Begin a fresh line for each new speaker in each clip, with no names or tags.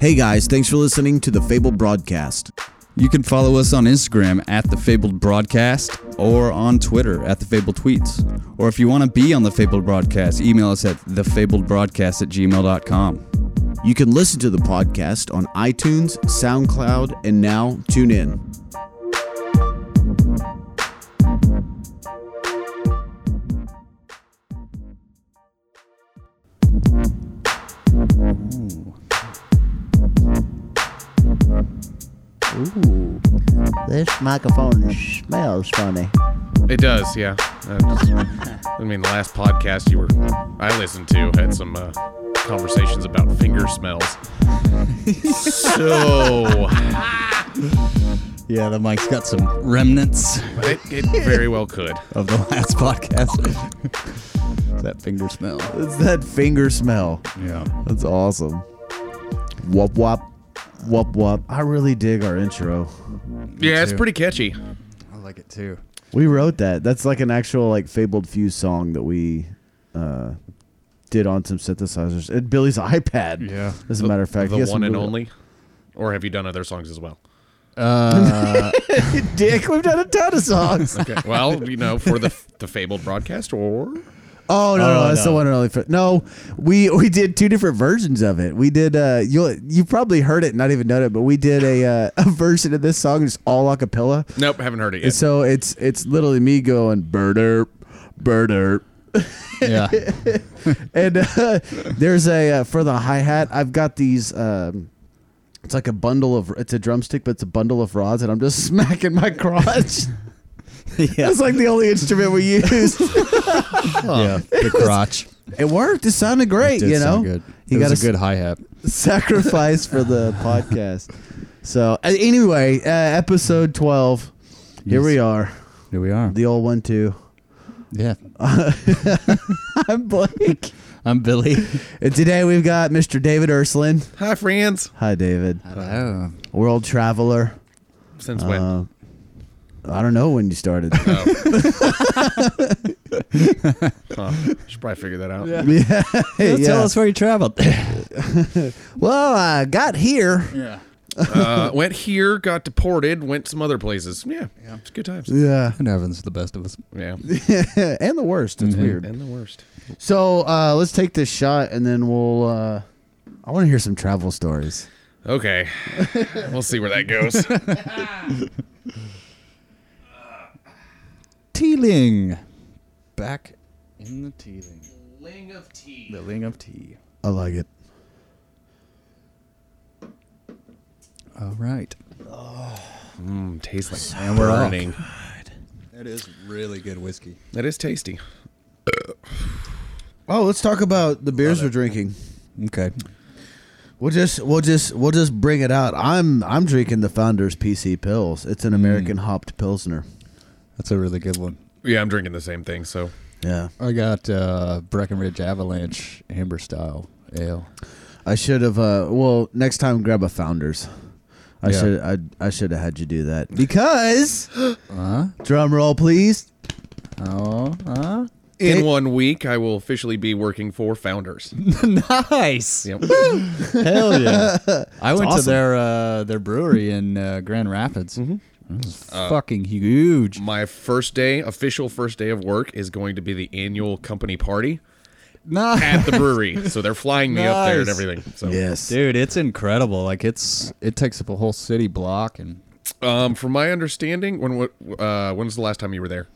Hey guys, thanks for listening to the Fable Broadcast.
You can follow us on Instagram at The Fabled Broadcast or on Twitter at The Fabled Tweets. Or if you want to be on The Fabled Broadcast, email us at TheFabledBroadcast at gmail.com.
You can listen to the podcast on iTunes, SoundCloud, and now tune in.
Ooh, this microphone smells funny.
It does, yeah. That's- I mean, the last podcast you were I listened to had some uh, conversations about finger smells. so
Yeah, the mic's got some remnants
it, it very well could.
of the last podcast. that finger smell.
It's that finger smell.
Yeah.
That's awesome. Wop wop. Wop wop. I really dig our intro.
yeah, it's
too.
pretty catchy.
I like it too.
We wrote that. That's like an actual like Fabled Fuse song that we uh did on some synthesizers. And Billy's iPad.
Yeah.
As a matter of fact,
The
he has some
one and
really-
only. Or have you done other songs as well?
Dick, we've done a ton of songs.
Okay. Well, you know, for the the fabled broadcast or
Oh no, no,
Oh,
that's the
no.
one and only. fr- No, we we did two different versions of it. We did uh, you you probably heard it, not even known it, but we did a uh, a version of this song just all a cappella.
Nope, haven't heard it
And
yet.
so it's it's literally me going burder, burder,
Yeah.
and uh, there's a uh, for the hi hat. I've got these. Um, it's like a bundle of it's a drumstick, but it's a bundle of rods, and I'm just smacking my crotch.
yeah.
That's like the only instrument we used.
yeah. The crotch.
it worked. It sounded great.
Did
you know,
sound good.
you
it
got
was a good hi hat.
sacrifice for the podcast. So a- anyway, uh, episode twelve. Here
Yes.
we are,
Here we are.
the old one too.
Yeah.
I'm Blake,
I'm Billy.
and today we've got Mr. David Ursuline.
Hi friends.
Hi, David,
Hello.
world traveler.
Since when?
Uh, I don't know when you started.
oh. huh. Should probably figure that out.
yeah,
Tell
yeah.
us where you traveled.
Well, I got here.
yeah.
Uh, went here, got deported, went some other places. Yeah, it's good times.
Yeah,
It happens to the best of us.
Yeah,
and the worst. It's weird.
and the worst.
So uh, let's take this shot, and then we'll. Uh, I want to hear some travel stories.
Okay, we'll see where that goes.
Teeling. Back in the teeling.
Ling of tea.
The ling of tea.
I like it.
All right.
Mm, tastes like
And we're off.
burning.
That is really good whiskey.
That is tasty.
Oh, let's talk about the beers we're drinking.
Okay.
We'll just we'll just we'll just bring it out. I'm I'm drinking the Founders PC Pills. It's
Mm.
an American hopped pilsner.
That's a really good one.
Yeah, I'm drinking the same thing. So
Yeah,
I got uh, Breckenridge Avalanche Amber Style Ale.
I should have. Uh, well, next time grab a Founders. I
Yeah.
should I I should have had you do that because
Huh?
drum roll please.
Oh, huh?
in
It-
one week, I will officially be working for Founders.
nice.
Yep.
Hell yeah. I went to
awesome.
their uh, their brewery in uh, Grand Rapids. It was fucking huge.
My first day, official first day of work, is going to be the annual company party
Nice.
at the brewery. so they're flying me up there and
Nice.
everything. So
Yes,
Dude, it's incredible. Like it's it takes up a whole city block and
Um, from my understanding, when what- uh, when was the last time you were there?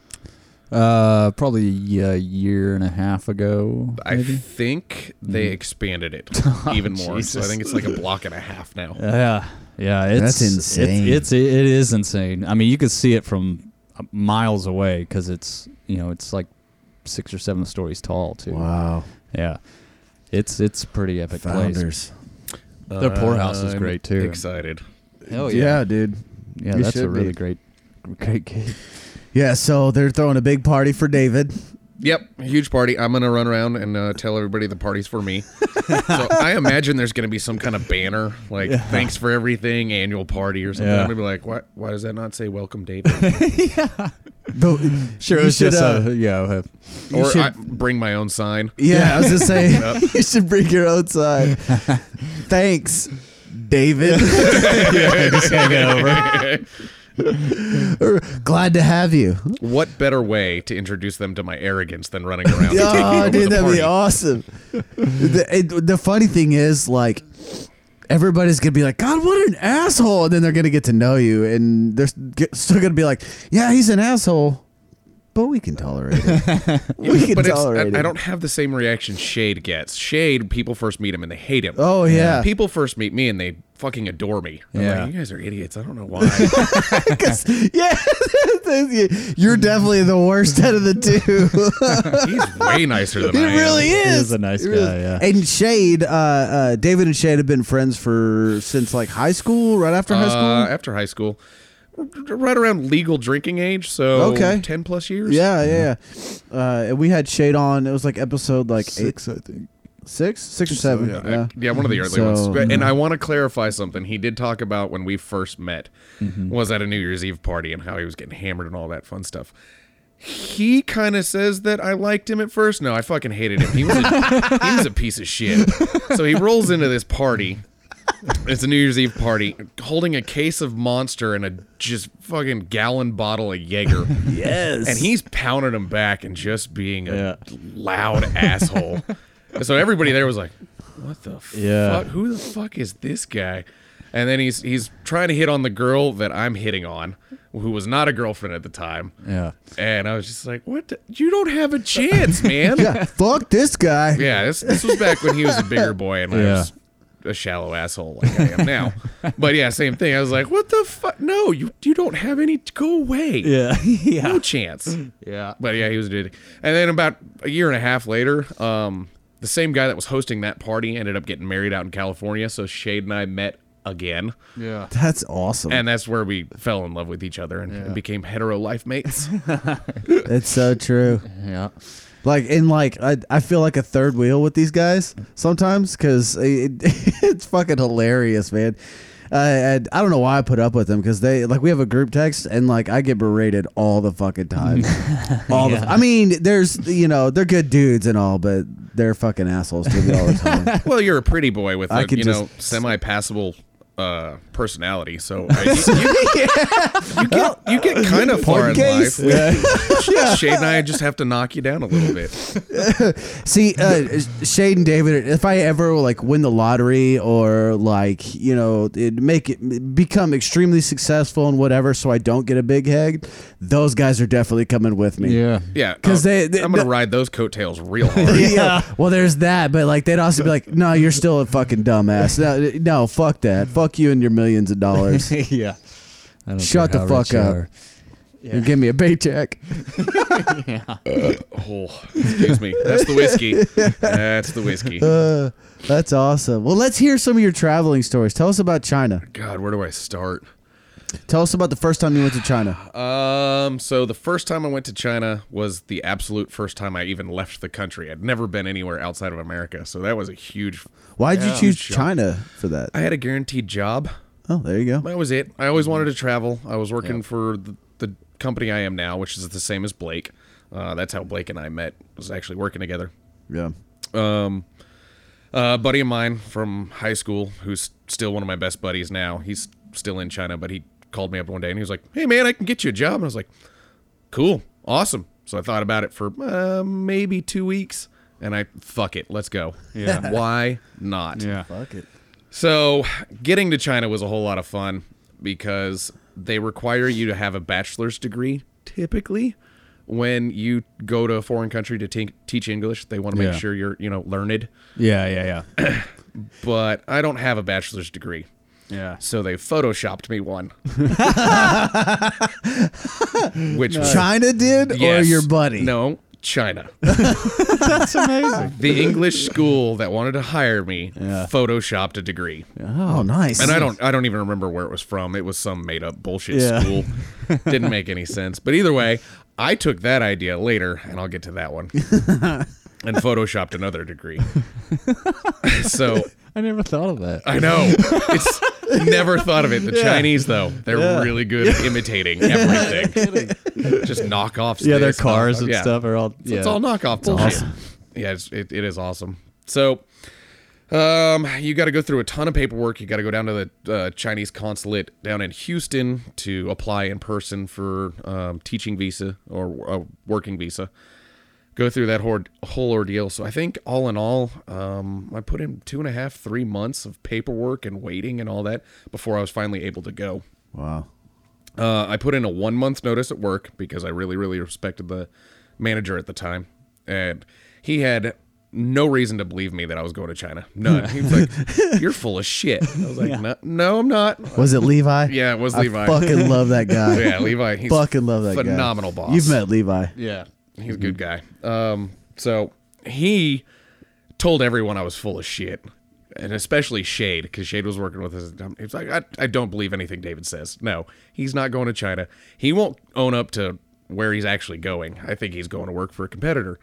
uh probably a year and a half ago.
I think they expanded it even more. So I
Jesus.
think it's like a block and a half now.
Yeah, yeah, it's
That's insane.
It's, it's it is insane. I mean, you could see it from uh, miles away because it's you know it's like six or seven stories tall too.
Wow,
Yeah, it's it's a pretty epic place.
Founders.
Their poorhouse is
I'm
great too.
Excited.
Hell
yeah. dude.
yeah,
You
that's a
should
really
be.
great, great gig.
Yeah, so they're throwing a big party for David.
Yep, huge party. I'm gonna run around and uh, tell everybody the party's for me. so I imagine there's gonna be some kind of banner like "Thanks for everything" annual party or something.
Yeah.
I'm gonna be like, why? Why does that not say "Welcome, David"?
But you
Sure, it's
should,
just
uh,
a, yeah. uh,
or
should-
I bring my own sign.
Yeah, I was just saying you should bring your own side. Thanks, David.
Just hang it over.
Glad to have you.
What better way to introduce them to my arrogance than running around? and taking
Oh,
over
dude,
the
that'd be
party?
awesome. the, it- the funny thing is, like, everybody's gonna be like, "God, what an asshole!" And then they're gonna get to know you, and they're s- get- still gonna be like, "Yeah, he's an asshole, but we can tolerate it. we can
but it's,
tolerate it."
I, I don't have the same reaction Shade gets. Shade, people first meet him and they hate him.
Oh yeah,
People first meet me and they fucking adore me. I'm
Yeah.
like, you guys are idiots. I don't know why.
'Cause- yeah. You're definitely the worst out of the two.
He's way nicer than I am.
It really is.
He is a nice
It really
guy,
is.
yeah.
And Shade, uh, uh, David and Shade have been friends for since like high school, right after high
Uh,
school.
after high school, R- r- right around legal drinking age. So
Okay.
ten plus years.
Yeah, yeah, yeah. Uh, and we had Shade on. It was like episode like six,
I think. oh,
eight, six, six or seven.
Uh,
yeah.
yeah, one of the early
So-
ones. But- And I want to clarify something. He did talk about when we first met
Mm-hmm.
was at a New Year's Eve party and how he was getting hammered and all that fun stuff. He kind of says that I liked him at first. No, I fucking hated him. He was a, he was a piece of shit. So he rolls into this party. It's a New Year's Eve party, holding a case of Monster and a just fucking gallon bottle of Jaeger.
Yes.
And he's pounding him back and just being a
Yeah.
loud asshole. So everybody there was like, "What the
Yeah.
fuck? Who the fuck is this guy?" And then he's he's trying to hit on the girl that I'm hitting on, who was not a girlfriend at the time.
Yeah.
And I was just like, "What? the- you don't have a chance, man."
yeah. Fuck this guy.
Yeah, this, this was back when he was a bigger boy and I
Yeah.
was a shallow asshole like I am now. But yeah, same thing. I was like, "What the fuck? No, you you don't have any. Go away.
Yeah.
No
yeah.
chance."
Yeah.
But yeah, he was a dude. And then about a year and a half later, um, the same guy that was hosting that party ended up getting married out in California. So Shade and I met again,
Yeah.
That's awesome.
and that's where we fell in love with each other and,
Yeah.
became hetero life mates.
That's so true.
Yeah.
Like in like I, I feel like a third wheel with these guys sometimes because it, it's fucking hilarious, man. Uh, and I don't know why I put up with them because they like we have a group text and like I get berated all the fucking time. all the I mean, there's you know they're good dudes and all, but they're fucking assholes to me all the time.
well, you're a pretty boy with
I
a
could
you know
just-
semi passable uh, personality, so I, you, you get you get kind of far in
case.
life. Shade and I just have to knock you down a little bit.
See, uh, Shade and David, if I ever like win the lottery or like you know it make it become extremely successful and whatever, so I don't get a big head, those guys are definitely coming with me.
Yeah.
Yeah,
'Cause
oh,
they- they-
I'm gonna
the-
ride those coattails real hard.
Yeah. Well, there's that, but like they'd also be like, "No, you're still a fucking dumbass. No, no, fuck that. Fuck you and your millions of dollars.
yeah. I don't
Shut
care
the
how rich
fuck
you
up.
are.
You give me a paycheck."
Oh, excuse me. That's the whiskey. That's the whiskey.
Uh, that's awesome. Well, let's hear some of your traveling stories. Tell us about China.
God, where do I start?
Tell us about the first time you went to China.
Um, so the first time I went to China was the absolute first time I even left the country. I'd never been anywhere outside of America, so that was a huge.
Why did
Yeah.
you choose
Sure.
China for that?
I had a guaranteed job.
Oh, there you go.
That was it. I always wanted to travel. I was working for the, the company I am now, which is the same as Blake. Uh, that's how Blake and I met. Was actually working together. Uh,
Yeah.
A buddy of mine from high school, who's still one of my best buddies now, he's still in China, but he called me up one day and he was like, Hey, man, I can get you a job. And I was like, Cool, awesome. So I thought about it for uh, maybe two weeks and I, fuck it, let's go. Yeah. Why not?
Yeah.
Fuck it.
So getting to China was a whole lot of fun because they require you to have a bachelor's degree typically. When you go to a foreign country to te- teach English, they want to make
Yeah.
sure you're, you know, learned.
Yeah. Yeah. Yeah.
But I don't have a bachelor's degree.
Yeah.
So they photoshopped me one. Which was
China did or
yes.
your buddy?
No, China.
That's amazing.
The English school that wanted to hire me photoshopped a degree.
Oh, nice.
And I don't I don't even remember where it was from. It was some made up bullshit
Yeah.
school. Didn't make any sense. But either way, I took that idea later and I'll get to that one. and photoshopped another degree. so
I never thought of that.
I know. It's never thought of it. The Chinese though, they're really good at imitating everything. Just knockoffs.
Yeah, their
this,
cars
knockoff-
and
yeah.
stuff are all.
So
Yeah.
It's all knockoff bullshit. Yeah, it's, it, it is awesome. So Um, you got to go through a ton of paperwork. You got to go down to the uh, Chinese consulate down in Houston to apply in person for um, teaching visa or uh, working visa. Go through that whole, whole ordeal. So I think all in all, um, I put in two and a half, three months of paperwork and waiting and all that before I was finally able to go.
Wow.
Uh, I put in a one month notice at work because I really, really respected the manager at the time. And he had no reason to believe me that I was going to China. None. He was like, You're full of shit. I was like, no, no, I'm not.
Was it Levi?
Yeah, it was
I
Levi.
Fucking love that guy.
Yeah, Levi. He's
Fucking love that guy.
phenomenal boss.
You've met Levi.
Yeah, he's a good guy. Um, so he told everyone I was full of shit, and especially Shade, because Shade was working with us. He's like, I, I don't believe anything David says. No, he's not going to China. He won't own up to where he's actually going. I think he's going to work for a competitor.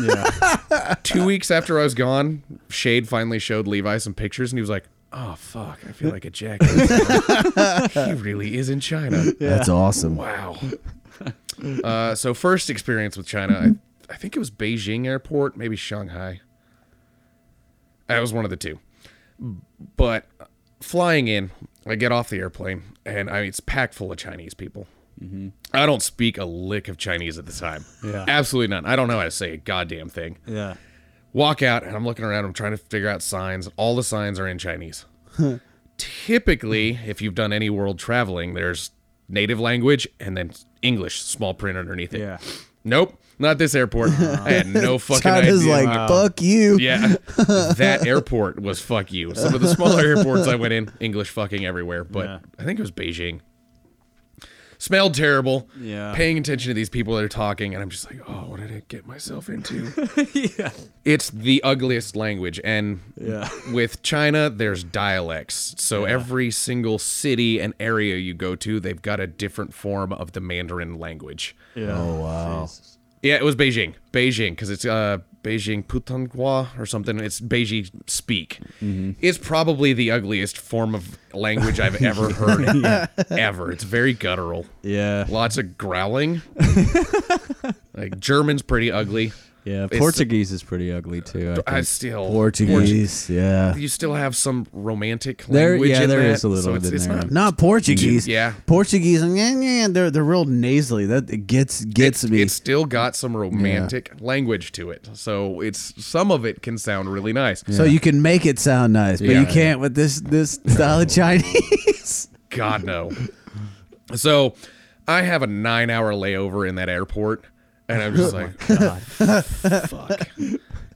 Yeah.
Two weeks after I was gone, Shade finally showed Levi some pictures, and he was like. Oh fuck! I feel like a jackass. he really is in China.
That's awesome.
Wow. uh, so first experience with China, I, I think it was Beijing airport, maybe Shanghai. That was one of the two. But flying in, I get off the airplane, and I mean it's packed full of Chinese people. I don't speak a lick of Chinese at the time.
Yeah.
Absolutely none. I don't know how to say a goddamn thing.
Yeah.
Walk out, and I'm looking around. I'm trying to figure out signs. All the signs are in Chinese. Typically, if you've done any world traveling, there's native language and then English small print underneath it.
Yeah.
Nope, not this airport. I had no fucking
China's
idea.
like, fuck you.
yeah, that airport was fuck you. Some of the smaller airports I went in, English fucking everywhere. But
Yeah.
I think it was Beijing. Smelled terrible.
Yeah.
Paying attention to these people that are talking, and I'm just like, oh, what did I get myself into?
yeah.
it's the ugliest language and
Yeah.
with china there's dialects so every single city and area you go to they've got a different form of the mandarin language
Yeah. Oh wow.
yeah it was beijing beijing because it's uh beijing putonghua or something it's beijing speak
Mm-hmm.
it's probably the ugliest form of language i've ever heard ever it's very guttural
Yeah.
lots of growling like german's pretty ugly
Yeah.
It's-
Portuguese is pretty ugly too. I
i
think.
still
Portuguese. Yeah.
you still have some romantic
There-
language
yeah,
in
there
that,
is a little
so
bit
it's,
in
it's
there.
not-
Not Portuguese.
Yeah.
Portuguese. Yeah, yeah, they're they're real nasally. That it gets gets me.
it's still got some romantic language to it so it's some of it can sound really nice
so you can make it sound nice, but
Yeah.
you can't with this this style of Chinese.
god no so i have a nine hour layover in that airport and i'm
Oh
just like fuck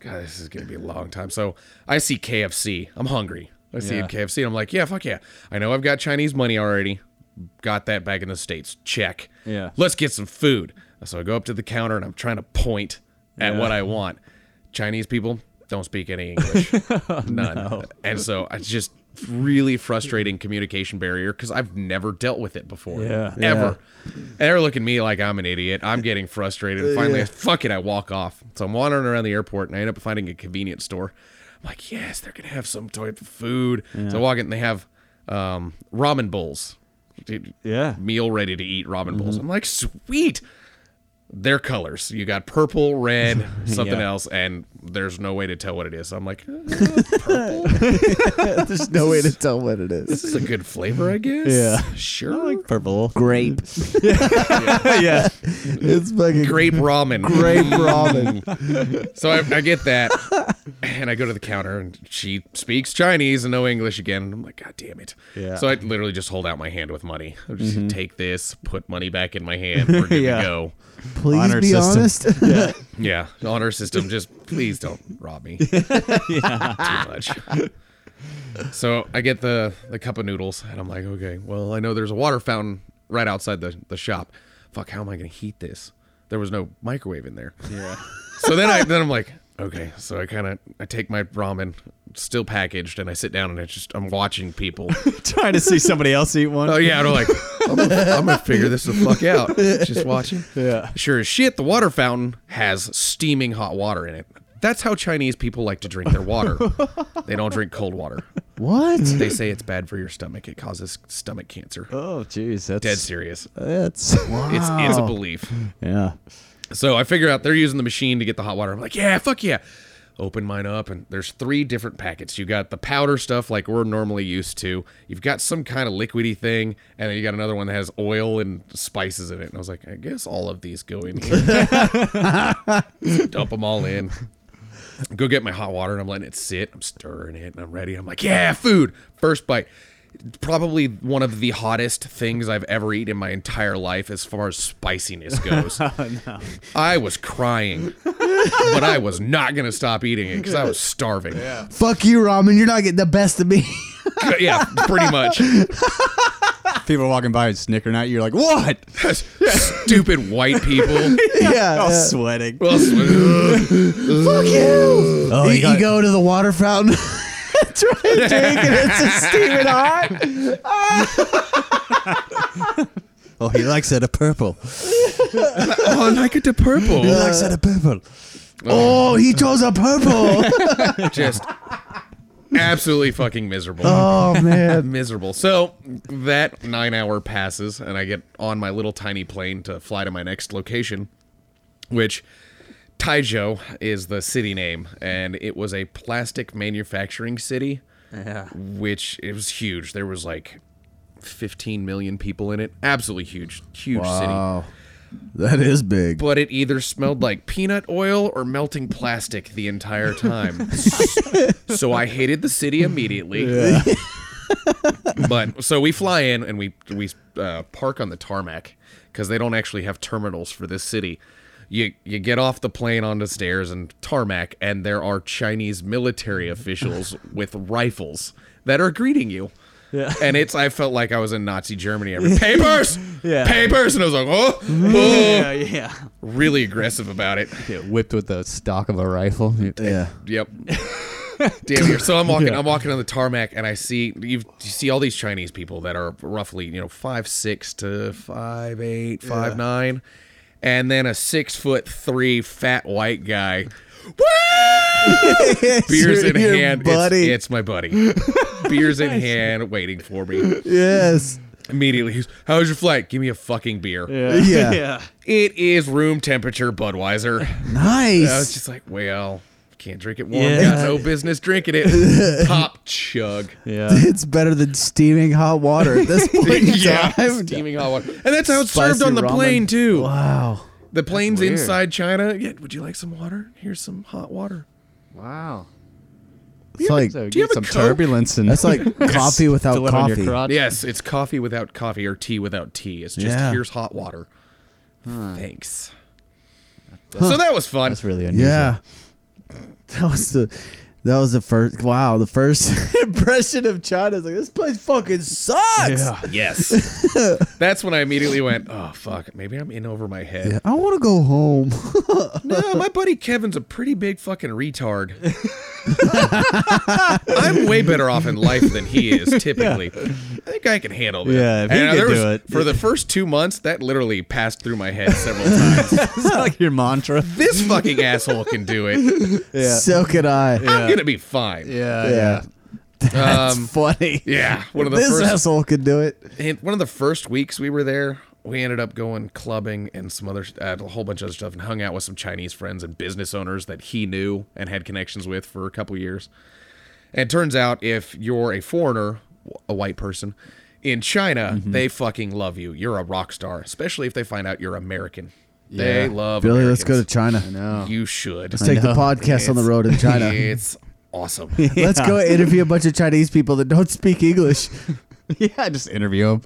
god this is gonna be a long time so i see kfc i'm hungry i see
Yeah.
a kfc and i'm like yeah fuck yeah i know i've got chinese money already got that back in the states check
Yeah.
let's get some food. So I go up to the counter and I'm trying to point at
Yeah.
what I want. Chinese people don't speak any English, none. And so it's just really frustrating communication barrier because I've never dealt with it before,
Yeah.
ever. And they're looking at me like I'm an idiot. I'm getting frustrated. And finally, fuck it, I walk off. So I'm wandering around the airport and I end up finding a convenience store. I'm like, yes, they're gonna have some type of food. So I walk in and they have um, ramen bowls. Dude,
Yeah. Mm-hmm.
meal ready to eat ramen bowls. I'm like, sweet. Their colors. You got purple, red, something
Yeah.
else, and there's no way to tell what it is. I'm like, eh,
There's no way to tell what it is.
this is a good flavor, I guess.
Yeah.
Sure.
Purple.
Grape.
yeah.
It's fucking
grape ramen.
grape ramen.
So I, I get that, and I go to the counter, and she speaks Chinese and no English again. And I'm like, God damn it!
Yeah. Mm-hmm.
So I literally just hold out my hand with money. I just take this, put money back in my hand. We're good
Yeah.
to go.
Please
Honor
be
system.
honest.
Yeah.
Yeah, honor system. Just please don't rob me too much. So I get the the cup of noodles, and I'm like, okay, well, I know there's a water fountain right outside the the shop. Fuck, how am I gonna heat this? There was no microwave in there.
Yeah.
So then I then I'm like, okay. So I kind of I take my ramen, still packaged, and I sit down and I just I'm watching people.
Trying to see somebody else eat one.
Oh yeah, and I'm like, I'm gonna, I'm gonna figure this the fuck out. Just watching.
Yeah.
Sure as shit, the water fountain has steaming hot water in it. That's how Chinese people like to drink their water. they don't drink cold water.
What?
They say it's bad for your stomach. It causes stomach cancer.
Oh jeez. That's
Dead serious.
That's.
It's it's a belief.
yeah.
So I figure out they're using the machine to get the hot water. I'm like, yeah, fuck yeah. open mine up and there's three different packets. You got the powder stuff like we're normally used to. You've got some kind of liquidy thing, and then you got another one that has oil and spices in it. And I was like, I guess all of these go in here. Dump them all in. Go get my hot water and I'm letting it sit. I'm stirring it and I'm ready. I'm like, yeah, food. First bite. Probably one of the hottest things I've ever eaten in my entire life as far as spiciness goes. I was crying, but I was not going to stop eating it because I was starving. Yeah.
Fuck you, ramen. You're not getting the best of me.
pretty much.
People walking by and snickering at you. You're like, what?
Stupid white people. uh,
yeah.
I was
yeah.
sweating.
Well,
Fuck you.
Oh,
you,
you got-
you go to the water fountain. Try to drink and it's just steaming hot.
Oh, he likes it a purple.
oh, I like it to purple.
He likes
Uh,
it a purple.
Oh, he chose a purple.
Just absolutely fucking miserable.
oh man.
miserable. So that nine hour passes, and I get on my little tiny plane to fly to my next location, which Taijo is the city name, and it was a plastic manufacturing city,
Yeah.
which it was huge. There was like 15 million people in it. Absolutely huge, huge city.
That is big.
But it either smelled like peanut oil or melting plastic the entire time. so I hated the city immediately. but so we fly in and we we uh, park on the tarmac because they don't actually have terminals for this city. You you get off the plane onto stairs and tarmac, and there are Chinese military officials with rifles that are greeting you. Yeah. And it's I felt like I was in Nazi Germany. I was, papers,
Yeah.
papers, and I was like, oh, oh.
Yeah, yeah.
really aggressive about it.
Get whipped with the stock of a rifle.
yeah.
Yep. Damn near. So I'm walking. I'm walking on the tarmac, and I see you've, you see all these Chinese people that are roughly you know five six to five eight five nine, and then a six foot three fat white guy. Woo! Beers
Your-
in
your
hand, It's-
buddy.
It's, my buddy. Beers in hand, waiting for me.
Yes.
Immediately, he's, "How was your flight? Give me a fucking beer."
Yeah.
It is room temperature Budweiser. I was
Nice.
just like, well, can't drink it warm.
Yeah.
Got no business drinking it. Pop chug.
Yeah.
it's better than steaming hot water at this point. in time.
steaming hot water. And that's how it's
Spicy
served on the
ramen.
plane too.
Wow.
The plane's inside China. Yeah, would you like some water? Here's some hot water.
Wow.
It's like
So
Do you
get
have
some
a Coke?
turbulence and
that's like coffee without
delivered on your
coffee.
crotch.
Yes, it's coffee without coffee or tea without tea. It's just
Yeah.
here's hot water. Thanks. So that was fun.
That's really unusual.
Yeah. That was the that was the first wow, the first impression of China is like this place fucking sucks.
yes. That's when I immediately went, oh fuck, maybe I'm in over my head.
I want to go home.
No, my buddy Kevin's a pretty big fucking retard. I'm way better off in life than he is typically. I think I can handle this.
Yeah, if he can
there
do it.
For the first two months, that literally passed through my head several times.
It's like your mantra.
this fucking asshole can do it.
Yeah.
So could I.
I'm gonna be fine. Um,
yeah.
Yeah. That's funny.
Yeah, one of the
this
first
asshole could do it.
and one of the first weeks we were there, we ended up going clubbing and some other uh, a whole bunch of other stuff, and hung out with some Chinese friends and business owners that he knew and had connections with for a couple years. And it turns out, if you're a foreigner, a white person in China,
Mm-hmm.
they fucking love you. You're a rock star, especially if they find out you're American. They love
Billy, let's go to
Americans.
China.
You should
Let's take the podcast on the road in China.
It's awesome.
Let's go interview a bunch of Chinese people that don't speak English.
Yeah. Just interview him.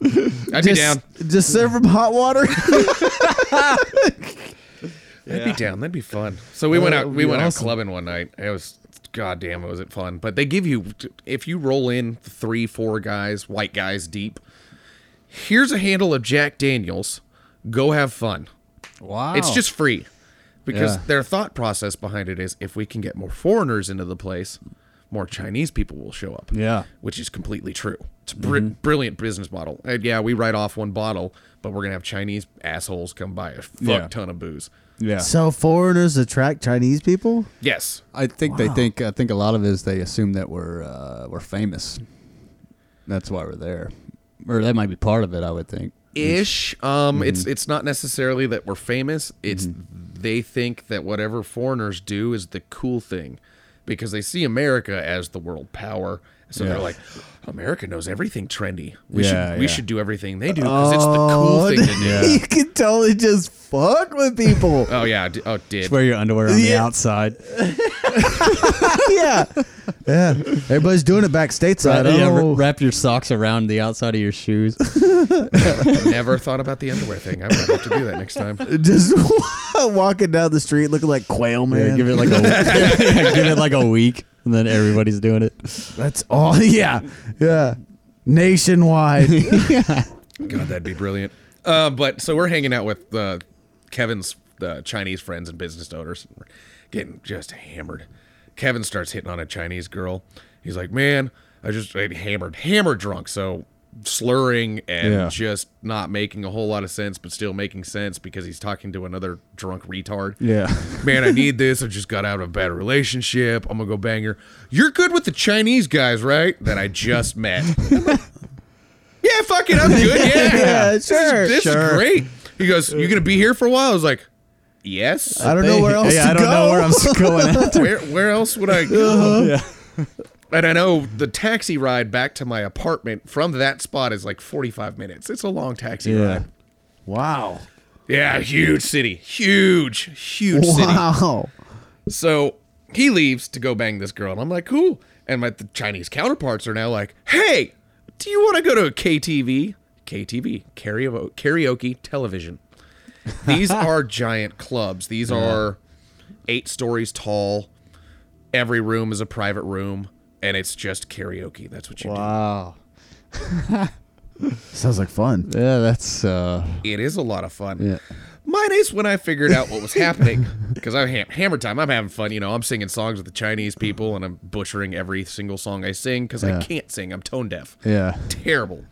I'd be
Just,
down.
just serve them hot water.
That'd be down. That'd be fun. So we went out.
would
We
be
went
awesome.
out clubbing one night. It was goddamn. It was it fun. But they give you if you roll in three, four guys, white guys deep. Here's a handle of Jack Daniels. Go have fun.
Wow.
It's just free, because
Yeah.
their thought process behind it is if we can get more foreigners into the place, more Chinese people will show up.
Yeah. Mm-hmm.
which is completely true. It's a br- brilliant business model. And yeah, we write off one bottle, but we're gonna have Chinese assholes come buy a fuck
Yeah.
ton of booze.
Yeah.
so foreigners attract Chinese people?
Yes.
I think they think I think a lot of it is they assume that we're uh, we're famous. That's why we're there, or that might be part of it. I would think.
ish. Um,
Mm-hmm.
it's it's not necessarily that we're famous. It's they think that whatever foreigners do is the cool thing. because they see America as the world power. So they're
Yeah.
like, America knows everything trendy. We
Yeah,
should we
yeah. Oh,
should do everything they do because it's the cool thing to do.
Yeah.
you can totally just fuck with people.
Oh yeah, d- oh did.
Wear your underwear on the
Yeah.
outside.
yeah, yeah. Everybody's doing it back stateside.
Wrap- yeah,
oh.
wra- wrap your socks around the outside of your shoes.
Never thought about the underwear thing. I might have to do that next time.
just walking down the street looking like Quail Man.
Yeah, give it like a yeah, give it like a week, and then everybody's doing it.
That's all. Yeah, yeah. Nationwide.
God, that'd be brilliant. Uh, but so we're hanging out with uh, Kevin's uh, Chinese friends and business owners, and we're getting just hammered. Kevin starts hitting on a Chinese girl. He's like, "Man, I just i hammered, hammered drunk." So slurring and
Yeah.
just not making a whole lot of sense, but still making sense because he's talking to another drunk retard.
Yeah.
Man, I need this. I just got out of a bad relationship. I'm gonna go bang her. You're good with the Chinese guys, right? That I just met. I'm like, yeah, fuck it, I'm good. Yeah,
Yeah, sure,
This, is, this is
sure.
great. He goes, "You gonna be here for a while?" I was like, "Yes."
I don't know where else
Yeah,
to
I don't
go.
know where I'm s- going. After.
where where else would I
Uh-huh.
go? And I know the taxi ride back to my apartment from that spot is like 45 minutes. It's a long taxi
Yeah.
ride.
wow.
Yeah, huge city, huge, huge city.
Wow.
So he leaves to go bang this girl, and I'm like, cool. And my the Chinese counterparts are now like, hey, do you want to go to a KTV? KTV, karaoke, karaoke television. These are giant clubs. These are eight stories tall. Every room is a private room, and it's just karaoke. That's what you
Wow.
Sounds like fun.
Yeah, that's uh.
do. It is a lot of fun.
Yeah.
Minus when I figured out what was happening, because I'm ham- hammer time. I'm having fun, you know. I'm singing songs with the Chinese people, and I'm butchering every single song I sing because I
Yeah.
can't sing. I'm tone deaf.
Yeah.
Terrible.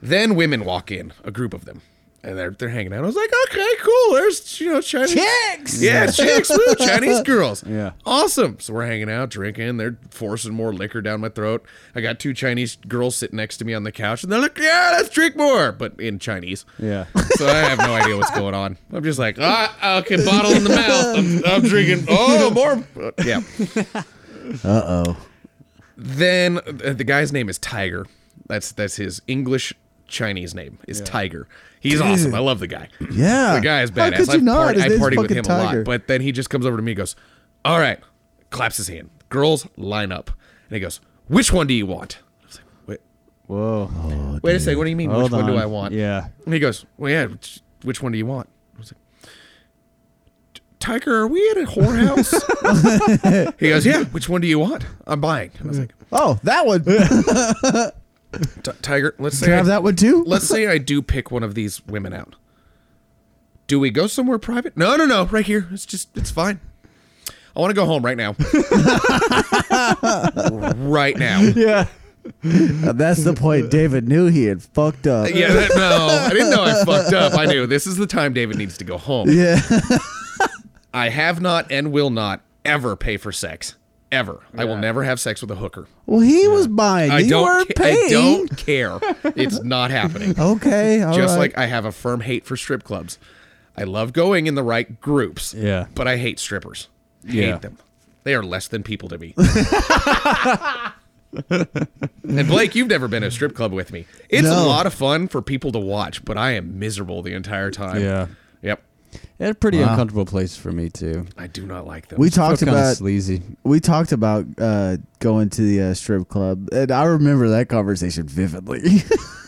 Then women walk in, a group of them, and they're they're hanging out. I was like, okay, cool. There's you know Chinese
Chicks!
yeah, chicks, woo, Chinese girls,
Yeah.
awesome. So we're hanging out, drinking. They're forcing more liquor down my throat. I got two Chinese girls sitting next to me on the couch, and they're like, yeah, let's drink more, but in Chinese.
Yeah.
So I have no idea what's going on. I'm just like, ah, okay, bottle in the mouth. I'm, I'm drinking. Oh, more. uh, Yeah.
Uh oh.
Then uh, the guy's name is Tiger. That's that's his English Chinese name is Tiger. He's awesome. I love the guy.
Yeah.
The guy is
How
badass.
could you
I've
not?
part-
His
I
name's
partied with
fucking
him a
Tiger.
lot. But then he just comes over to me and goes, All right, claps his hand. Girls, line up. And he goes, Which one do you want? I was like, Wait,
Whoa.
wait a second. What do you mean?
Hold
which one do
on.
I want?
Yeah.
And he goes, "Well, yeah. Which, which one do you want?" I was like, "T- "Tiger, are we at a whorehouse?" he goes, "Yeah. Which one do you want? I'm buying." And I was like,
Oh, that one.
"T- "Tiger, let's say
Can I
I,
have that one too?
let's say I do pick one of these women out. Do we go somewhere private? No, no, no. Right here. It's just it's fine. I want to go home right now. right now.
Yeah.
Uh, That's the point. David knew he had fucked up.
Yeah, that, no, I didn't know I fucked up. I knew this is the time David needs to go home.
Yeah.
I have not and will not ever pay for sex. Ever. I will never have sex with a hooker.
Well, he was buying.
I
you
don't.
weren't
Ca- I
paying.
don't care. It's not happening.
Okay. all
Just
right.
like I have a firm hate for strip clubs. I love going in the right groups.
Yeah.
But I hate strippers.
Yeah.
Hate them. They are less than people to me. and Blake, you've never been to a strip club with me. It's a
No.
lot of fun for people to watch, but I am miserable the entire time.
Yeah.
Yep.
It's a pretty uncomfortable place for me too.
I do not like them.
we talked
Feel kinda
about
sleazy.
we talked about uh, going to the uh, strip club, and I remember that conversation vividly.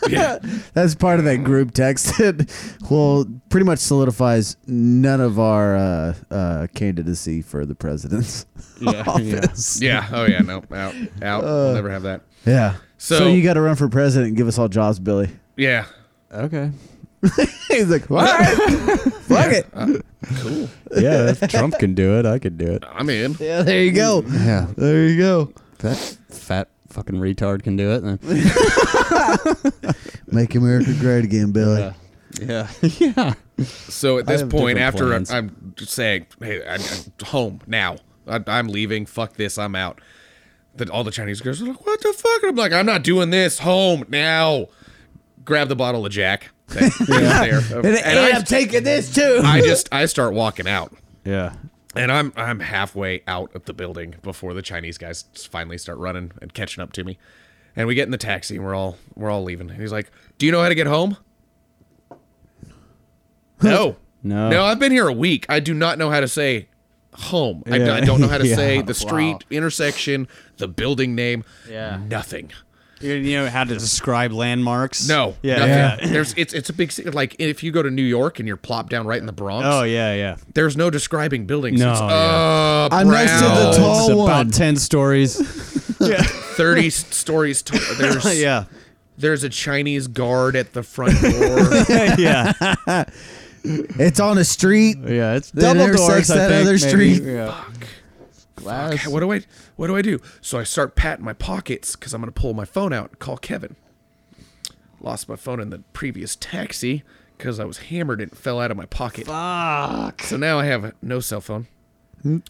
yeah.
That's part of that group text that will pretty much solidifies none of our uh, uh, candidacy for the president's office.
Yeah. Oh yeah. No. Out. Out. we'll never have that.
Yeah.
So-
So, you got to run for president and give us all jobs, Billy.
Yeah.
Okay.
He's like, all right, fuck it.
Uh, Cool.
Yeah, if Trump can do it, I can do it.
I'm in.
Yeah, there you go.
Yeah.
There you go.
That fat fucking retard can do it. Then.
Make America great again, Billy.
Yeah. yeah.
So at this
have
point,
different
after
plans.
I, am saying, "Hey, I, I'm home now. I, I'm leaving. Fuck this. I'm out." That all the Chinese girls are like, "What the fuck?" And I'm like, "I'm not doing this. Home now." Grab the bottle of Jack. That- that was there.
And,
And I,
I'm taking this too.
I just I start walking out.
Yeah.
And I'm I'm halfway out of the building before the Chinese guys finally start running and catching up to me. And we get in the taxi and we're all we're all leaving. And he's like, "Do you know how to get home?" No.
No.
No, I've been here a week. I do not know how to say home. I, I don't know how to
Yeah.
say
Wow.
the street, intersection, the building name.
Yeah.
Nothing.
You know how to describe landmarks?
No.
Yeah.
nothing.
yeah.
There's it's it's a big city. Like if you go to New York and you're plopped down right in the Bronx,
Oh yeah, yeah.
there's no describing buildings.
No,
It's,
yeah.
uh,
I'm next to the
brown.
it's
tall
about
one.
ten stories.
30 s- stories tall. There's,
yeah,
there's a Chinese guard at the front door.
yeah,
It's on a street.
Oh,
yeah. It's
That
double
intersects
doors. I
that
think,
other
maybe.
street.
Yeah.
Okay, what do I what do I do? So I start patting my pockets because I'm gonna pull my phone out and call Kevin. Lost my phone in the previous taxi because I was hammered and it fell out of my pocket.
Fuck.
So now I have no cell phone.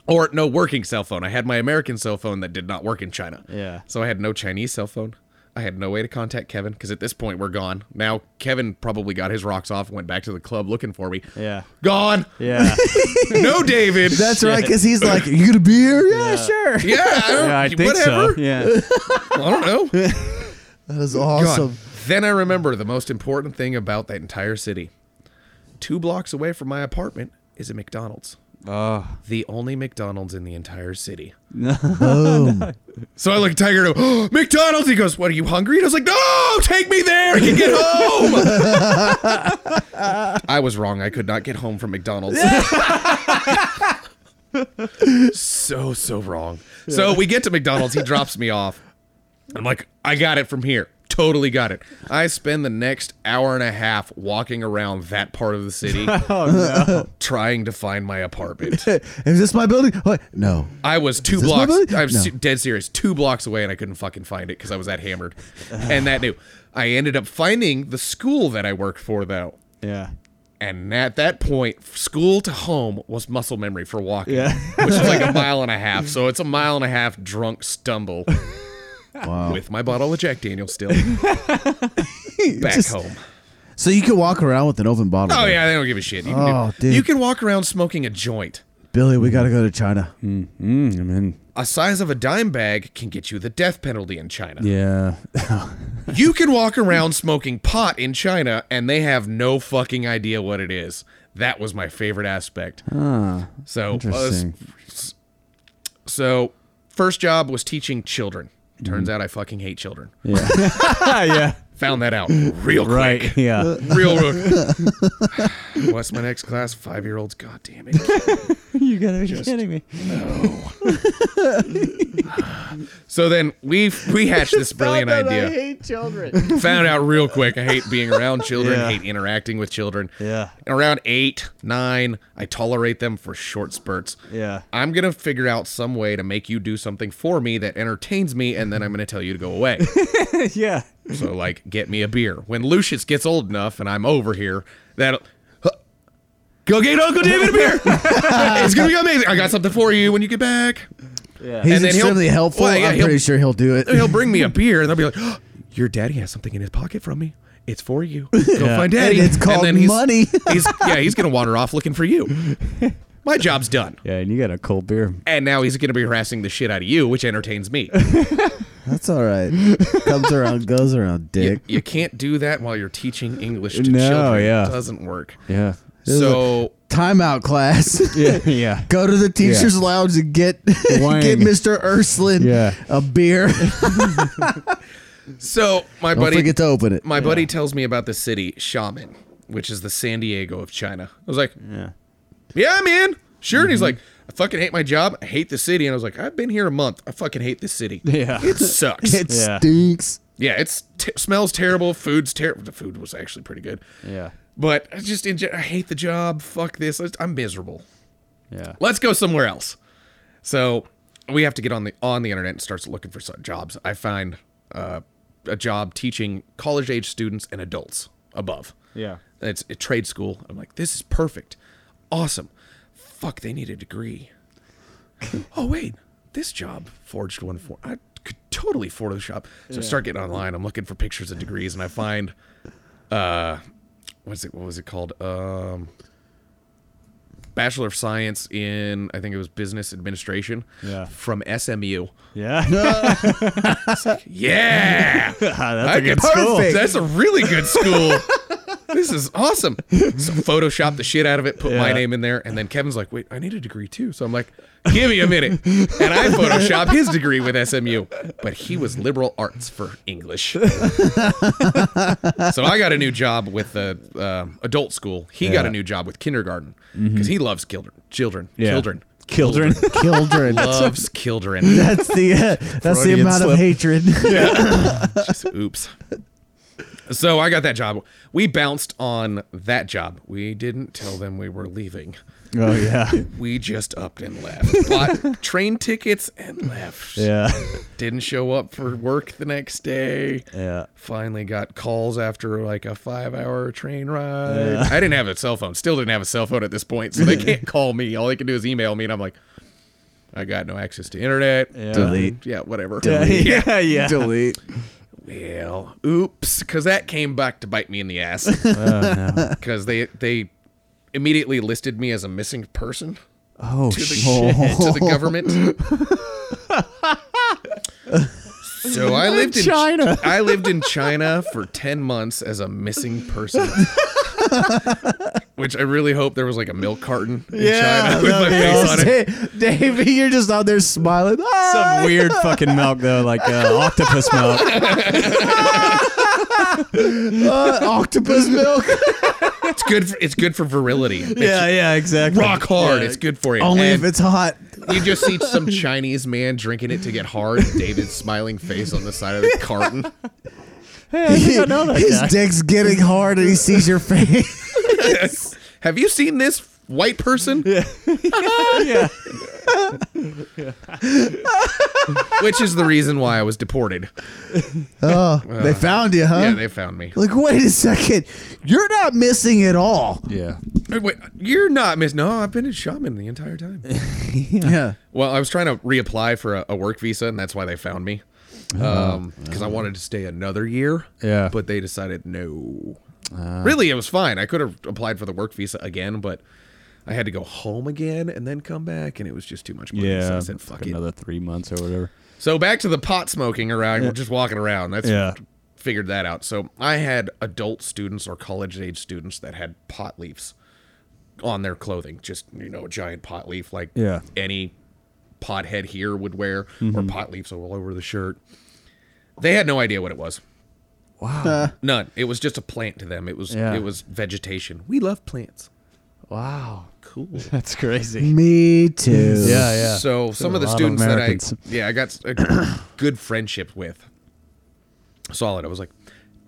Or no working cell phone. I had my American cell phone that did not work in China.
Yeah.
So I had no Chinese cell phone. I had no way to contact Kevin because at this point we're gone. Now Kevin probably got his rocks off and went back to the club looking for me.
Yeah.
Gone.
Yeah.
no David.
That's right, because he's like, you gonna be here? Yeah, sure.
yeah, I don't,
yeah. I think
whatever.
so. Yeah.
I don't know.
That is
God.
awesome.
Then I remember the most important thing about that entire city. Two blocks away from my apartment is a McDonald's. The only McDonald's in the entire city. So I look at Tiger and go, oh, McDonald's. He goes, What are you hungry? And I was like, No, take me there. I can get home. I was wrong. I could not get home from McDonald's. so, so wrong. So we get to McDonald's. He drops me off. I'm like, I got it from here. Totally got it. I spend the next hour and a half walking around that part of the city trying to find my apartment.
Is this my building? What? No.
I was two
this my
blocks.
building?
I'm
No.
se- dead serious. Two blocks away, and I couldn't fucking find it because I was that hammered. and that knew. I ended up finding the school that I worked for, though.
Yeah.
And at that point, school to home was muscle memory for walking,
Yeah.
which is like a mile and a half. So it's a mile and a half drunk stumble with my bottle of Jack Daniel still back
Just-
home.
So you can walk around with an open bottle.
Oh
though.
yeah, they don't give a shit. You can,
Oh,
do,
dude.
you can walk around smoking a joint.
Billy, we gotta go to China.
Mm, I mean,
A size of a dime bag can get you the death penalty in China.
yeah.
You can walk around smoking pot in China and they have no fucking idea what it is. That was my favorite aspect. so, uh, s-
Ah, interesting.
s- so first job was teaching children. Turns out I fucking hate children.
Mm-hmm. Yeah. yeah.
Found that out real quick.
Right. Yeah.
Real quick. What's my next class? Five year olds. God damn it.
you gotta be kidding me.
So then we we hatched this brilliant idea.
hate children.
found out real quick. I hate being around children.
Yeah.
Hate interacting with children.
Yeah.
Around eight, nine, I tolerate them for short spurts.
Yeah.
I'm gonna figure out some way to make you do something for me that entertains me, and then I'm gonna tell you to go away.
yeah.
so like, get me a beer. When Lucius gets old enough and I'm over here, that'll. Huh. Go get Uncle David a beer. it's gonna be amazing. I got something for you when you get back.
He's
And then he'll-
extremely helpful.
Well, yeah,
I'm
he'll-
pretty sure he'll do it.
He'll bring me a beer, and they'll be like, "Oh, "Your daddy has something in his pocket from me. It's for you. Go find daddy."
And it's called
he's-
money.
he's yeah, he's gonna wander off looking for you. My job's done,
Yeah, and you got a cold beer.
and now he's gonna be harassing the shit out of you, which entertains me.
That's all right. Comes around, goes around, dick.
You can't do that while you're teaching English to
No,
children.
yeah.
It doesn't work.
Yeah.
So
Timeout class.
Yeah. Yeah.
Go to the teacher's
Yeah.
lounge and get
Wang.
get Mr. Urslin
Yeah.
a beer.
so my
Don't
buddy
forget to open it.
my buddy tells me about the city Shaman, which is the San Diego of China. I was like,
Yeah.
Yeah, man. Sure. And he's like, I fucking hate my job. I hate the city. And I was like, I've been here a month. I fucking hate this city.
Yeah.
It sucks.
It
Yeah.
stinks.
yeah, it's t- smells terrible. Food's terrible. The food was actually pretty good.
Yeah.
But I just, in, I hate the job. Fuck this. Let's- I'm miserable.
Yeah.
Let's go somewhere else. So we have to get on the on the internet and starts looking for some jobs. I find uh, a job teaching college age students and adults above.
Yeah.
It's a trade school. I'm like, this is perfect. Awesome. Fuck, they need a degree. oh, wait. This job forged one for. I could totally Photoshop. So I start getting online. I'm looking for pictures of degrees and I find, uh, what's it, what was it called? Um, Bachelor of Science in I think it was business administration
Yeah.
from SMU.
Yeah,
Yeah.
that's a good
That's
school.
perfect. That's a really good school. this is awesome. So Photoshop the shit out of it, put my
Yeah.
name in there, and then Kevin's like, "Wait, I need a degree too." So I'm like, "Give me a minute," and I Photoshop his degree with SMU, but he was liberal arts for English. so I got a new job with the um adult school. He got a new job with kindergarten because he loves children. Children.
Mm-hmm. Yeah.
Children.
Children.
Children.
Loves children.
That's the uh, that's the
Freudian
amount
slip.
of hatred.
Just oops. So I got that job. We bounced on that job. We didn't tell them we were leaving.
oh yeah,
We just upped and left. Bought train tickets and left.
yeah,
Didn't show up for work the next day.
yeah.
Finally got calls after like a five hour train ride. I didn't have a cell phone. Still didn't have a cell phone at this point. So they can't call me. All they can do is email me. And I'm like, I got no access to internet. Yeah,
Delete.
whatever.
yeah, yeah.
Delete.
Well, oops, because that came back to bite me in the ass. Because they they immediately listed me as a missing person
Oh
to the, to the government. so I lived in China. I lived in China for ten months as a missing person. Which I really hope there was like a milk carton in China with my face on it.
Davey, you're just out there smiling. Ah!
some weird fucking milk though, like uh, octopus milk.
Uh, octopus milk.
It's good. For, it's good for virility. It makes
yeah,
you
yeah, exactly.
Rock hard. It's good for you.
Only if
And-
it's hot.
You just see some Chinese man drinking it to get hard. David's smiling face on the side of the carton.
His dick's getting hard and he sees your face.
Have you seen this white person? Yeah. Which is the reason why I was deported.
Oh, they found you, huh?
Yeah, they found me.
like, wait a second. You're not missing at all.
Yeah.
Wait, wait, you're not Miss. No, I've been in shaman the entire time.
Yeah.
Well, I was trying to reapply for a, a work visa, and that's why they found me. Because I wanted to stay another year.
Yeah.
But they decided no. really, it was fine. I could have applied for the work visa again, but I had to go home again and then come back, and it was just too much money. So I
Yeah,
said, fuck it.
Another three months or whatever.
So back to the pot smoking around, we're just walking around. That's
Yeah.
figured that out. So I had adult students or college age students that had pot leaves on their clothing, just you know, a giant pot leaf like
Yeah.
any pothead here would wear, or pot leaves all over the shirt. They had no idea what it was. Wow, none. It was just a plant to them. It was
Yeah.
it was vegetation. We love plants. Wow, cool.
That's crazy.
Me too.
Yeah, yeah.
So some of the
lot of
students that I
Americans.
yeah I got a good friendship with, solid. I was like,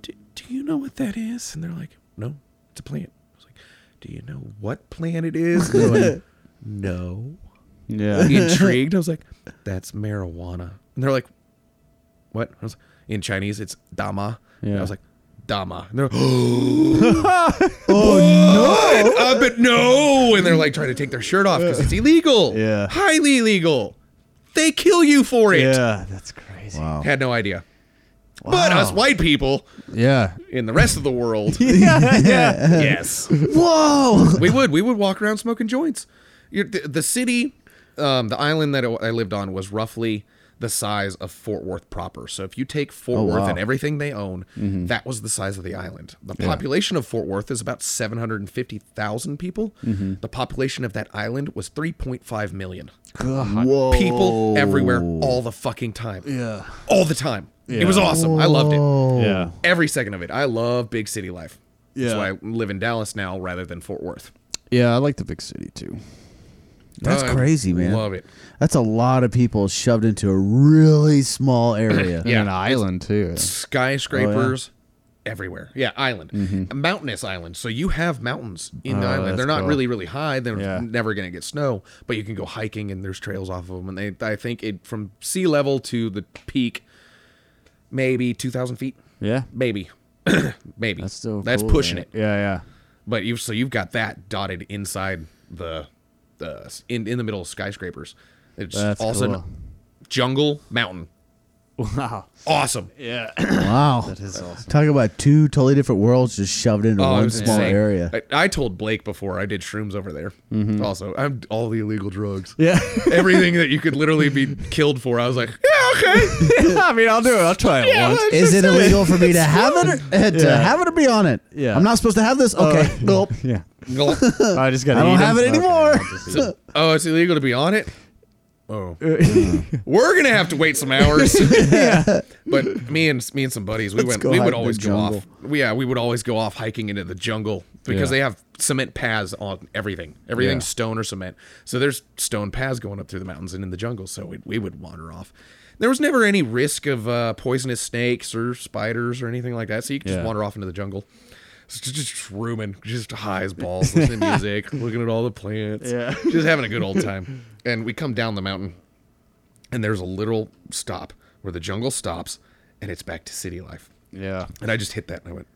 do, "Do you know what that is?" And they're like, "No, it's a plant." I was like, "Do you know what plant it is?" And they're like, "No."
Yeah.
Intrigued, I was like, "That's marijuana." And they're like, "What?" I was in Chinese, it's dama. And I
Yeah.
was like, "Dama." And they're like, "Oh no!" Uh, but no, and they're like trying to take their shirt off because it's illegal.
Yeah.
highly illegal. They kill you for it.
Yeah, that's crazy.
Had no idea. But us white people
Yeah.
in the rest of the world,
Yeah, yeah.
yes,
Whoa.
we would. We would walk around smoking joints. You're, the, the city, um, the island that I lived on was roughly the size of Fort Worth proper. So if you take Fort Worth and everything they own, that was the size of the island. The population of Fort Worth is about 750,000 people. The population of that island was 3.5 million.
Whoa.
People
Oh.
everywhere all the fucking time. Yeah. All the time. It was awesome. I loved it
yeah.
every second of it. I love big city life. That's
Yeah.
why I live in Dallas now rather than Fort Worth.
Yeah, I like the big city too.
That's
I
crazy, man.
Love it.
That's a lot of people shoved into a really small area.
Yeah.
Yeah.
And an island too.
Skyscrapers everywhere. Yeah, island. A mountainous island. So you have mountains in the island. They're not really, really high. They're
Yeah.
never going to get snow, but you can go hiking and there's trails off of them. And they, I think it from sea level to the peak, maybe 2,000 feet.
Yeah.
Maybe. maybe.
That's still
That's
cool,
pushing
man.
it.
Yeah, yeah.
But you so you've got that dotted inside the the in in the middle of skyscrapers. It's
That's
also
cool.
jungle mountain
Wow.
Awesome.
Yeah.
Wow.
that is awesome.
Talk about two totally different worlds just shoved into
Oh,
one
it was
small
insane.
area.
I, I told Blake before I did shrooms over there. Also, I'm all the illegal drugs.
Yeah.
Everything that you could literally be killed for. I was like, yeah, okay.
I mean, I'll do it. I'll try it once.
Is it illegal for me to have it or, uh, to have it or be on it?
Yeah.
I'm not supposed to have this?
Uh,
Okay. nope.
Yeah.
Gulp.
I just got.
I don't have it anymore.
oh, it's illegal to be on it. Oh,
Uh,
we're gonna have to wait some hours. But me and me and some buddies, we went.
go
We
hide in
would
the
always go
jungle.
off. Yeah, we would always go off hiking into the jungle because they have cement paths on everything. Everything's stone or cement. So there's stone paths going up through the mountains and in the jungle. So we, we would wander off. There was never any risk of uh, poisonous snakes or spiders or anything like that. So you could
Yeah.
just wander off into the jungle. Just, just rooming, just high as balls, listening to music, looking at all the plants,
Yeah.
just having a good old time. And we come down the mountain, and there's a little stop where the jungle stops, and it's back to city life.
Yeah.
And I just hit that, and I went,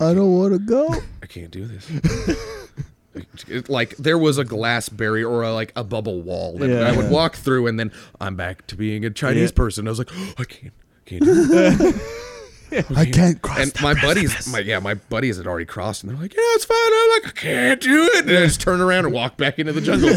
I don't want to go.
I can't do this. It- like there was a glass barrier or a, like a bubble wall that
Yeah.
I would walk through, and then I'm back to being a Chinese person. I was like, I can't, can't. Do this.
I can't cross.
and my buddies, my yeah, my buddies had already crossed, and they're like, yeah, it's fine. I'm like, I can't do it. And I just turn around and walk back into the jungle.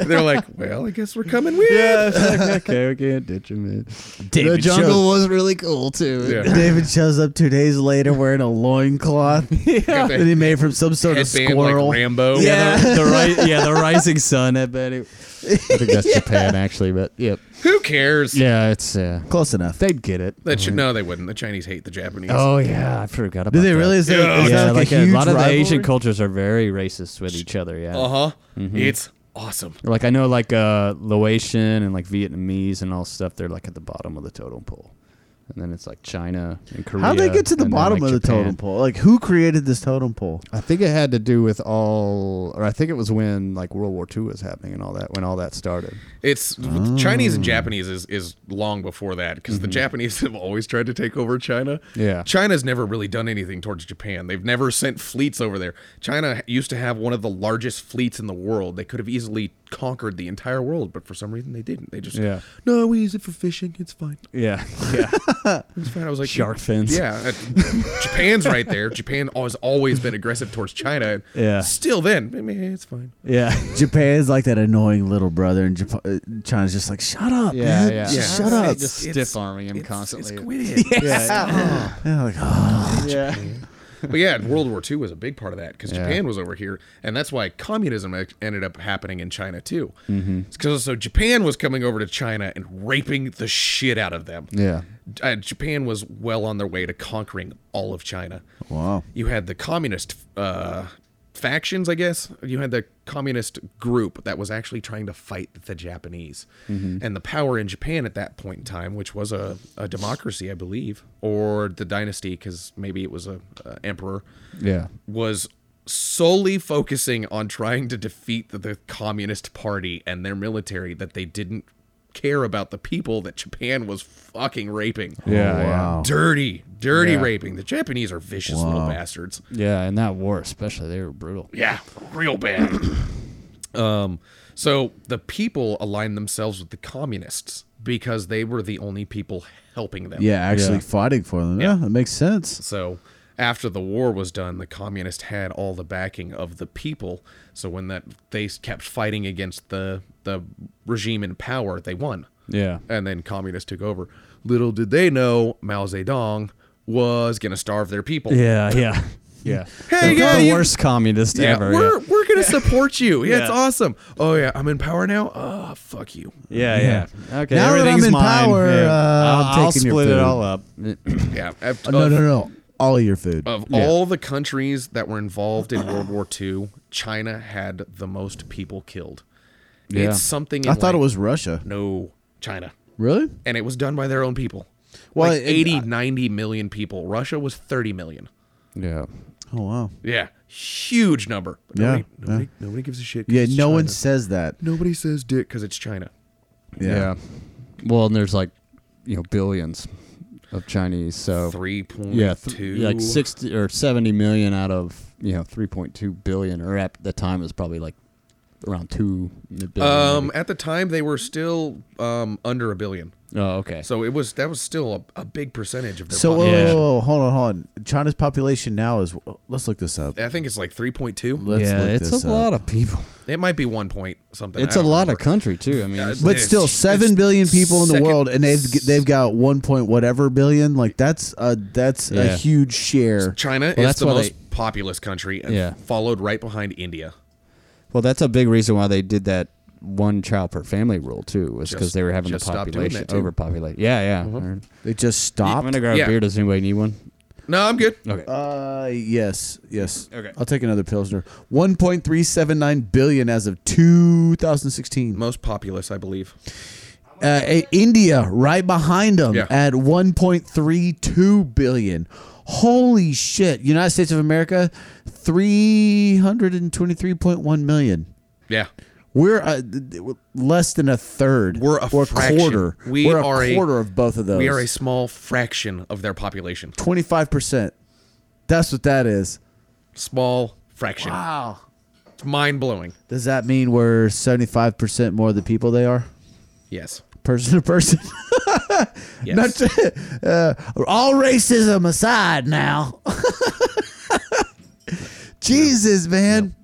And they're like, well, I guess we're coming with. you."
Yeah. It's like, okay, we can't ditch him. Man.
the
David
jungle
shows-
was really cool too.
Yeah.
David shows up two days later wearing a loincloth
Got
that
the
he made from some sort of
Headband like
squirrel.
Rambo.
Yeah. The, the ri- yeah. The rising sun. I bet it.
I think that's Japan actually, but yep.
Who cares?
Yeah, it's uh,
Close enough.
they'd get it.
That should no, they wouldn't. The Chinese hate the Japanese.
Oh yeah, I forgot about.
Do they
that.
really? Is, there,
Yeah.
is
yeah,
that like, a, huge
lot of the Asian
rivalry?
cultures are very racist with each other. Yeah.
Uh-huh.
Uh huh. It's awesome.
Like I know, like uh, Laotian and like Vietnamese and all stuff. They're like at the bottom of the totem pole, and then it's like China and Korea.
How would they get to the
and then,
bottom
like,
of the
Japan.
totem pole? Like, who created this totem pole?
I think it had to do with all, or I think it was when like World War II was happening and all that. When all that started.
It's Chinese
Mm.
and Japanese is, is long before that because the Japanese have always tried to take over China.
Mm-hmm. Yeah.
China's never really done anything towards Japan. They've never sent fleets over there. China used to have one of the largest fleets in the world. They could have easily conquered the entire world, but for some reason they didn't. They just
Yeah.
no, we use it for fishing. It's fine.
Yeah. Yeah.
It's fine. I was like
Shark fins.
Yeah, uh, Japan's right there. Japan has always been aggressive towards China.
Yeah.
Still, then I mean, it's fine.
Yeah.
Japan's like that annoying little brother, and Japan, China's just like, shut up,
Yeah,
man.
yeah.
Just
Yeah.
shut up.
Just
It's-
stiff arming him constantly.
quit it.
Yeah, like, "Oh,
yeah.
but yeah, World War II was a big part of that because
Yeah.
Japan was over here, and that's why communism ex- ended up happening in China too.
Mm-hmm.
Because so Japan was coming over to China and raping the shit out of them.
Yeah.
Uh, Japan was well on their way to conquering all of China.
Wow.
You had the communist uh, factions, I guess. You had the communist group that was actually trying to fight the Japanese. And the power in Japan at that point in time, which was a, a democracy, I believe, or the dynasty, because maybe it was a, a emperor,
Yeah.
was solely focusing on trying to defeat the, the communist party and their military that they didn't care about the people that Japan was fucking raping
Yeah.
Oh, wow.
dirty, dirty
Yeah.
raping. The Japanese are vicious little bastards.
Yeah. And that war, especially, they were brutal.
Yeah, real bad. um, so the people aligned themselves with the communists because they were the only people helping them.
Yeah, actually fighting for them. Yeah, that makes sense.
So after the war was done, the communists had all the backing of the people. So when that they kept fighting against the the regime in power, they won.
Yeah.
and then communists took over. Little did they know Mao Zedong was gonna starve their people.
Yeah. Yeah. Yeah.
Hey,
the,
yeah,
the
you-
worst communist
Yeah,
ever.
we're we're gonna support you. Yeah, it's
Yeah.
awesome. Oh yeah, I'm in power now. Oh fuck you.
Yeah. Yeah.
Okay.
Now that I'm
everything's
in
mine.
power,
Yeah.
uh, I'm
I'll, I'll
taking your
split
food.
it all up.
Yeah.
Oh,
Of,
Uh, no, no, no. All your food.
of all the countries that were involved in World War II, China had the most people killed.
Yeah.
It's something. In
I thought
like-
it was Russia.
no China,
Really?
and it was done by their own people.
Well,
like
it-
80, 90 million people. Russia was 30 million.
Yeah.
Oh wow.
Yeah. Huge number. But
Yeah,
Nobody,
yeah.
Nobody, nobody gives a shit. 'cause
Yeah,
it's
no one
China.
says that.
Nobody says dick because it's China.
Yeah.
Well, and there's like, you know, billions of Chinese.
Oh.
So
Three point two.
yeah, th- like sixty or seventy million out of you know three point two billion, or at the time it was probably like around two. mid-billion,
Um, at the time, they were still um, under a billion,
maybe. Oh, okay.
so it was that was still a, a big percentage of their.
So uh, whoa,
population.
whoa, whoa, hold on, hold on. China's population now is. Let's look this up.
I think it's like three point two.
Let's
yeah,
look
it's
this
a
up.
lot of people.
It might be one point something.
It's
I
a
don't
lot of
remember.
country too. I mean,
Yeah,
it's-
But
It's-
still, seven
it's
billion people in the
second-
world, and they've they've got one point whatever billion. Like that's a that's
Yeah.
a huge share.
China is
that's
the
why
most
they-
populous country, and
Yeah.
followed right behind India.
well, that's a big reason why they did that one child per family rule too, was because
Just-
they were having the
just stop doing
population
that, too. Mm-hmm.
overpopulate. Yeah, yeah.
They just
I'm
stopped.
gonna grab
Yeah.
a beer. Does anybody need one?
No, I'm good.
Okay.
Uh, yes, yes.
Okay.
I'll take another pilsner. One point three seven nine billion as of two thousand sixteen.
Most populous, I believe.
Uh, eh, India right behind them
Yeah.
at one point three two billion. Holy shit! United States of America, three hundred and twenty three point one million.
Yeah,
We're uh, th- th- less than a third.
We're a
or
fraction.
quarter.
We
We're
are
a
a-
quarter of both of those.
we are a small fraction of their population.
twenty five percent. That's what that is.
Small fraction.
Wow.
It's mind blowing.
Does that mean we're seventy five percent more of the people they are,
Yes.
person to person?
Yes.
Not uh, all racism aside now. Jesus, man.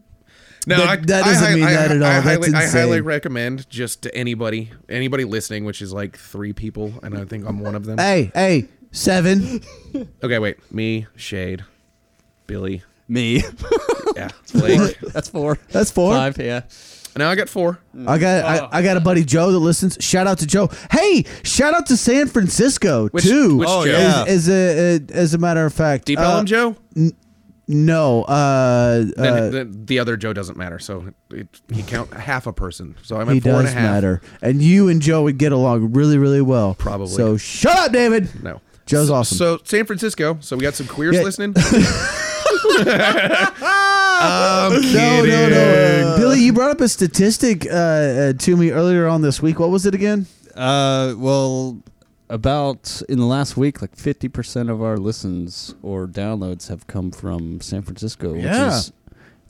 No,
That-
I,
that
I
doesn't
hi-
mean
I-
that at all.
I
That's
highly, I highly
insane.
recommend just to anybody, anybody listening, which is like three people, and I think I'm one of them.
Hey, hey, seven.
Okay, wait, me, Shade, Billy,
Me.
yeah, Blake.
that's four.
That's four.
Five. Yeah.
now I got four.
I got
Oh.
I, I got a buddy Joe that listens. Shout out to Joe. Hey, shout out to San Francisco
Which-
too.
which Oh, Joe? yeah.
As, as a as a matter of fact,
Deep
uh,
Ellum Joe.
No, uh,
Then
uh,
the, the other Joe doesn't matter, so it, he count half a person. So I'm at
he
four and a
does
half.
matter, and you and Joe would get along really really well.
Probably.
So shut up, David.
No,
Joe's
so,
awesome.
So San Francisco. So we got some queers
Yeah.
listening.
No, no, no. Billy, you brought up a statistic uh, uh, to me earlier on this week. What was it again?
Uh, well, about in the last week, like fifty percent of our listens or downloads have come from San Francisco, which
Yeah.
is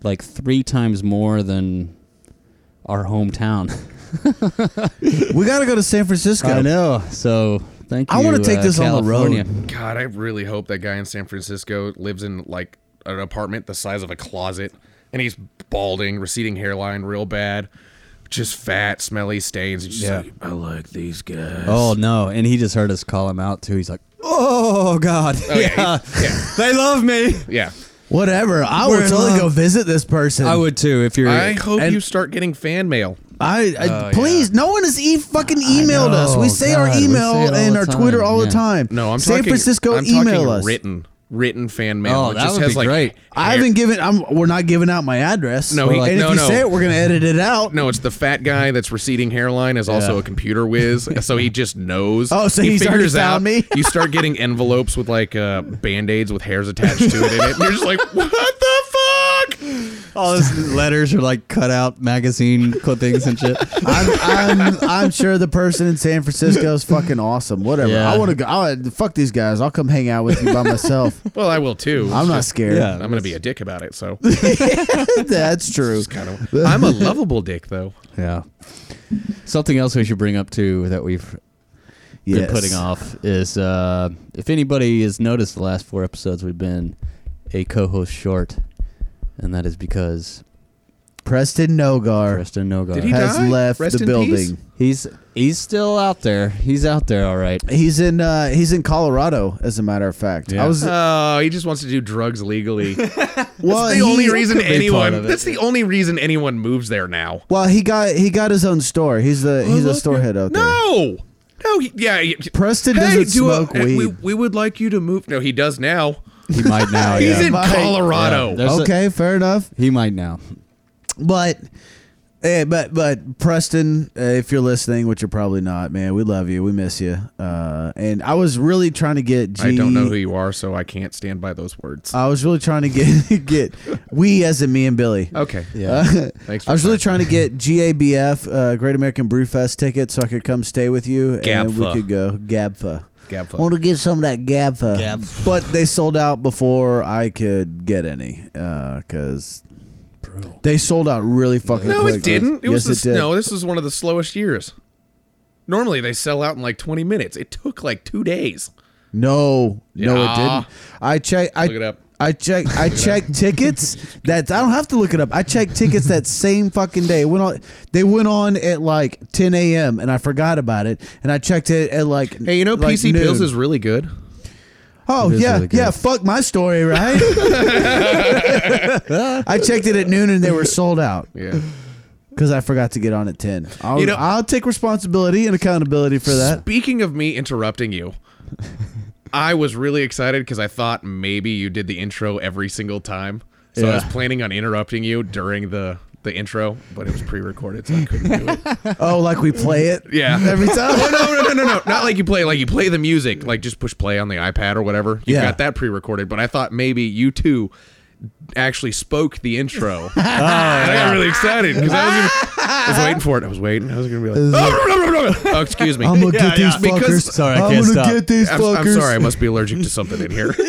like three times more than our hometown.
we got to go to San Francisco.
I know. So thank you.
I wanna take
uh,
this on the road.
California.
God, I really hope that guy in San Francisco lives in like an apartment the size of a closet and he's balding, receding hairline real bad, just fat, smelly stains. He's just
Yeah.
like, I like these guys.
Oh no! And he just heard us call him out too. He's like, "Oh God, yeah, they love me."
Yeah.
Whatever. I
We're
would
in
totally
love.
go visit this person.
I would too if you're.
I hope
and-
you start getting fan mail.
I, I please. No one has e fucking emailed us.
know,
We say
God,
our
we
email
say it all
and
the
our
time,
Twitter all the
yeah.
time.
No, I'm
San
talking
Francisco.
I'm
email
talking
us.
written written fan mail.
Oh,
it
that
just
would
has
be
like
great.
I haven't given. I'm. We're not giving out my address.
No, he-
and
no,
if you
no.
say it, we're gonna edit it out.
no, it's the fat guy that's receding hairline is also
Yeah.
a computer whiz, so he just knows.
Oh, so
he
he's already
figures
found
out.
me?
you start getting envelopes with like uh, band aids with hairs attached to it in it. And you're just like, what the fuck?
all those letters are like cut out magazine clippings and shit.
I'm, I'm, I'm sure the person in San Francisco is fucking awesome. Whatever.
Yeah.
I want to go. I'll, fuck these guys. I'll come hang out with you by myself.
Well, I will too.
I'm not scared.
yeah.
I'm gonna be a dick about it. So
That's true.
kind of. I'm a lovable dick though.
Yeah. Something else we should bring up too that we've been
Yes.
putting off is uh, if anybody has noticed the last four episodes, we've been a co-host short, and that is because
Preston Nogar
Preston Nogar
Did he
has
die?
left
Rest
the
in peace?
building.
he's he's still out there. He's out there, all right.
He's in uh, he's in Colorado, as a matter of fact.
Yeah.
I was
Oh, he just wants to do drugs legally. That's
well,
the
he-
only reason
could be part
anyone.
of it.
That's the only reason anyone moves there now.
Well, he got he got his own store. He's the he's a store head out there.
No, no, he, yeah. he-
Preston
hey,
doesn't
do a- eh,
smoke weed. Oh,
We, we would like you to move. No, he does now.
He might now.
He's
yeah.
in
Mike.
Colorado.
Yeah, there's a-
Okay, fair enough.
he might now.
But eh, but but Preston, uh, if you're listening, which you're probably not, man, we love you. We miss you. Uh, and I was really trying to get. G-
I don't know who you are, so I can't stand by those words.
I was really trying to get get we as in me and Billy. Uh,
okay.
Yeah.
Thanks. For
I was really
that.
trying to get GABF, uh, Great American Brew Fest ticket, so I could come stay with you and we
Gabfa.
could go GABFA.
Gabfa.
Want to get some of that GABFA,
Gabf-
but they sold out before I could get any because
true.
uh, They sold out really fucking
No,
quick.
it didn't. It
yes,
was the,
it did.
no. This was one of the slowest years. Normally they sell out in like 20 minutes. It took like two days.
No, no, it
Yeah.
didn't. I check. I
Look it up.
I check. I checked tickets. That I don't have to look it up. I checked tickets that same fucking day. It Went on. They went on at like 10 a.m. and I forgot about it. And I checked it at like.
Hey, you know
like
PC Pills
noon.
is really good.
Oh
It is
yeah,
really good.
yeah. Fuck my story, right? I checked it at noon and they were sold out
Yeah.
because I forgot to get on at 10. I'll,
You know-
I'll take responsibility and accountability for that.
Speaking of me interrupting you, I was really excited because I thought maybe you did the intro every single time. So I was
Yeah.
planning on interrupting you during the the intro, but it was pre-recorded, so I couldn't do it.
Oh, like we play it
Yeah.
every time.
Oh, no, no, no, no, no. Not like you play, like you play the music, like just push play on the iPad or whatever. You've
Yeah.
got that pre recorded, but I thought maybe you two actually spoke the intro.
Oh,
and I got really excited because I, was gonna- I was waiting for it. I was waiting. I was going to be like, oh, no, no, no, no, no." Oh, excuse me.
I'm gonna get these
yeah.
fuckers.
Because-
Sorry, I
I'm
can't
gonna
stop.
get these
I'm,
fuckers.
I'm sorry. I must be allergic to something in here.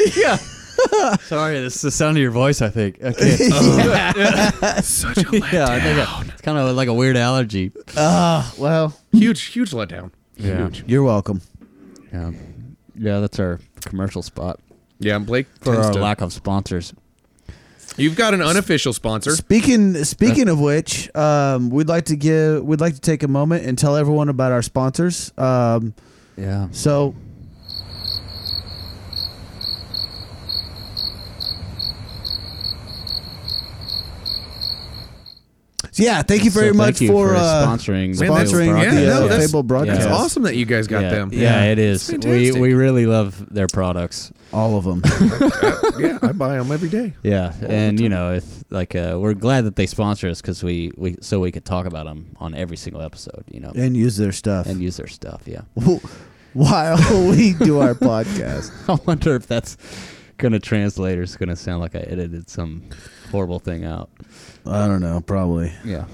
Sorry, this is the sound of your voice. I think. Okay. Oh,
Oh. Such a letdown.
yeah, I think I- it's kind of like a weird allergy.
Ah, well,
Huge, huge letdown.
Yeah.
you're welcome.
Yeah. Yeah, that's our commercial spot
Yeah, and Blake.
for
tends
our
to-
lack of sponsors.
You've got an unofficial sponsor.
Speaking speaking of which, um, we'd like to give we'd like to take a moment and tell everyone about our sponsors. Um,
Yeah.
so So, yeah, thank you very
So
much
thank you
for, uh,
sponsoring,
Man, that's-
sponsoring
yeah,
the
no,
uh,
that's-
Fable broadcast.
It's
Yeah.
awesome that you guys got
yeah.
them.
Yeah,
Yeah.
it is.
It's
We
fantastic.
we really love their products.
All of them.
yeah, I buy them every day.
Yeah, and you know, if like uh, we're glad that they sponsor us because we, we so we could talk about them on every single episode, you know,
and use their stuff.
and use their stuff. Yeah,
while we do our podcast.
I wonder if that's gonna translate or it's gonna sound like I edited some horrible thing out.
I don't know, probably.
Yeah,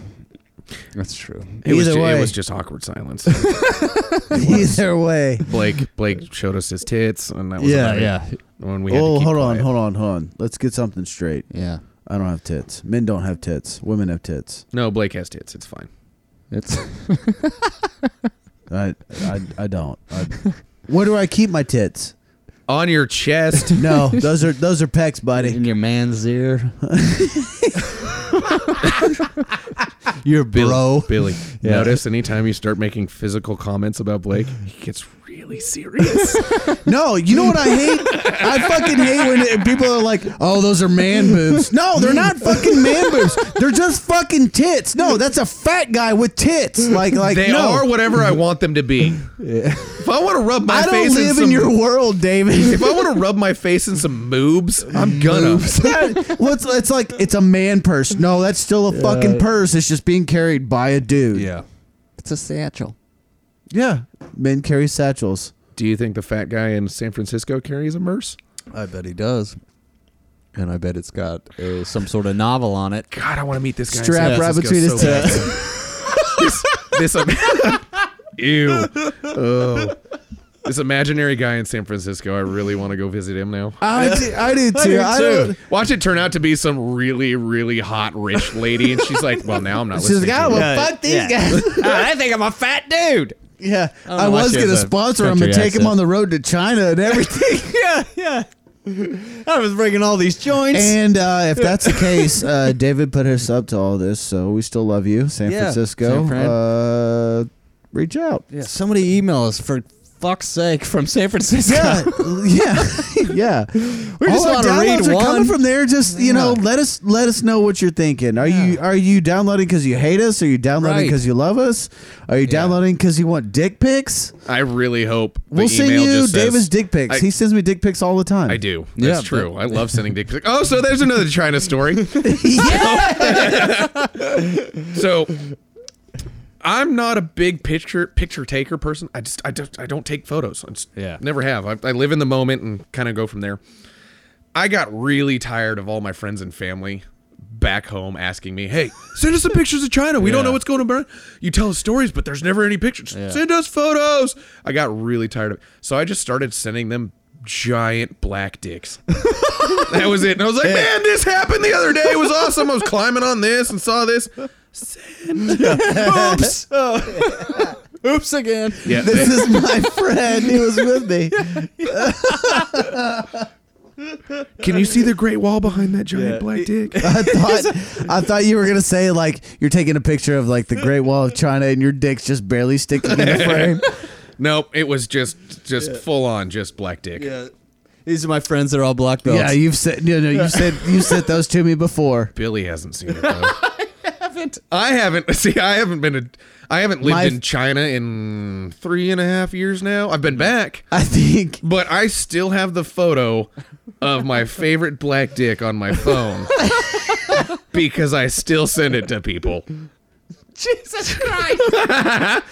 that's true.
It was,
Either
ju-
way.
it was just awkward silence.
Either way.
Blake Blake showed us his tits, and that was
Yeah,
about it.
yeah,
When we had
Oh,
to keep
hold on,
quiet.
hold on, hold on. Let's get something straight.
yeah.
I don't have tits. Men don't have tits. Women have tits.
No, Blake has tits. It's fine.
It's
I I, I don't. I, where do I keep my tits?
On your chest.
No, those are those are pecs, buddy.
in your man's ear. You're Bill.
Billy, Billy.
Yeah.
Notice anytime you start making physical comments about Blake, he gets really serious.
No, you know what I hate? I fucking hate when it- people are like, "Oh, those are man boobs." No, they're not fucking man boobs. They're just fucking tits. No, that's a fat guy with tits. Like like
they
no.
are whatever I want them to be. If I want to rub my
I don't
face
live
some,
in your world, David.
if I want to rub my face in some moobs, I'm gonna.
What's it's like? It's a man purse. No, that's still a fucking purse. It's just being carried by a dude.
It's a satchel.
yeah. Men carry satchels.
Do you think the fat guy in San Francisco carries a merce?
I bet he does. And I bet it's got uh, some sort of novel on it.
God, I want to meet this guy. in
Strap
San
right
Francisco
between his
so bad.
tits.
this ew oh this imaginary guy in San Francisco. I really want to go visit him now.
I do, I do too. I, don't.
Watch it turn out to be some really really hot rich lady, and she's like, "Well, now I'm not
She's
listening."
like, "Ah, I
to
will
you."
Yeah,
fuck these
yeah.
guys.
I think I'm a fat dude.
Yeah, I,
know why
was
she
gonna
has a
sponsor him
country
and take him
accent.
on the road to China and everything.
yeah, yeah. I was breaking all these joints.
and uh, if that's the case, uh, David put us up to all this, so we still love you, San
Yeah,
Francisco.
San Fran.
uh, reach out.
Somebody email us for fuck's sake from San Francisco.
Yeah, yeah, yeah. We
just
All our
wanna read
downloads are coming
one.
from there. Just you know,
Yeah.
let us let us know what you're thinking. Are you are you downloading because you hate us? Are you downloading
Right.
because you love us? Are you downloading because you want dick pics?
I really hope the
we'll send
email
you
just says-
David's dick pics.
I-
he sends me dick pics all the time.
I do. That's
Yeah,
true. I love sending dick pics. Oh, so there's another China story. so I'm not a big picture picture taker person. I just I don't I don't take photos. I just
Yeah.
never have. I, I live in the moment and kind of go from there. I got really tired of all my friends and family back home asking me, "Hey, send us some pictures of China. We don't know what's going on. Burn. You tell us stories, but there's never any pictures. Send us photos." I got really tired of it, so I just started sending them giant black dicks. that was it. And I was like, man, this happened the other day. It was awesome. I was climbing on this and saw this.
Oops. Oh. Oops again.
Yeah.
This is my friend. He was with me.
Can you see the great wall behind that giant black dick?
I thought I thought you were gonna say like you're taking a picture of like the Great Wall of China and your dick's just barely sticking in the frame.
nope. It was just just full on just black dick.
These are my friends. They're all black
Oh.
belts.
Yeah, you've said no, no, you said you said those to me before.
Billy hasn't seen it though. I haven't. I haven't. See, I haven't been a. I haven't lived
My-
in China in three and a half years now. I've been back,
I think
but I still have the photo of my favorite black dick on my phone because I still send it to people. Jesus Christ.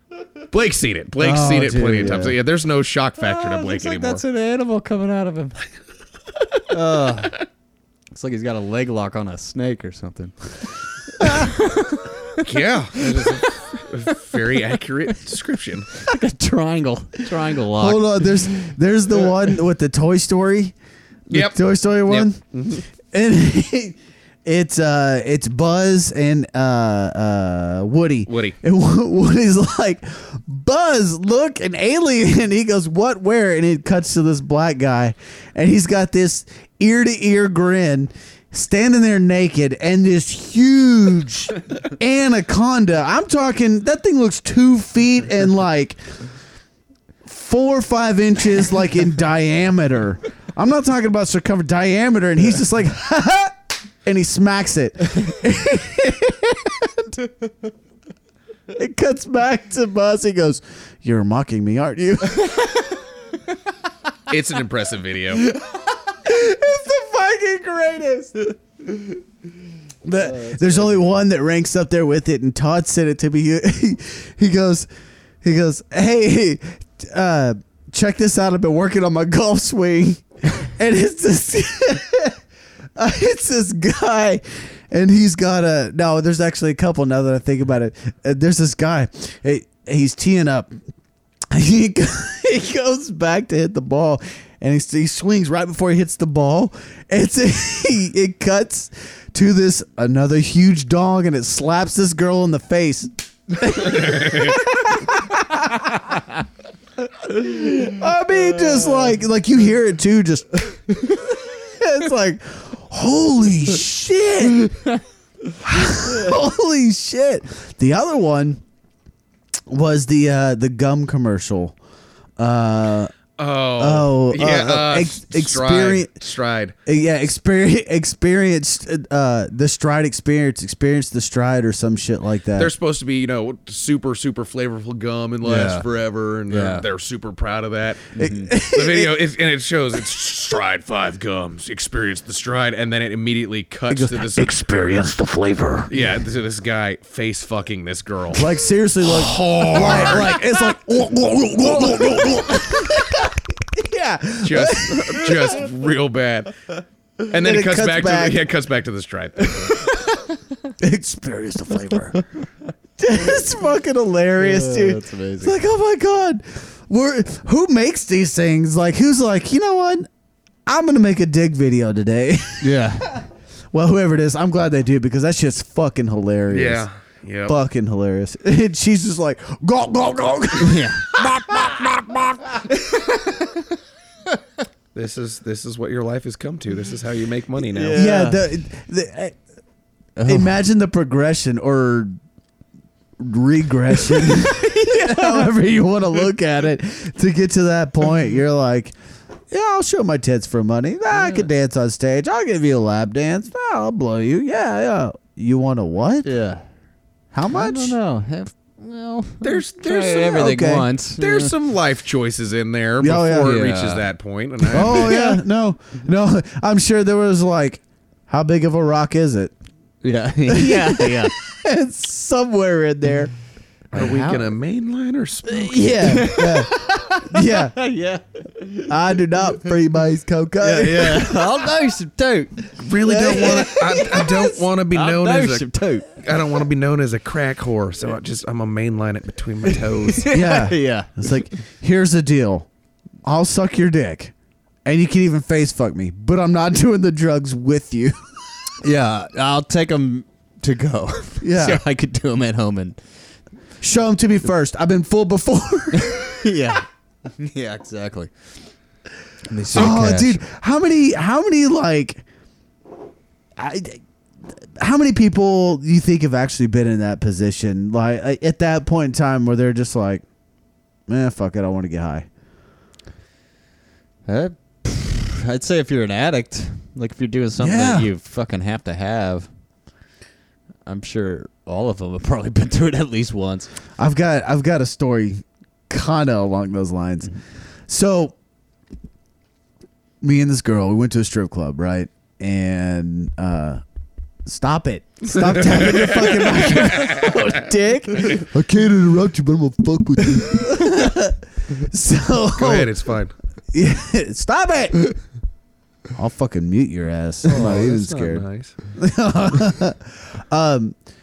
Blake's seen it. Blake's
Oh,
seen it
dude,
plenty of times.
yeah.
So, yeah, there's no shock factor to Blake anymore.
that's an animal coming out of him.
It's like he's got a leg lock on a snake or something.
yeah. That is a- a very accurate description.
a triangle. Triangle lock.
hold on, there's there's the one with the Toy Story. The
Yep.
Toy Story one. And it's uh it's Buzz and uh uh Woody.
Woody.
And Wo- Woody's like, Buzz, look, an alien. And he goes, What, where? And it cuts to this black guy. And he's got this ear to ear grin, standing there naked, and this huge anaconda. I'm talking, that thing looks two feet and like four or five inches, like in diameter. I'm not talking about circumference, diameter. And he's just like, And he smacks it. It cuts back to Buzz. He goes, "You're mocking me, aren't you?"
It's an impressive video.
Fucking greatest. The, there's only one that ranks up there with it, and Todd sent it to me. He, he goes, he goes, "Hey, uh, check this out. I've been working on my golf swing, and it's this, uh, it's this guy." And he's got a no. There's actually a couple now that I think about it. Uh, there's this guy. He- he's teeing up. he, go- he goes back to hit the ball and he, he swings right before he hits the ball. It's he, it cuts to this another huge dog and it slaps this girl in the face. I mean, just like like you hear it too. Just it's like, holy shit, holy shit. The other one was the uh, the gum commercial. Uh,
Oh,
Oh,
yeah.
uh,
Uh,
ex-
stride,
experience-
stride.
yeah, experience experienced uh, the stride experience, experience the stride or some shit like that.
They're supposed to be, you know, super, super flavorful gum and last
Yeah.
forever, and they're,
Yeah.
they're super proud of that. the video, is, and it shows it's stride five gums, experience the stride, and then it immediately cuts to this
Experience the flavor.
yeah, to this guy face fucking this girl.
like seriously, like,
Oh.
like, like it's like yeah,
just just real bad. And then it, cuts, back, to
back.
the, yeah, it cuts back to the stride.
experience the flavor. it's fucking hilarious, dude.
that's amazing.
It's like, oh my god, we're who makes these things? Like, who's like, you know what? I'm gonna make a dig video today.
Yeah.
well, whoever it is, I'm glad they do because that shit's fucking hilarious.
yeah. Yeah.
fucking hilarious. And she's just like, go, go, go.
Yeah.
This is this is what your life has come to. This is how you make money now.
Yeah. the, the, uh, Imagine the progression or regression, however you want to look at it, to get to that point. You're like, yeah, I'll show my tits for money. Ah, I can dance on stage. I'll give you a lap dance. Ah, I'll blow you. Yeah, yeah. You want a what?
Yeah.
How
I
much?
don't know. Have, well,
There's
try
there's some,
everything
okay.
once.
There's
Yeah.
some life choices in there before
Oh, Yeah, yeah.
it
Yeah.
reaches that point, And I,
Oh yeah, no, no. I'm sure there was like, how big of a rock is it?
yeah. yeah. Yeah.
It's somewhere in there.
are we
How-
gonna mainline or smoke?
Yeah, yeah, yeah.
yeah.
I do not freebase cocaine.
Yeah. I'll do some tote.
Really don't want. to. I, I don't want to be
I'll
known
do
as a.
some tote.
I don't want to be known as a crack whore. So I just I'm a mainline it between my toes.
Yeah.
Yeah.
It's like, here's the deal. I'll suck your dick, and you can even face fuck me, but I'm not doing the drugs with you.
Yeah, I'll take them to go.
Yeah.
so I could do them at home and
Show them to me first. I've been fooled before.
yeah, yeah, exactly. Let me see your
oh,
cash.
dude, how many? How many like? I, how many people you think have actually been in that position, like at that point in time, where they're just like, "Man, fuck it, I want to get high."
Uh, pff, I'd say if you're an addict, like if you're doing something that
Yeah.
you fucking have to have, I'm sure all of them have probably been through it at least once.
I've got I've got a story kinda along those lines. So me and this girl, we went to a strip club, right? And uh stop it. Stop tapping your fucking microphone, dick. I can't interrupt you, but I'm gonna fuck with you. so
Go ahead, it's fine.
stop it. I'll fucking mute your ass. I'm not even scared.
nice.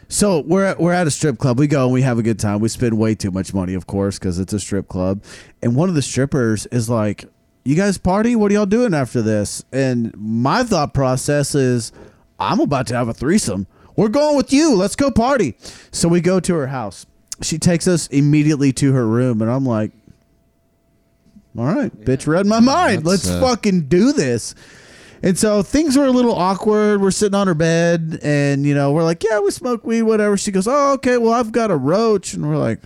So we're at, we're at a strip club. We go and we have a good time. We spend way too much money, of course, because it's a strip club. And one of the strippers is like, "You guys party? What are y'all doing after this?" And my thought process is, "I'm about to have a threesome. We're going with you. Let's go party." So we go to her house. She takes us immediately to her room, and I'm like, "All right, bitch, read my mind.
That's,
Let's
uh,
fucking do this." And so things were a little awkward. We're sitting on her bed and, you know, we're like, yeah, we smoke weed, whatever. She goes, oh, okay, well, I've got a roach. And we're like,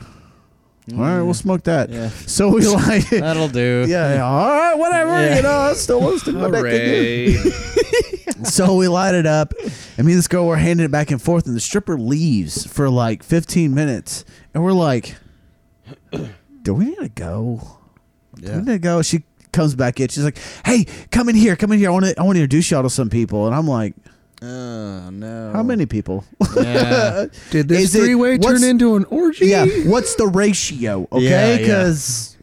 all right, we'll smoke that.
Yeah.
So we like, yeah,
That'll do.
yeah, all right, whatever.
Yeah.
You know, I still want to stick my dick in you
Hooray.
so we light it up, and me and this girl were handing it back and forth, and the stripper leaves for like 15 minutes, and we're like, "Do we need to go? Do we need to go?" She comes back in. She's like, "Hey, come in here, come in here. I want to, I want to introduce y'all to some people." And I'm like,
Oh no.
"How many people?
Yeah.
Did
this Is it- three-way turn what's-
into an orgy?
yeah, what's the ratio? Okay,
Yeah, yeah.
because."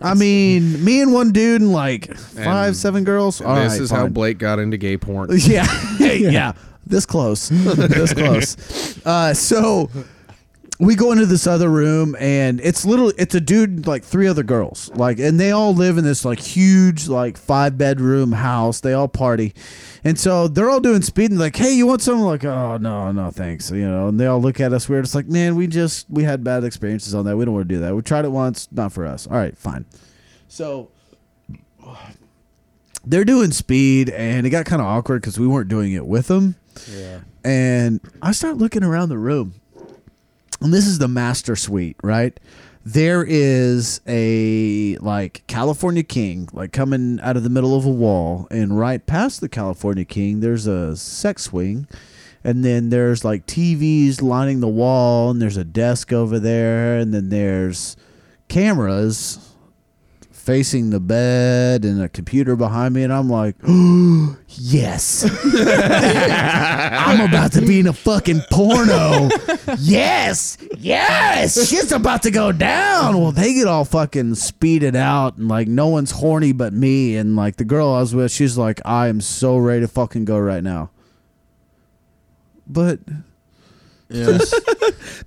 I mean, me and one dude and like five,
And
seven girls. All
this
right,
is how
fine.
Blake got into gay porn.
Yeah. yeah. This close. this close. Uh, so we go into this other room and it's little it's a dude and, like three other girls. Like and they all live in this like huge like five bedroom house. They all party. And so they're all doing speed and like, hey, you want something? Like, oh no, no, thanks. You know, and they all look at us weird. It's like, man, we just we had bad experiences on that. We don't want to do that. We tried it once, not for us. All right, fine. So they're doing speed and it got kind of awkward because we weren't doing it with them
Yeah.
and i start looking around the room and this is the master suite right there is a like california king like coming out of the middle of a wall and right past the california king there's a sex swing and then there's like tvs lining the wall and there's a desk over there and then there's cameras facing the bed and a computer behind me and I'm like, "Yes. I'm about to be in a fucking porno. yes. Yes. Shit's about to go down." Well, they get all fucking speeded out and like no one's horny but me and like the girl I was with, she's like, "I am so ready to fucking go right now." But
Yes.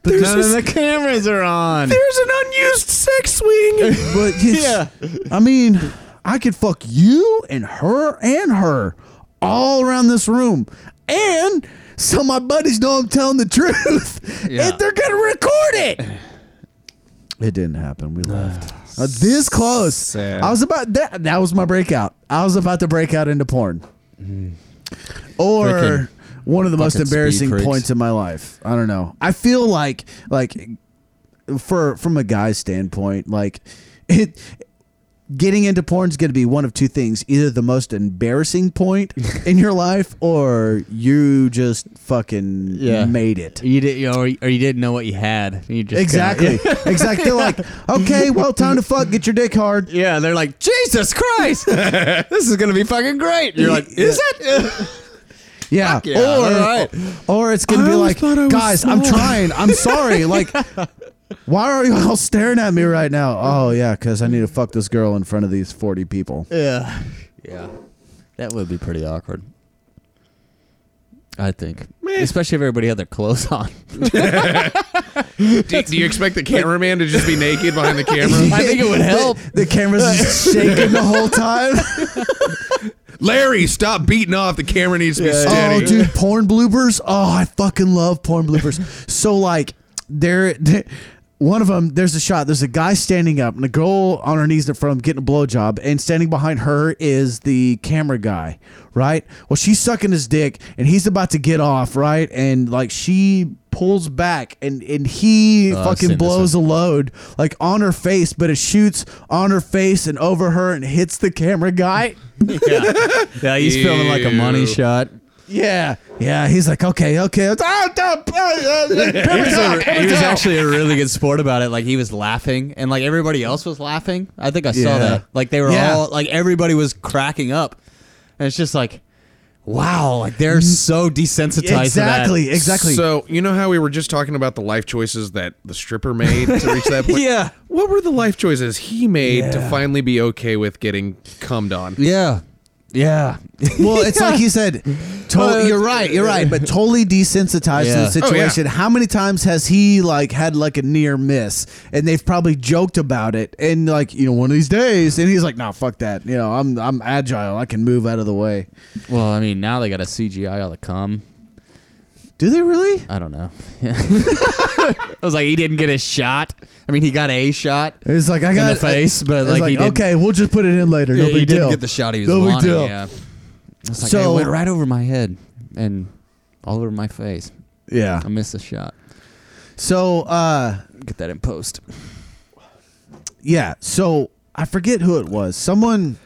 but none of the cameras are on.
There's an unused sex swing.
but it's, yeah. I mean, I could fuck you and her and her all around this room. And so my buddies know I'm telling the truth.
Yeah.
And they're going to record it. It didn't happen. We left. Uh, this close.
Sad.
I was about that. That was my breakout. I was about to break out into porn. Or
Freaking
one of the most
fucking speed
embarrassing
freaks.
points in my life. I don't know. I feel like like for from a guy's standpoint, like it getting into porn is going to be one of two things: either the most embarrassing point in your life, or you just fucking
Yeah.
made it.
You did, you or, or you didn't know what you had. You just
Exactly, exactly. They're like, okay, well, time to fuck. Get your dick hard.
yeah, they're like, Jesus Christ, this is gonna be fucking great. You're like, is it?
Yeah,
yeah,
or
all right.
or it's gonna
I
be
always
like,
thought I was
guys, I'm
small."
trying. I'm sorry. Like, why are you all staring at me right now? Oh yeah, because I need to fuck this girl in front of these forty people.
yeah, yeah. That would be pretty awkward. I think, especially if everybody had their clothes on.
Do, do you expect the cameraman to just be naked behind the camera?
I think it would help.
The camera's just shaking the whole time.
Larry, stop beating off. The camera needs to be
Oh,
steady.
dude, porn bloopers. Oh, I fucking love porn bloopers. so like, there, there- one of them. There's a shot. There's a guy standing up and a girl on her knees in front of him getting a blowjob, and standing behind her is the camera guy, right? Well, she's sucking his dick, and he's about to get off, right? And like she pulls back and and he
Oh, I've seen
fucking
this
blows a load like on her face but it shoots on her face and over her and hits the camera guy
Yeah, he's feeling like a money shot.
Yeah, yeah. He's like, okay, okay. Ah, da- ah, ah,
He was, a- he was actually a really good sport about it. Like he was laughing, and like everybody else was laughing. I think I saw
Yeah.
that. Like they were
Yeah.
all like everybody was cracking up, and it's just like, wow, like they're so desensitized.
exactly,
To that.
exactly.
So you know how we were just talking about the life choices that the stripper made to reach that point.
Yeah.
What were the life choices he made to finally be okay with getting cummed on?
Yeah. Yeah.
well, it's like you said. To-
Uh,
you're right, you're right. But totally desensitized to
Yeah.
the
Oh, yeah.
situation. How many times has he like had like a near miss, and they've probably joked about it, and like you know one of these days, and he's like, nah, fuck that. You know, I'm I'm agile. I can move out of the way.
well, I mean, now they got a CGI all the cum.
Do they really?
I don't know. I was like, he didn't get a shot. I mean, he got a shot.
It's like I got
the face, but,
it's
like, he didn't-
okay, we'll just put it in later. No
he
big
didn't
deal.
get the shot he was
No big
wanting.
deal.
Yeah. It's like,
So-
it went right over my head and all over my face.
Yeah.
I missed the shot.
So. uh
Get that in post.
yeah so i forget who it was someone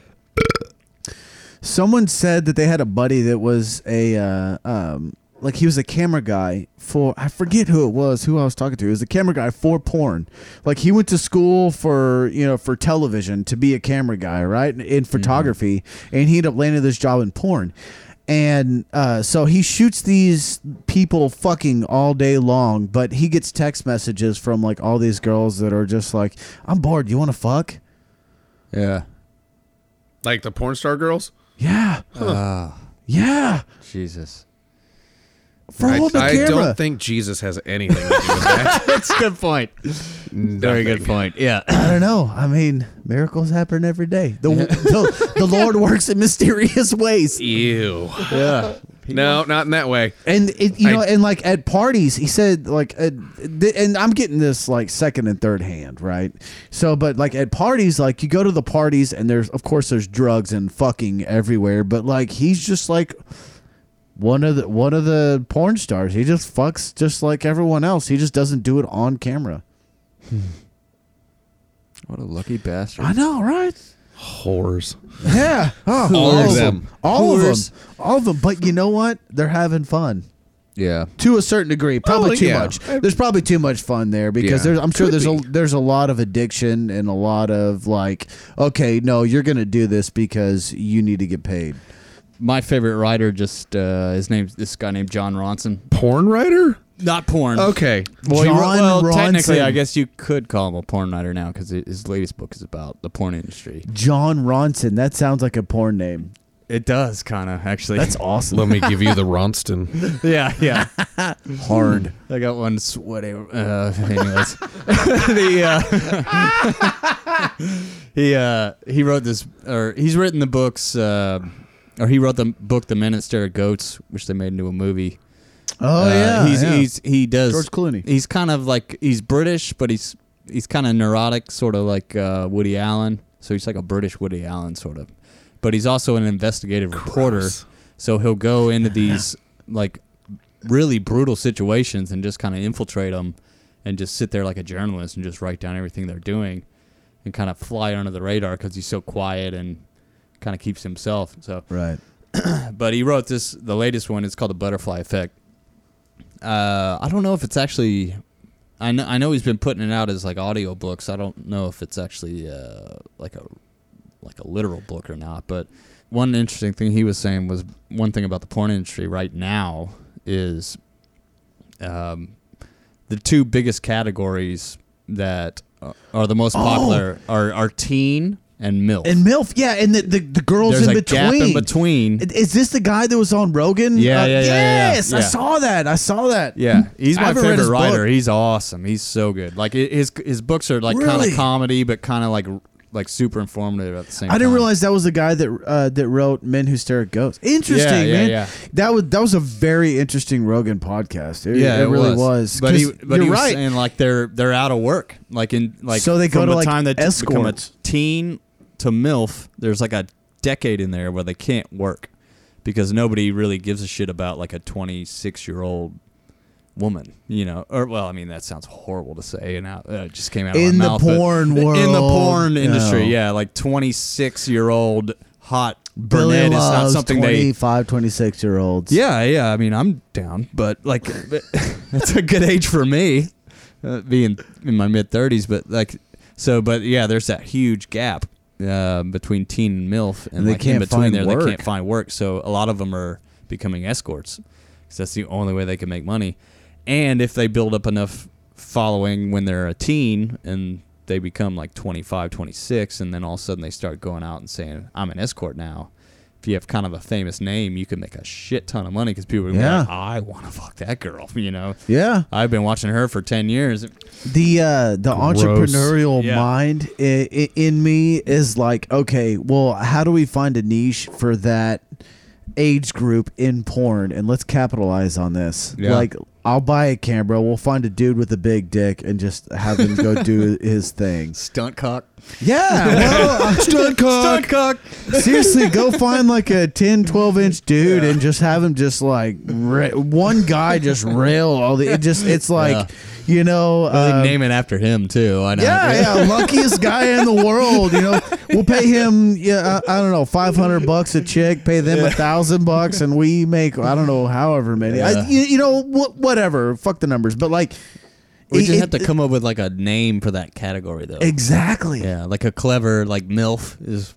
someone said that they had a buddy that was a uh, um, like he was a camera guy for i forget who it was who i was talking to it was a camera guy for porn like he went to school for you know for television to be a camera guy right in, in photography and he ended up landing this job in porn and uh, so he shoots these people fucking all day long, but he gets text messages from like all these girls that are just like, "I'm bored. You want to fuck?"
Yeah.
Like the porn star girls?
Yeah, yeah.
Jesus.
For
I,
all the
I
camera.
don't think Jesus has anything to do with that.
That's a good point. Very good point. Yeah.
I don't know. I mean, miracles happen every day. The the, the Lord works in mysterious ways,
Ew.
yeah.
No, not in that way.
and it, you
I-
know, and like at parties, he said like, uh, th- and I'm getting this like second and third hand, right? So, but like at parties, like you go to the parties, and there's of course there's drugs and fucking everywhere, but like he's just like. One of the one of the porn stars, he just fucks just like everyone else. He just doesn't do it on camera.
What a lucky bastard.
I know, right?
Whores.
Yeah. Oh,
All of them.
All of
Whores.
them. All of them. But you know what? They're having fun
Yeah.
to a certain degree. Probably
Oh,
too
yeah.
much. There's probably too much fun there because
Yeah.
there's, I'm sure there's a there's a lot of addiction and a lot of like, okay, no, you're gonna do this because you need to get paid.
My favorite writer just uh his name's this guy named John Ronson.
Porn writer?
Not porn.
Okay.
Well, he wrote-
John
well, technically,
Ronson.
I guess you could call him a porn writer now because his latest book is about the porn industry.
John Ronson. That sounds like a porn name.
It does kind of actually.
That's awesome.
Let me give you the Ronston.
yeah, yeah.
Hard.
I got one sweaty. Uh, anyways, the uh, he uh, he wrote this, or he's written the books, uh, or he wrote the book, The Men at Stare at Goats, which they made into a movie.
Oh
Uh,
yeah.
he's,
yeah.
he's he does
George Clooney.
He's kind of like he's British, but he's he's kind of neurotic, sort of like uh, Woody Allen. So he's like a British Woody Allen, sort of. But he's also an investigative reporter,
Gross.
so he'll go into these like really brutal situations and just kind of infiltrate them, and just sit there like a journalist and just write down everything they're doing, and kind of fly under the radar because he's so quiet and kind of keeps to himself. So
right.
but he wrote this the latest one it's called the butterfly effect uh, i don't know if it's actually I know, I know he's been putting it out as like audiobooks i don't know if it's actually uh, like a like a literal book or not but one interesting thing he was saying was one thing about the porn industry right now is um, the two uh, biggest categories that are- are the most popular are, are teen and MILF.
Oh. And MILF, yeah, and the the, the girls
There's
in
a
between.
gap in between.
I- Is this the guy that was on Rogan? Uh,
Yeah, yeah, yeah, yeah,
Yes, I
yeah.
saw that. I saw that.
yeah, he's
I
my
haven't read his
favorite
book.
writer. He's awesome. He's so good. Like i- his his books are like kind
Really?
of comedy, but kind of like like super informative at the same.
I didn't
time.
realize that was the guy that uh, that wrote Men Who Stare at Ghosts. Interesting,
Uh-huh. Yeah, yeah,
man.
yeah.
That was that was a very interesting Rogan podcast. It,
Yeah,
it, really was.
But he,
'Cause
but
you're
he was
right.
saying like they're they're out of work. Like in like
So they go
from
to,
the
like,
time they t- become a
escorts.
teen to milf. There's like a decade in there where they can't work because nobody really gives a shit about like a 26 year old woman. You know, or well, I mean that sounds horrible to say, and out, uh, it just came out of
In
my
the
mouth, but-
porn
in the
world,
porn industry.
no.
Yeah, like 26 year old hot
Billy
brunette is not
loves
something they
25, 26 year olds.
yeah, yeah. I mean, I'm down, but like, that's a good age for me, uh, being in my mid 30s. But like, so, but yeah, there's that huge gap uh, between teen and MILF, and,
And they
like,
can't
in between
find
there,
work.
they can't find work. So a lot of them are becoming escorts because that's the only way they can make money. And if they build up enough following when they're a teen and they become like 25, 26, and then all of a sudden they start going out and saying, I'm an escort now. If you have kind of a famous name, you can make a shit ton of money because people are gonna
Yeah.
be like, I want to fuck that girl, you know?
yeah.
I've been watching her for 10 years.
the uh, the entrepreneurial
Yeah.
mind i i in me is like, okay, well, how do we find a niche for that age group in porn, and let's capitalize on this.
Yeah.
Like, I'll buy a camera. We'll find a dude with a big dick and just have him go do his thing.
Stunt cock.
Yeah, well, I'm stuck
Stunt cock.
Seriously, go find like a 10, 12 inch dude and just have him just like ra- one guy just rail all the. It just it's like you know
They
um,
name it after him, too. I know.
yeah, yeah, luckiest guy in the world. You know, we'll pay him. Yeah, I, I don't know, five hundred bucks a chick. Pay them a thousand bucks, and we make I don't know however many. I,
Yeah.
you, you know, wh- whatever. Fuck the numbers, but like,
We
it-
just
it-
have to come up with like a name for that category, though.
exactly.
Yeah, like a clever like MILF is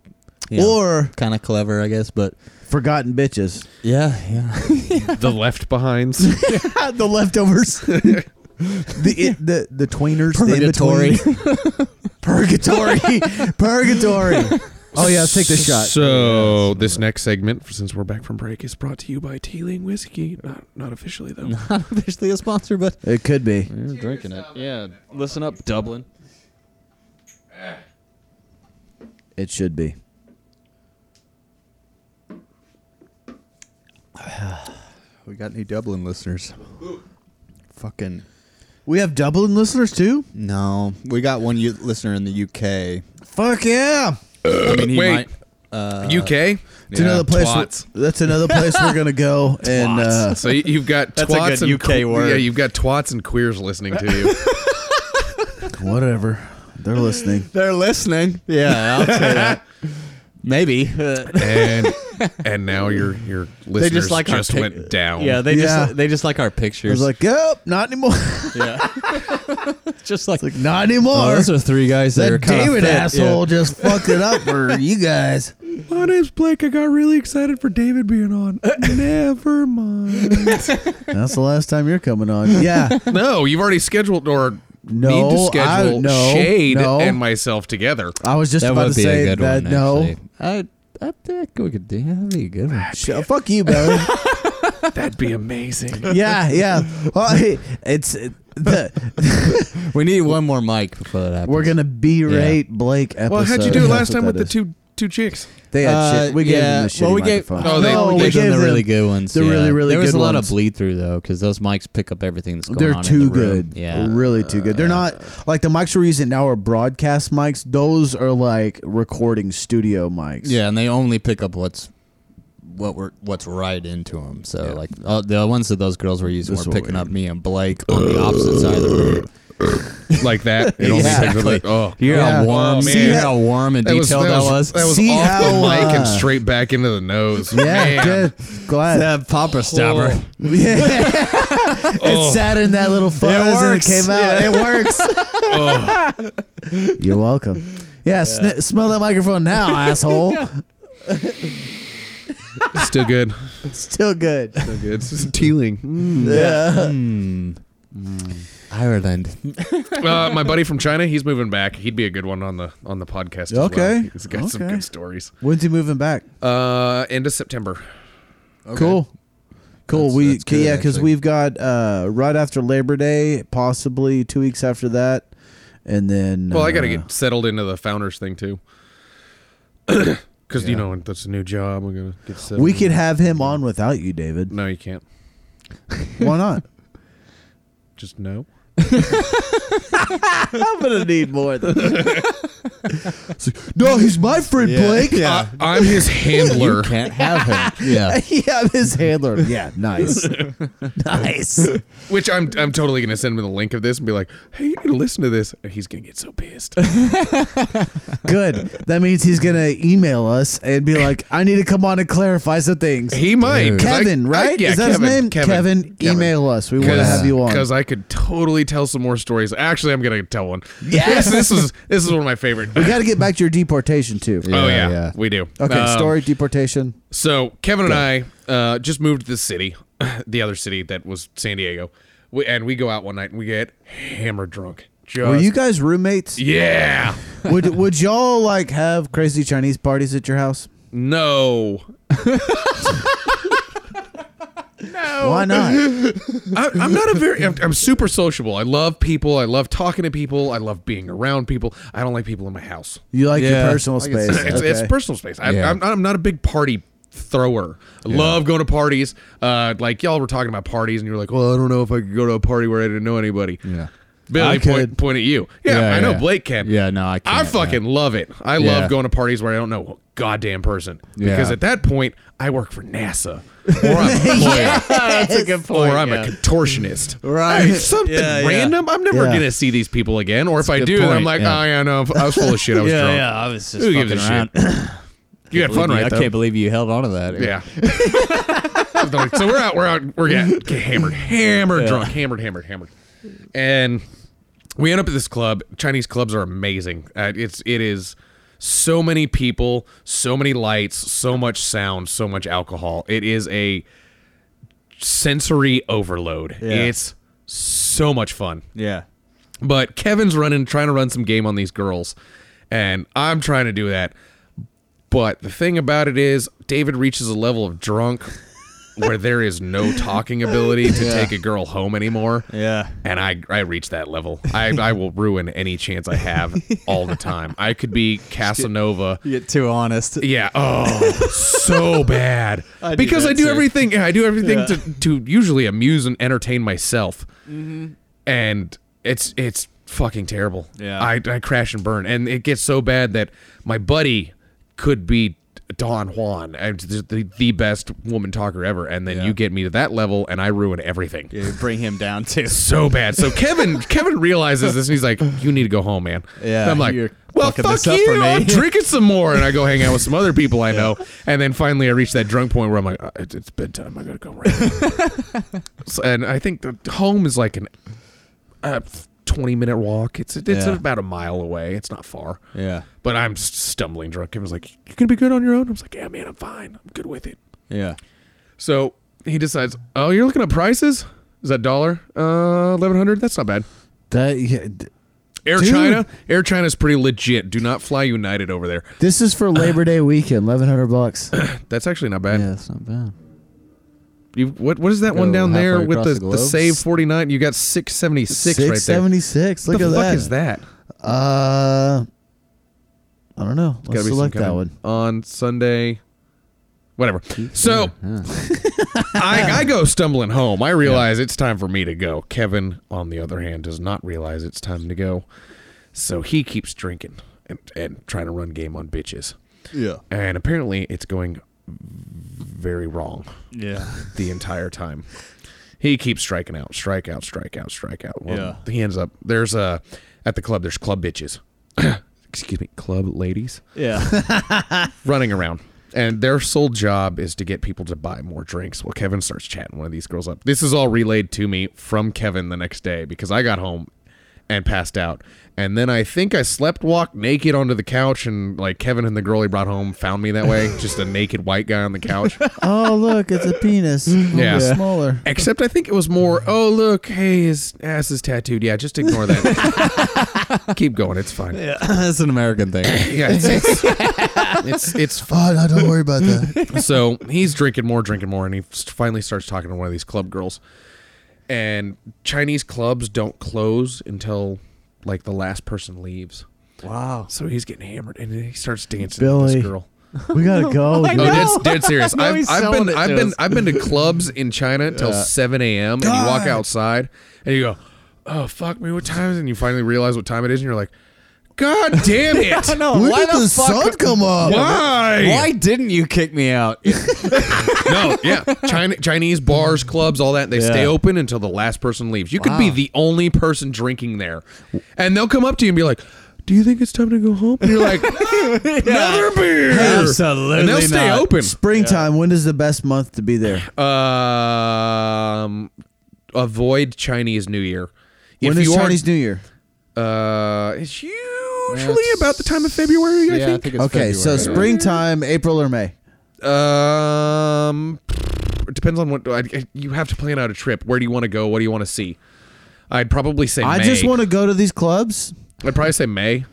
you know,
Or
kind of clever, I guess, but
forgotten bitches,
yeah, yeah.
the left behinds.
the leftovers, the it, the the tweeners, the
Purgatory.
in-betweens. purgatory, purgatory. Oh yeah, let's take this shot.
So this next segment, since we're back from break, is brought to you by Teeling Whiskey. Not not officially though.
Not officially a sponsor, but
It could be.
you're drinking it. Yeah, listen up, Dublin.
It should be.
We got any Dublin listeners? Fucking
We have Dublin listeners too.
no. We got one u- listener in the UK.
Fuck yeah!
I mean, he
Wait.
might. Uh,
UK.
It's another place.
Twats.
that's another place we're gonna go. and uh,
so you- you've got
That's a
twats
good
and
UK
que-
word.
Yeah, you've got twats and queers listening to you.
whatever, they're listening.
they're listening. Yeah, I'll say that. Maybe.
and and now your your listeners just,
like our pic-
went down.
yeah, they
Yeah.
just they just like our
I was
pictures.
like, "Yep, not anymore.
yeah. just like,
like not anymore."
oh, those are three guys that, are
that
kind of
David
fit.
asshole just fucked it up for you guys.
My name's Blake. I got really excited for David being on. Never mind.
That's the last time you're coming on. Yeah,
No, you've already scheduled or
No,
need to
I-
schedule
no,
Shade
no.
and myself together.
I was just
That
about
would
to
be
say
a good
that.
one.
no,
Actually. I, I think we could do yeah, that'd be a good one.
Sh- fuck you, Billy.
That'd be amazing.
yeah, yeah. Well, hey, it's it- the,
We need one more mic before that happens.
we're gonna berate Blake. Episode. Uh,
Well, how'd you do it
That's
last
what
time
that
with the
is.
two two chicks?
They had shit. We gave them the shitty
well, we gave,
microphone.
Oh, they-
no,
we
we
gave
gave them
them
the really good ones.
the
yeah.
really, really
There was
good
a lot
ones.
of bleed through though, because those mics pick up everything that's going
They're
on. in
too
the room.
good.
Yeah, Uh,
really too good. They're not like the mics we're using now are broadcast mics. Those are like recording studio mics.
Yeah, and they only pick up what's what we're what's right into them. So like uh, the ones that those girls were using
This
were
one
picking up me and Blake on the opposite side of the room.
Like that.
Yeah.
It takes a
Exactly.
bit- Oh,
You hear
Yeah.
how warm,
Oh,
see
man.
how warm and
That was-
detailed
that was, that was
See
off the
how,
mic and
uh,
straight back into the nose.
yeah,
Man.
good. Glad.
That popper stopper.
Yeah. it Oh. sat in that little fuzz and it
Oh. works.
came out. It works. You're welcome. Yeah, Sn- smell that microphone now, asshole.
Still good.
Still good.
Still good. It's teeling.
Yeah.
Ireland.
Uh, my buddy from China, he's moving back. He'd be a good one on the on the podcast. As well.
Okay.
he's got some
Okay.
good stories.
When's he moving back?
Uh, end of September.
Cool. Cool.
That's-
we
that's good,
yeah, because
actually.
we've got uh, right after Labor Day, possibly two weeks after that, and then.
Well, I got to
uh,
get settled into the founders thing too, because you know that's a new job. We're gonna get settled.
We could have him on without you, David.
No, you can't.
Why not?
Just no.
I'm gonna need more than that. It's like, no, he's my friend Blake.
Yeah.
I, am Uh, his handler.
Can't have him. yeah.
yeah, I'm his handler. Yeah, nice, nice.
Which I'm I'm totally gonna send him the link of this and be like, hey, you need to listen to this. And he's gonna get so pissed.
Good. That means he's gonna email us and be like, "I need to come on and clarify some things."
He might 'cause I-
Kevin,
I-
right?
yeah,
Is that
Kevin,
his name?
Kevin.
Kevin,
Kevin.
email us. We want to have you on.
Because I could totally tell some more stories. Actually, I'm gonna tell one. Yes, this is this is one of my favorite.
We got to get back to your deportation too.
Yeah,
oh yeah,
yeah.
we do.
Okay,
Um,
story deportation.
So Kevin and I uh, just moved to this city, the other city that was San Diego, we, and we go out one night and we get hammer drunk. Just,
Were you guys roommates?
uh, Yeah.
would would y'all like have crazy Chinese parties at your house?
No.
Why not?
I, I'm not a very. I'm, I'm super sociable. I love people. I love talking to people. I love being around people. I don't like people in my house.
You like your
Yeah,
personal
I guess
space.
It's, it's
Okay.
personal space. I,
Yeah.
I'm, I'm not a big party thrower. I love going to parties. Uh, like y'all were talking about parties, and you were like, "Well, I don't know if I could go to a party where I didn't know anybody."
Yeah.
Billy,
I
point,
could.
point at you. Yeah,
Yeah,
I know
yeah.
Blake can.
Yeah, no, I can't.
I fucking love it. I love
Yeah.
going to parties where I don't know a goddamn person because
Yeah.
at that point I work for NASA or I'm a lawyer
That's a good
or I'm a contortionist.
Right.
Hey, something
Yeah, yeah.
random. I'm never
Yeah.
gonna see these people again. Or if I
good
do, then I'm
point,
like,
yeah.
oh yeah, no, I was full of shit. I was
Yeah,
drunk.
yeah, I was just
Who gives
fucking
a
around.
You had fun, right?
I
though?
can't believe you held on to that.
Yeah. so we're out, we're out, we're getting, get hammered, hammered, drunk, hammered, hammered, hammered, and we end up at this club. Chinese clubs are amazing. Uh, it's it is so many people, so many lights, so much sound, so much alcohol. It is a sensory overload. It's so much fun.
Yeah.
But Kevin's running, trying to run some game on these girls, and I'm trying to do that. But the thing about it is, David reaches a level of drunk where there is no talking ability to take a girl home anymore.
Yeah.
And I, I reach that level. I, I will ruin any chance I have all the time. I could be Casanova.
You get too honest.
Yeah. Oh, so bad.
do
because
that
I do
too.
everything. Yeah, I do everything to, to usually amuse and entertain myself,
Mm-hmm.
and it's it's fucking terrible.
Yeah.
I I crash and burn, and it gets so bad that my buddy could be Don Juan, and just the the best woman talker ever, and then you get me to that level, and I ruin everything
You bring him down too.
so bad. So Kevin Kevin realizes this and he's like, "You need to go home, man."
Yeah,
And I'm like,
you're
"Well,
fucking
fuck
this up
you!
for me."
I'm drinking some more." And I go hang out with some other people I know, and then finally I reach that drunk point where I'm like, uh, "It's, it's bedtime. I gotta go." Right. so, and I think the home is like an uh, 20 minute walk. It's it's
Yeah.
about a mile away. It's not far.
Yeah.
But I'm s- stumbling drunk. Kevin's like, "You gonna be good on your own?" I was like, "Yeah, man, I'm fine. I'm good with it."
Yeah.
So he decides, "Oh, you're looking at prices." Is that dollar? Uh, eleven hundred. That's not bad.
That- yeah, d-
Air
Dude.
China, Air China is pretty legit. Do not fly United over there.
this is for Labor Day weekend. Eleven hundred bucks.
That's actually not bad.
Yeah, that's not bad.
You, what what is that one
Go
down there
halfway
with
across
the,
the
the,
globe?
save forty nine? You got six seventy six right there.
Six seventy six. Look
What the
at
fuck
that.
is that?
Uh, I don't know. Let's
Gotta be some
select
kind
that
of-
one.
on Sunday. Whatever. So I, I go stumbling home. I realize it's time for me to go. Kevin, on the other hand, does not realize it's time to go. So he keeps drinking and, and trying to run game on bitches.
Yeah.
And apparently it's going very wrong
Yeah.
the entire time. He keeps striking out, strike out, strike out, strike out. Well,
Yeah.
He ends up there's a at the club. There's club bitches. Excuse me, club ladies
Yeah.
running around. And their sole job is to get people to buy more drinks. Well, Kevin starts chatting one of these girls up. This is all relayed to me from Kevin the next day because I got home and passed out. And then I think I slept walked naked onto the couch, and like Kevin and the girl he brought home found me that way, just a naked white guy on the couch.
oh, look, it's a penis. yeah,
Yeah.
smaller.
Except I think it was more, oh look, hey, his ass is tattooed. Yeah, just ignore that. Keep going, it's fine. Yeah,
That's an American thing.
it's, it's, it's it's fine.
Oh no, don't worry about that.
so he's drinking more, drinking more, and he s- finally starts talking to one of these club girls. And Chinese clubs don't close until like the last person leaves.
wow,
So he's getting hammered, and he starts dancing with
Billy.
this girl.
we gotta go. dude.
No, that's dead serious.
No,
I've,
he's
I've
selling
been
it
I've
to
been
us.
I've been to clubs in China till seven a.m. and you walk outside and you go, oh fuck me, what time is? it? And you finally realize what time it is, and you're like, God damn it!
No,
Where did the, sun come up?
Why?
Why didn't you kick me out?
No, yeah. China, Chinese bars, clubs, all that, they stay open until the last person leaves. You could be the only person drinking there. And they'll come up to you and be like, Do you think it's time to go home? And you're like, Another beer.
Absolutely
And they'll stay
not.
open.
Springtime. When is the best month to be there?
Um, avoid Chinese New Year.
When is Chinese New Year?
are, uh, it's usually
it's-
about the time of February, I think.
it's
okay, so
February.
springtime, April or May.
Um, it depends on what I, I- you have to plan out a trip. Where do you want to go? What do you want to see? I'd probably say
I
May.
just want to go to these clubs.
I'd probably say May.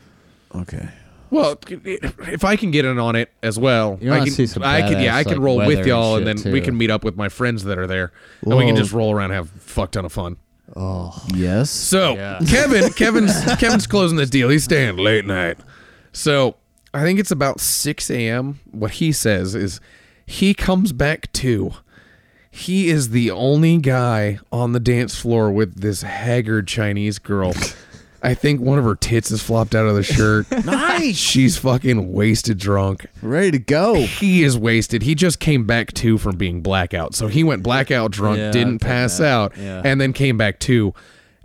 Okay.
Well, if I can get in on it as well,
You
I
wanna
can.
see some
I can. Yeah,
badass,
I can
like,
roll
weather
with
and
y'all, and,
shit,
then we
too.
can meet up with my friends that are there, and we can
Whoa.
just roll around and have a fuck ton of fun.
Yes.
So Kevin, Kevin's Kevin's closing this deal. He's staying late night. So I think it's about six a.m. What he says is he comes back too. He is the only guy on the dance floor with this haggard Chinese girl. I think one of her tits is flopped out of the shirt. nice. She's fucking wasted drunk.
Ready to go.
He is wasted. He just came back too from being blackout. So he went blackout drunk,
Yeah,
didn't
I'd take
pass
that.
out,
Yeah.
and then came back too,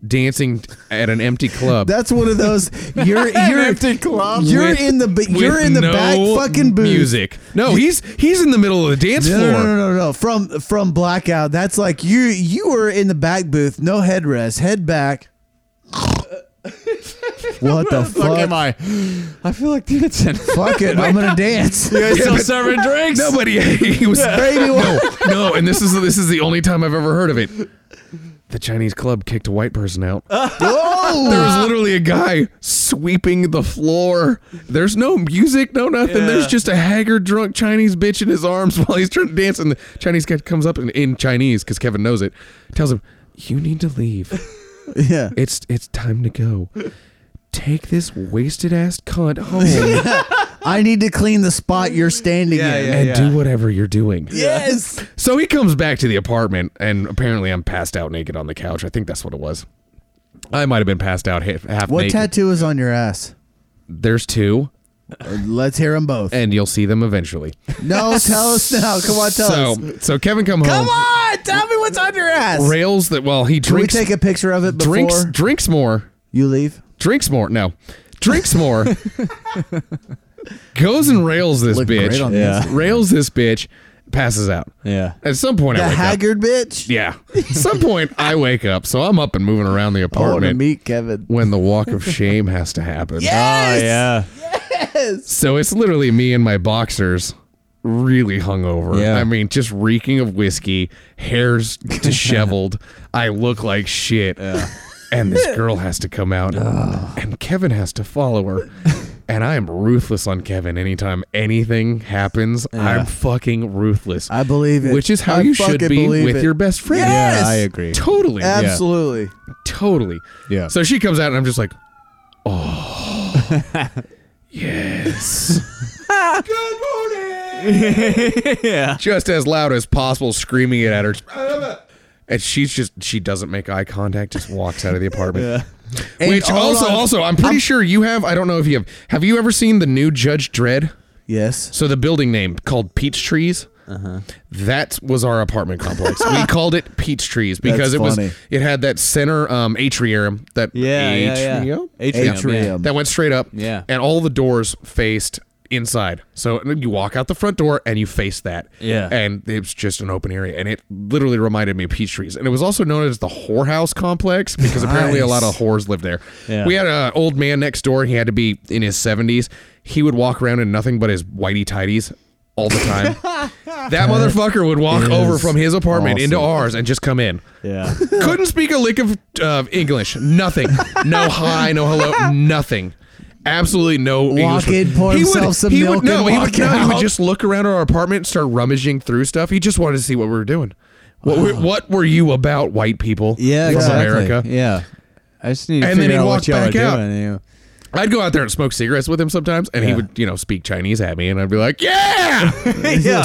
dancing at an empty club.
That's one of those. You're you're You're
With-
in the ba- you're
with
in the
no
back fucking booth.
Music. No, he's he's in the middle of the dance
No,
floor.
no, no, no, no, no. From from blackout. That's like you you were in the back booth, no headrest, head back. what the fuck?
am I? I feel like dancing.
Fuck it, I'm gonna dance.
Still serving drinks.
Nobody. He was
Baby,
no, no. And this is this is the only time I've ever heard of it. The Chinese club kicked a white person out.
Oh.
There was literally a guy sweeping the floor. There's no music, no nothing. There's just a haggard, drunk Chinese bitch in his arms while he's trying to dance. And the Chinese guy comes up in, in Chinese because Kevin knows it. Tells him, "You need to leave."
yeah.
It's it's time to go. Take this wasted ass cunt home
I need to clean the spot you're standing in.
and do whatever you're doing.
Yes.
So he comes back to the apartment, and apparently I'm passed out naked on the couch. I think that's what it was. I might have been passed out half, half
What
naked.
tattoo is on your ass?
There's two,
Let's hear them both.
and you'll see them eventually.
No, tell us now. Oh, Come on, tell
so,
us.
so Kevin come,
Come
home.
on, tell me what's on your ass.
Rails that well he
Can we
drinks
take a picture of it before
drinks drinks more
you leave?
drinks more no drinks more goes and rails this
Look
bitch
great on the
Yeah.
inside.
rails this bitch, passes out.
Yeah.
At some point, I
The
wake up.
haggard bitch.
Yeah. At some point, I wake up, so I'm up and moving around the
I want Oh, to
apartment
meet Kevin.
when the walk of shame has to happen.
Yes.
yeah.
So it's literally me and my boxers. Really hungover.
Yeah.
I mean, just reeking of whiskey, hair's disheveled. I look like shit. And this girl has to come out, and Kevin has to follow her. And I am ruthless on Kevin. Anytime anything happens, I'm fucking ruthless.
I believe it.
Which is how
I
you should
fucking
be
believe
with
it.
your best friend.
Yes! Yeah, I
agree.
Totally.
Absolutely.
Totally.
Yeah.
So she comes out and I'm just like, oh, yes. Good morning.
Yeah.
Just as loud as possible, screaming it at her. And she's just she doesn't make eye contact, just walks out of the apartment.
And
Which
hold
also
on.
also I'm pretty sure you have I don't know if you have have you ever seen the new Judge Dredd?
Yes.
So the building name called Peach Trees. That was our apartment complex. we called it Peach Trees because
That's
it
funny.
was it had that center um, atrium that
Yeah, yeah, yeah.
atrium?
Atrium.
Atrium.
that went straight up.
Yeah.
and all the doors faced inside. So you walk out the front door and you face that.
Yeah.
And it's just an open area. And it literally reminded me of Peachtree's. And it was also known as the whorehouse complex because apparently a lot of whores lived there.
Yeah.
We had an old man next door. He had to be in his 70s. He would walk around in nothing but his whitey tidies all the time. that motherfucker would walk over from his apartment into ours and just come in.
Yeah.
Couldn't speak a lick of uh, English. Nothing. No hi, no hello, nothing. Absolutely no
Walk
English.
in, pour
he
himself
would,
some
he
milk
Would, no,
and
he
walk
would, no, he would
out.
just look around our apartment and start rummaging through stuff. He just wanted to see what we were doing. What, were, what were you about, white people?
Yeah,
from
exactly.
America.
Yeah. I just need to
And then
figure
he'd
out
walk
what y'all
back
are
out.
doing. you know.
I'd go out there and smoke cigarettes with him sometimes, and he would, you know, speak Chinese at me, and I'd be like, "Yeah,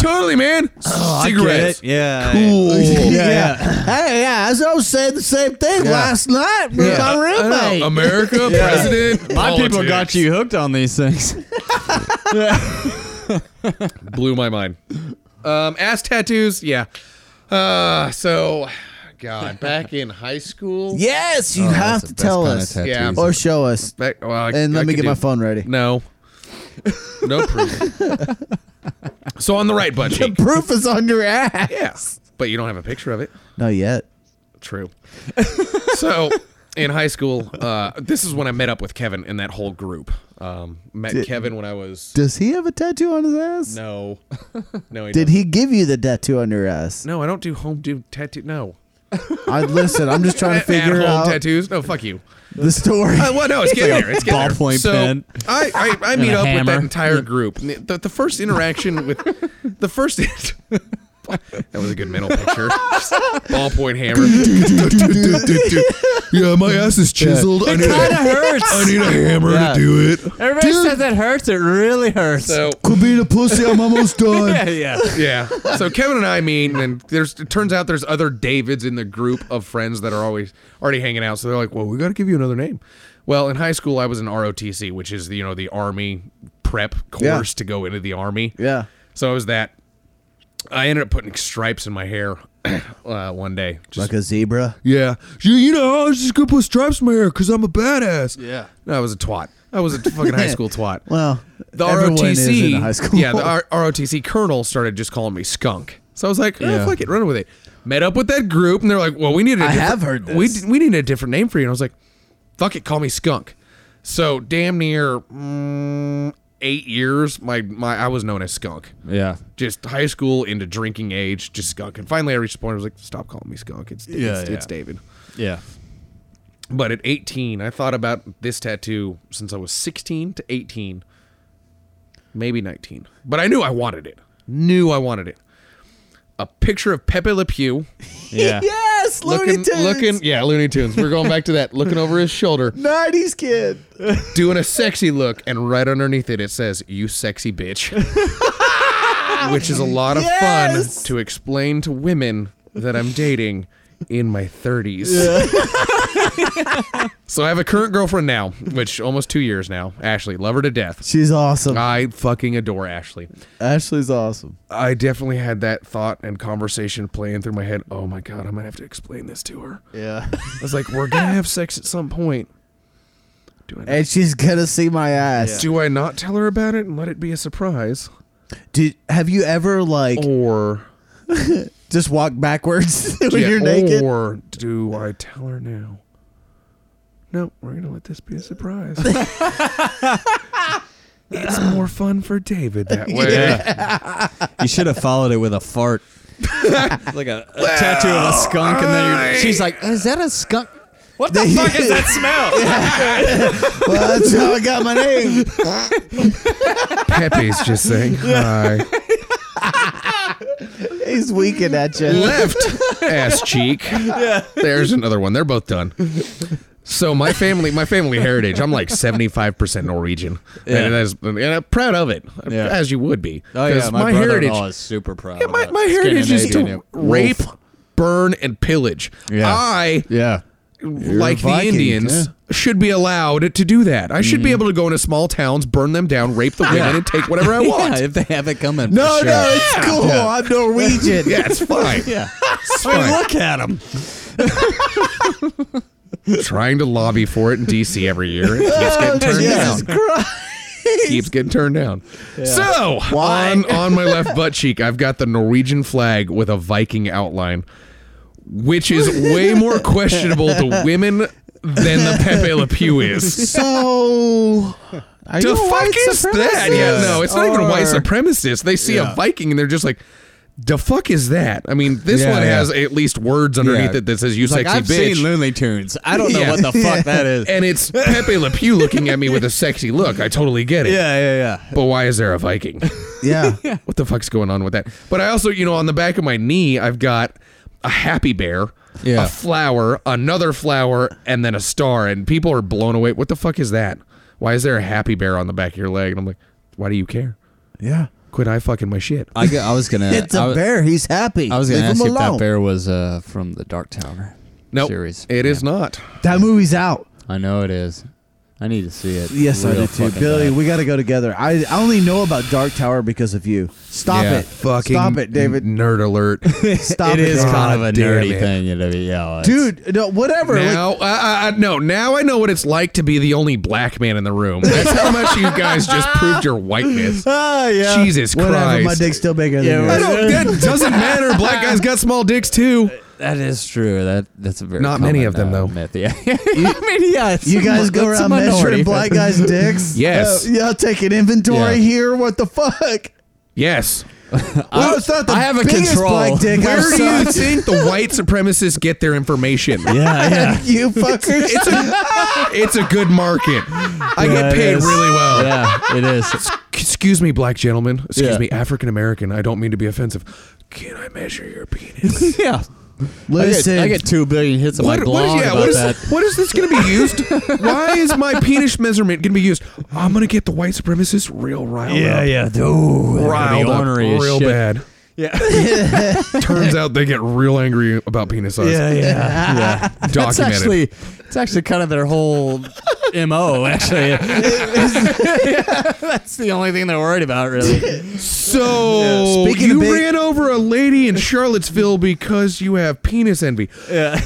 totally, man,
I get
cigarettes."
it. Yeah.
Cool.
yeah. Hey, yeah, I was saying the same thing last night with my
I know.
roommate.
America, president.
My people got
politics.
you hooked on these things.
blew my mind. Um, ass tattoos, yeah. Uh, so, God, back in high school.
yes, you have to tell us
Yeah.
or show us.
Back, well, I-
And
I
let me
could
get
do-
my phone ready.
No, no proof. so on the right butt cheek.
Proof is on your ass.
Yeah, but you don't have a picture of it.
Not yet.
True. so in high school, uh, this is when I met up with Kevin and that whole group. Um, met Kevin when I was
Does he have a tattoo on his ass?
no, no. He
Did
doesn't.
he give you the tattoo on your ass?
No, I don't do home do tattoo. No,
I listen. I'm just trying to figure
at home
out
tattoos. No, fuck you.
the story.
Uh, well, no, it's getting there. It's getting there.
ballpoint
So
pen.
I, I, I meet
a
up with
hammer.
that entire group. The, the first interaction with the first. that was a good mental picture. ballpoint hammer. yeah, my ass is chiseled. I, need
Kind of hurts.
I need a hammer
Yeah.
do it.
Everybody says that hurts. It really hurts.
So
Could be the pussy. I'm almost done.
yeah.
yeah. So Kevin and I meet, and there's it turns out there's other Davids in the group of friends that are always already hanging out. So they're like, "Well, we got to give you another name." Well, in high school, I was in ROTC, which is the, you know the Army prep course
Yeah.
to go into the Army.
Yeah.
So I was that. I ended up putting stripes in my hair uh, one day. Just,
Like a zebra.
yeah, you, you know, I was just gonna put stripes in my hair because I'm a badass. Yeah, no, I was a twat. I was a fucking high school twat.
Well,
The
everyone
ROTC,
is in high school.
yeah, the R- ROTC colonel started just calling me skunk. So I was like, eh, fuck it, run with it. Met up with that group, and they're like, well, we need. A
I
different-
have heard this.
We d- we need a different name for you. And I was like, fuck it, call me skunk. So damn near mm, eight years, my my I was known as skunk.
Yeah.
Just high school into drinking age, just skunk. And finally, I reached the point. where I was like, stop calling me skunk. It's it's,
yeah.
it's David.
Yeah.
But at 18, I thought about this tattoo since I was 16 to 18, maybe 19. But I knew I wanted it. Knew I wanted it. A picture of Pepe Le Pew
Yeah.
Yes, Looney
looking,
Tunes.
looking, yeah, Looney Tunes. We're going back to that. Looking over his shoulder,
90s kid.
doing a sexy look, and right underneath it, it says, "You sexy bitch," which is a lot of
Yes!
fun to explain to women that I'm dating in my 30s. so I have a current girlfriend now, which almost two years now. Ashley, love her to death.
She's awesome.
I fucking adore Ashley.
Ashley's awesome.
I definitely had that thought and conversation playing through my head. Oh my god, I'm gonna have to explain this to her.
Yeah.
I was like, we're gonna have sex at some point. Do I not,
And she's gonna see my ass.
do I not tell her about it and let it be a surprise,
Did have you ever like
or
just walked backwards when
Yeah,
you're naked?
or do I tell her now? No, we're gonna let this be a surprise. it's more fun for David that way.
you should have followed it with a fart. like a, a tattoo of a skunk, and then you're, she's like,
Is that a skunk? What
They-
Oh.
the fuck is that smell?
well, that's how I got my name.
Pepe's just saying hi.
He's winking at you.
left ass cheek. There's another one. They're both done. So my family, my family heritage, I'm like 75% Norwegian, and, that's, and I'm proud of it,
Yeah.
as you would be.
"Oh yeah,
'Cause
my,
heritage,
brother-in-law is super proud.
yeah,
of
my,
that.
my heritage is
Uh, Scandinavian,
to rape, burn, and pillage.
Yeah.
I,
Yeah.
like the
Viking,
Indians, should be allowed to do that. I should
Mm.
be able to go into small towns, burn them down, rape the women, and take whatever I want.
if they have it coming.
No,
for
no,
sure.
it's cool. I'm Norwegian.
Yeah, it's fine. yeah. It's fine. look at him. Trying to lobby for it in DC every year. It keeps getting turned
Jesus
down.
Christ.
keeps getting turned down. So on on my left butt cheek, I've got the Norwegian flag with a Viking outline, which is way more questionable to women than the Pepe Le Pew is.
So, are
The
you a
fuck
white
is that?
supremacist? Oh.
Yeah, no, it's not even a white
Or-
supremacist. They see a Viking and they're just like. The fuck is that? I mean, this
Yeah,
one
yeah.
has at least words underneath it that says "you sexy
Like I've
bitch."
seen Looney Tunes. I don't know
Yeah.
what the fuck that is.
and it's Pepe Le Pew looking at me with a sexy look. I totally get it.
Yeah, yeah, yeah.
But why is there a Viking?
Yeah. yeah.
what the fuck's going on with that? But I also, you know, on the back of my knee, I've got a happy bear,
Yeah.
a flower, another flower, and then a star. And people are blown away. What the fuck is that? Why is there a happy bear on the back of your leg? And I'm like, why do you care? Quit eye fucking my shit.
I, g- I was gonna.
It's
I
a
wa-
bear. He's happy.
I was gonna
Leave
ask
him
you if that
alone.
bear was uh, from the Dark Tower
Nope,
series.
it is not.
That movie's out.
I know it is. I need to see it.
Yes, I
real
do too.
fucking
Billy,
bad.
we got to go together. I, I only know about Dark Tower because of you. Stop
Yeah.
it.
Fucking
Stop it, David.
Nerd alert.
Stop
It
it.
is
David.
kind of a
God damn
nerdy
it.
thing, you know. Yeah, it's-
Dude, no, whatever. Like,
Now, I, I, I- no, now I know what it's like to be the only black man in the room. That's how much you guys just proved your whiteness.
ah, yeah.
Jesus
Whatever. My
Christ.
dick's still bigger than
I
yours.
don't, that doesn't matter. Black guys got small dicks too.
that is true. That that's a very
Not many of them,
uh,
though.
Myth. Yeah, I mean, yeah. it's
You
a-
guys go
it's a
around measuring
minority.
black guys' dicks?
Yes.
Uh, y'all taking inventory
Yeah.
here? What the fuck?
Yes.
Well, it's not the
I have a
biggest
control.
black dick I've
Where do you
sucked.
think the white supremacists get their information?
You fuckers.
It's a, it's a good market. I get
it
paid
is.
really well.
Yeah, it is.
Excuse me, black gentleman. Excuse
Yeah.
me, African American. I don't mean to be offensive. Can I measure your penis?
yeah.
Listen,
I get, I get two billion hits on my blog
yeah,
about
what, is,
that.
what is this going to be used? Why is my penis measurement going to be used? I'm going to get the white supremacists real riled up.
yeah, dude.
Riled up
ornery as
real
shit.
bad. Yeah. Turns out they get real angry about penis size.
Yeah, yeah, yeah. That's
Documented.
actually, it's actually kind of their whole mo. Actually, that's the only thing they're worried about, really.
So
Speaking
you
of big-
ran over a lady in Charlottesville because you have penis envy.
Yeah.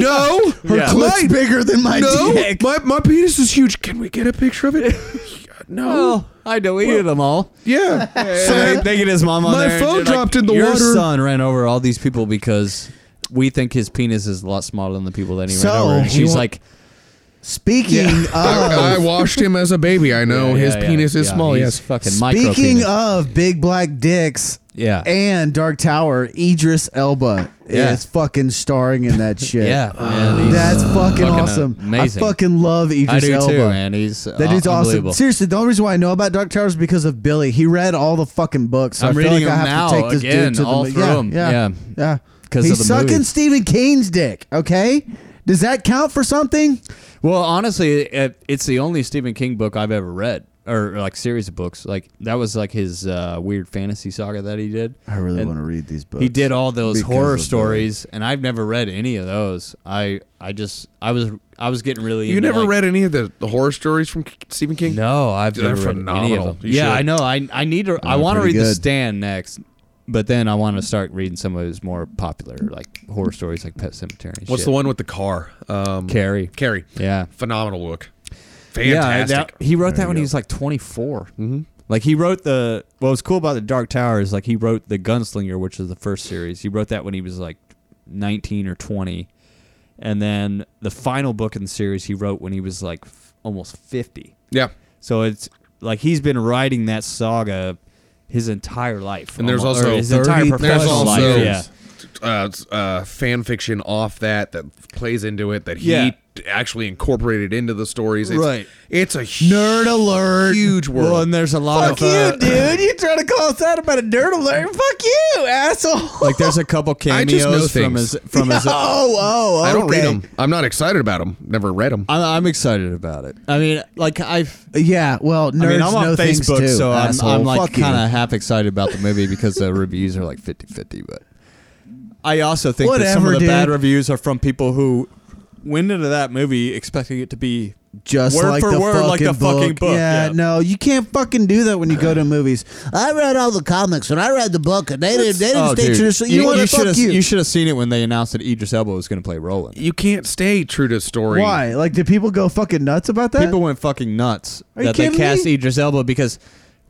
No, her
Yeah.
clit-
Clit's bigger than my
No,
dick.
my, my penis is huge. Can we get a picture of it? no.
Well, I deleted them all.
Yeah. So
They,
that-
they get his mom on
My
there and
phone
they're like,
dropped in the
Your
water."
son ran over all these people because we think his penis is a lot smaller than the people that he
So,
ran over. And
he
she's
wa-
like,
Speaking
I, I
of
washed him as a baby. I know
Oh. yeah,
Oh, his
yeah,
penis is
yeah,
small.
he's
Yes.
fucking micro
speaking of big black dicks
yeah,
and Dark Tower, Idris Elba
Yeah.
is fucking starring in that shit. Uh,
yeah, man, he's-
That's fucking,
fucking
awesome.
amazing.
I fucking love Idris
I do
Elba.
uh,
too, man. He's uh,
That dude's awesome.
unbelievable.
Seriously, the only reason why I know about Dark Tower is because of Billy. He read all the fucking books. So
I'm
I feel
reading
like I
them
have
now
to take this
again,
dude to
all
the
through
yeah,
'em. Yeah.
Yeah, yeah.
'Cause of
He's
the
sucking
movies.
Stephen King's dick. Okay, does that count for something?
Well, honestly, it, it's the only Stephen King book I've ever read, or like series of books. Like that was like his uh, weird fantasy saga that he did.
I really
And
want to read these books.
He did all those
because
horror
of the-
stories, and I've never read any of those. I I just I was I was getting really.
You
into,
never
like-
read any of the, the horror stories from K- Stephen King?
No, I've
Dude, they're
never read any of
phenomenal.
them.
You
yeah,
should.
I know. I I need to. I
They're
want to read
pretty
The
good.
Stand next, but then I want to start reading some of his more popular like horror stories, like Pet Cemetery. and
What's
shit.
the one with the car? Um,
Carrie.
Carrie.
Yeah.
Phenomenal book.
Yeah,
Fantastic.
that- he wrote that when he was like 24. Mm-hmm. Like he wrote the what was cool about the Dark Tower is like he wrote the Gunslinger, which is the first series. He wrote that when he was like 19 or 20, and then the final book in the series he wrote when he was like f- almost 50.
yeah.
So it's like he's been writing that saga his entire life,
And there's
almo- or
also
his entire
30,000
There's
professional
also
life. Yeah.
uh, uh, fan fiction off that that plays into it that he
Yeah.
t- actually incorporated into the stories. It's,
Right.
It's a nerd alert. Huge world.
Well, and there's a lot
Fuck
of uh,
you, dude. You trying to call us out about a nerd alert? Fuck you, asshole.
like there's a couple
I just know
cameos from
things.
his from his
oh, oh, okay.
I don't read them. I'm not excited about them. Never read them.
I'm, I'm excited about it. I mean, like I've.
Yeah, well, nerds
I mean, I'm
know
on
things
Facebook,
too,
so I'm,
asshole.
I'm like
Fuck you.
kind of half excited about the movie because the reviews are like 50-50, But I also think that some
Whatever,
of the bad
dude.
reviews are from people who went into that movie expecting it to be
just
Word
like,
for
the
word,
fucking
like the
book.
fucking book,
Yeah,
yeah.
no, you can't fucking do that when you go to movies. I read all the comics and I read the book and they didn't. They didn't stay true. So you, know what? Fuck
should've-
you.
Oh, You should have seen it when they announced that Idris Elba was going to play Roland.
You can't stay true to story.
Why? Like, did people go fucking nuts about that?
People went fucking nuts
Are you
that they
kidding
cast
me?
Idris Elba because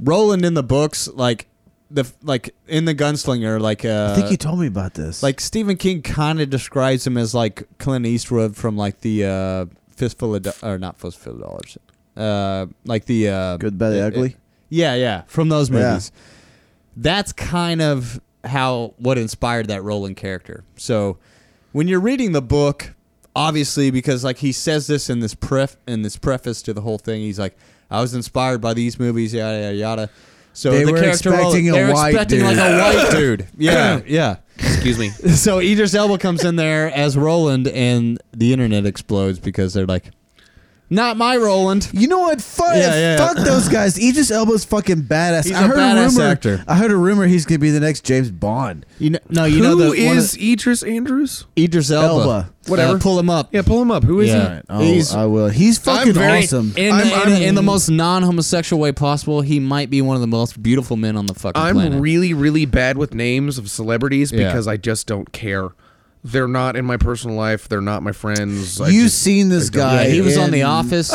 Roland in the books, like the f- like in the Gunslinger, like uh,
I think you told me about this.
like Stephen King kind of describes him as like Clint Eastwood from like the uh, fistful of Do- or not fistful of dollars, uh, like the uh,
Good, Bad, and
uh,
Ugly?
uh, yeah, yeah, from those
Yeah.
movies. That's kind of how what inspired that Roland character. So when you're reading the book, obviously because like he says this in this pref in this preface to the whole thing, he's like, I was inspired by these movies, yada yada yada. So
They
the
were
character
expecting a
Roland, they're
white
expecting like a white dude. Yeah, yeah
Excuse me.
so Idris Elba comes in there as Roland, and the internet explodes because they're like, "Not my Roland."
You know what? Fuck,
Yeah, yeah.
fuck those guys. Aegis Elba's fucking badass.
He's
I
a
heard
badass
rumor,
actor.
I heard a rumor he's gonna be the next James Bond.
You know, no,
Who
you
is
know the, one of
Idris Andrews?
the Idris Elba.
Elba.
Whatever, pull him up.
Yeah, pull him up. Who is
Yeah.
he?
Oh,
He's-
I will. He's fucking
very-
awesome.
In,
I'm-
the, in,
I'm-
in the most non-homosexual way possible, he might be one of the most beautiful men on the fucking
I'm
planet.
really, really bad with names of celebrities
Yeah.
because I just don't care. They're not in my personal life. They're not my friends. I
You've
just-
seen this
yeah,
guy.
he was on The
in-
Office.
Oh,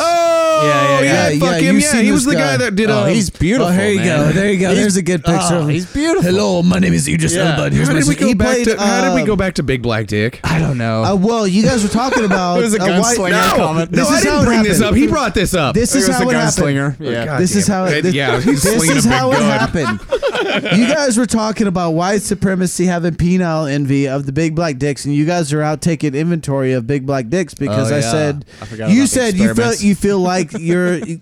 Yeah, yeah, yeah.
Yeah,
fuck
yeah,
him.
you've
Yeah,
seen
he
this
was the
guy.
guy that did.
Oh,
um,
he's beautiful.
Oh, here you
man.
go. There you go.
He's-
There's a good picture.
oh,
of him.
he's beautiful.
Hello, my name is Idris
Yeah.
Elba. and Here's
How
my
did we
son-
go
he
back
played,
to? How did we
um,
go back to Big Black Dick?
I don't know.
Uh, well, you guys were talking about
was a gunslinger comment.
This
no, I
is how
didn't
it
bring this
happened.
up. He brought this up.
This is
He was
how
the
it
gunslinger.
happened.
Yeah.
Oh, God
this is
damn
how
it.
it. This,
yeah, he's
this
slinging
is
a big
how it
gun.
happened. you guys were talking about white supremacy having penile envy of the big black dicks, and you guys are out taking inventory of big black dicks because
Oh,
I
yeah.
said
I forgot
you
about the
said you feel
experiments.
you feel like you're you're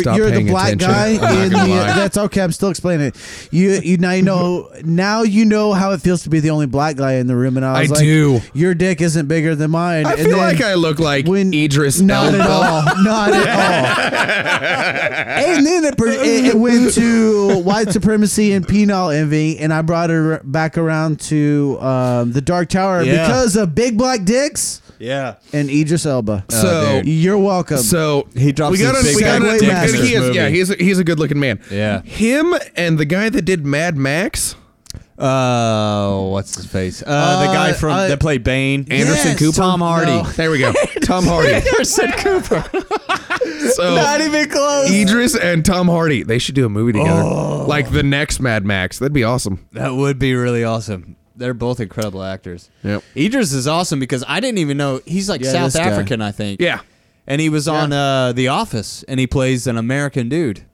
stopped
you're the
paying
black
attention.
guy.
I'm not
in
gonna
the,
lie.
that's okay. I'm still explaining it. You you now you know now you know how it feels to be the only black guy in the room, and I was
I
like,
do.
your dick isn't bigger than mine.
I
and
feel
then-
like I look like
when-
Idris
not
Elba.
at all. Not at all. and then it, per- it, it went to white supremacy and penile envy, and I brought her back around to um, the Dark Tower
Yeah.
because of big black dicks
yeah.
and Idris Elba.
Oh,
So- dude.
you're welcome.
So
He drops
We got
his
a,
big
we got
fat
a
dick in
good,
this
he is, yeah,
movie.
he's a, he's a good looking man.
Yeah.
him and the guy that did Mad Max,
Uh, what's his face? Uh, the guy
Uh,
from
I-
that played Bane,
Anderson Yes, Cooper?
Tom Hardy.
no.
There we go, Tom Hardy.
Anderson Cooper.
So
even close.
Idris and Tom Hardy, they should do a movie together,
Oh.
like the next Mad Max. That'd be awesome.
That would be really awesome. They're both incredible actors.
Yep.
Idris is awesome because I didn't even know he's like
Yeah,
South
this guy.
African, I think.
Yeah.
And he was on uh, The Office, and he plays an American dude.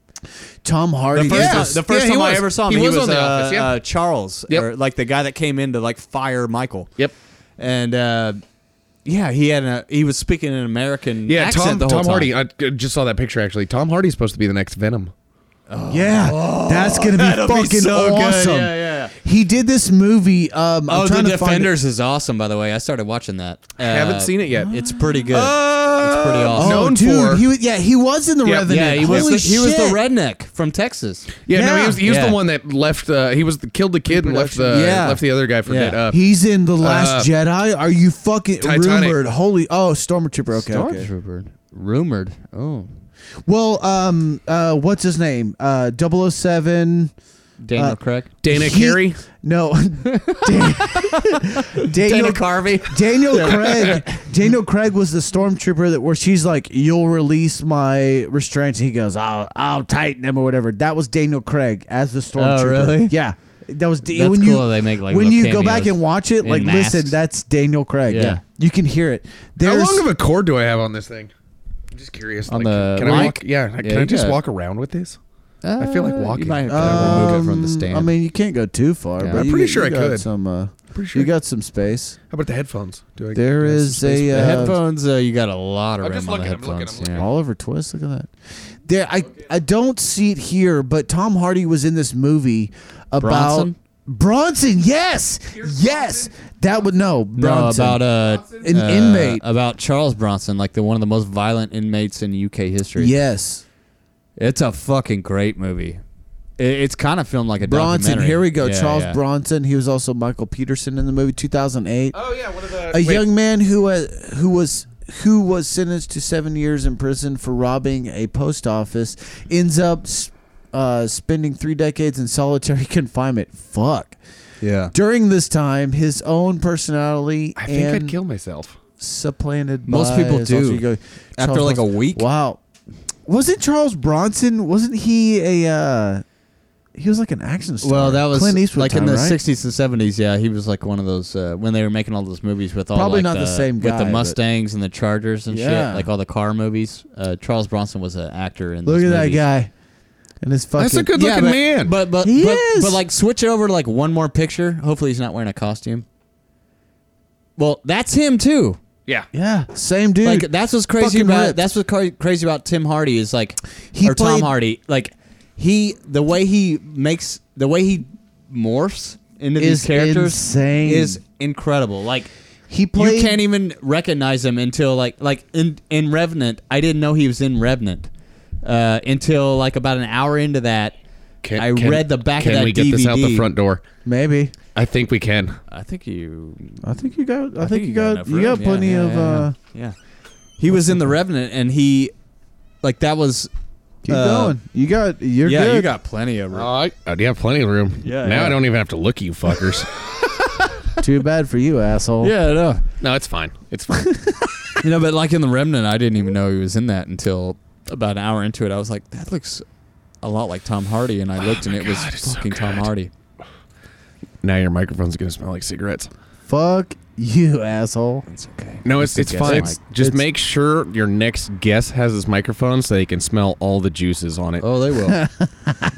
Tom Hardy.
First
is
time-
just-
the first
Yeah, he
time I
was.
ever saw him,
He
he,
was
was
on The
uh,
Office, yeah.
uh, Charles,
Yep.
or like the guy that came in to like fire Michael.
Yep.
And uh, yeah, he had a he was speaking an American
Yeah,
accent
Tom
the
Tom
whole time.
Hardy. I uh, just saw that picture actually. Tom Hardy's supposed to be the next Venom.
Yeah, that's gonna be fucking
Oh, so good.
awesome.
Yeah, yeah,
He did this movie. Um,
Oh,
I'm trying
The
to find it.
Defenders is awesome, by the way. I started watching that. Uh,
Haven't seen it yet.
It's pretty good.
Uh,
pretty awesome.
Oh,
Known
dude,
for
he was, yeah, he was in the
Yeah,
Revenant.
yeah, he was,
Holy
the, he was the
shit.
redneck from Texas.
yeah, no, he
Yeah.
was, he was
Yeah.
the one that left. Uh, he was the, killed the kid and left the
Yeah.
left the other guy for
Yeah.
dead. Uh,
He's in the Last
Uh,
Jedi. Are you fucking
Titanic.
rumored? Holy oh, Stormtrooper. Okay, okay.
Stormtrooper. Rumored. Oh.
Well, um, uh, what's his name? Uh, 007.
Daniel
Uh,
Craig.
Dana
He-
Carey.
No, Dan- Daniel.
Carvey.
Daniel Craig. Daniel Craig was the stormtrooper that where she's like, "You'll release my restraints." And he goes, "I'll I'll tighten them or whatever." That was Daniel Craig as the stormtrooper.
Oh, really?
Yeah. That was
That's
when you
cool they make, like,
when
little
you go back
cameos
and watch it,
in
like listen,
masks.
that's Daniel Craig. Yeah.
Yeah.
you can hear it.
How
There's,
long of a cord do I have on this thing? I'm just curious.
On
like,
the
can I
mic?
walk? Yeah,
Yeah,
can
you
I just
got it.
walk around with this? I feel like walking.
You might have to
Um,
remove it from the stand.
I mean, you can't go too far.
Yeah.
But
I'm
you-
pretty
you
sure I
got
could.
Some, uh,
Pretty sure.
You got some space.
How about the headphones? Do I?
There
do I have some
is
space
a
for
the
uh,
headphones, uh, you got a lot of
I'm
room
just
on the
looking, I'm looking, I'm
headphones.
looking.
yeah.
Oliver Twist. Look at that. There, I I don't see it here, but Tom Hardy was in this movie about
Bronson?
Bronson, yes, yes, that would no
No,
Bronson.
about uh,
An
uh,
inmate.
About Charles Bronson, like the one of the most violent inmates in UK history.
yes,
It's a fucking great movie. It, it's kind of filmed like a
Bronson.
documentary.
Here we go.
Yeah,
Charles
yeah.
Bronson. He was also Michael Peterson in the movie 2008.
Oh yeah, what are the
a young man who uh, who was who was sentenced to seven years in prison for robbing a post office, ends up s- uh, spending three decades in solitary confinement. Fuck.
Yeah.
During this time, his own personality
I think
and
I'd kill myself.
supplanted.
Most
by
people
his
do.
alter ego,
After
Charles
like a
Bronson.
week?
Wow, wasn't Charles Bronson? Wasn't he a? Uh, he was like an action star.
Well, that was
Clint Eastwood
like in
time,
the
right?
'60s and '70s. Yeah, he was like one of those uh, when they were making all those movies with all
Probably
like,
not
uh,
the same guy,
with the
but-
Mustangs and the Chargers and
Yeah.
shit, like all the car movies. Uh, Charles Bronson was an actor in.
Look
those
at that
movies.
guy, and his fucking.
That's a good looking
but,
man.
But but
He
but,
is.
but like switch it over to like one more picture. Hopefully he's not wearing a costume. Well, that's him too.
yeah.
Yeah, same dude.
like that's what's crazy
fucking
about
ripped.
that's what's cra- crazy about Tim Hardy is like
He
or Tom
played-
Hardy like he the way he makes the way he morphs into
Is
these characters
insane.
is incredible. Like
he played.
you can't even recognize him until like like in in Revenant. I didn't know he was in Revenant uh, until like about an hour into that. I read the back
can
of that
we get this out the
DVD.
front door?
maybe.
I think we can.
I think you
I think you got. I, think, you
got
got.
enough
You got
room. Yeah,
plenty
yeah,
of.
yeah,
uh
yeah. He was in the Revenant, and he like that was
Keep
Uh,
going. You got. You're
yeah.
good. Oh.
You got plenty of room.
I, I Uh, have plenty of room. Yeah. Now I don't even have to look you fuckers.
Too bad for you, asshole.
yeah, no,
no, it's fine. It's fine.
you know, but like in the Remnant, I didn't even know he was in that until about an hour into it. I was like, that looks a lot like Tom Hardy, and I
Oh
looked, and it
God,
was
it's so
fucking Tom
good.
Hardy.
now your microphone's gonna smell like cigarettes.
Fuck you, asshole.
It's okay.
No, it's it's
guess
fine.
mic.
It's- just
It's-
make sure your next guest has his microphone so they can smell all the juices on it.
Oh, they will.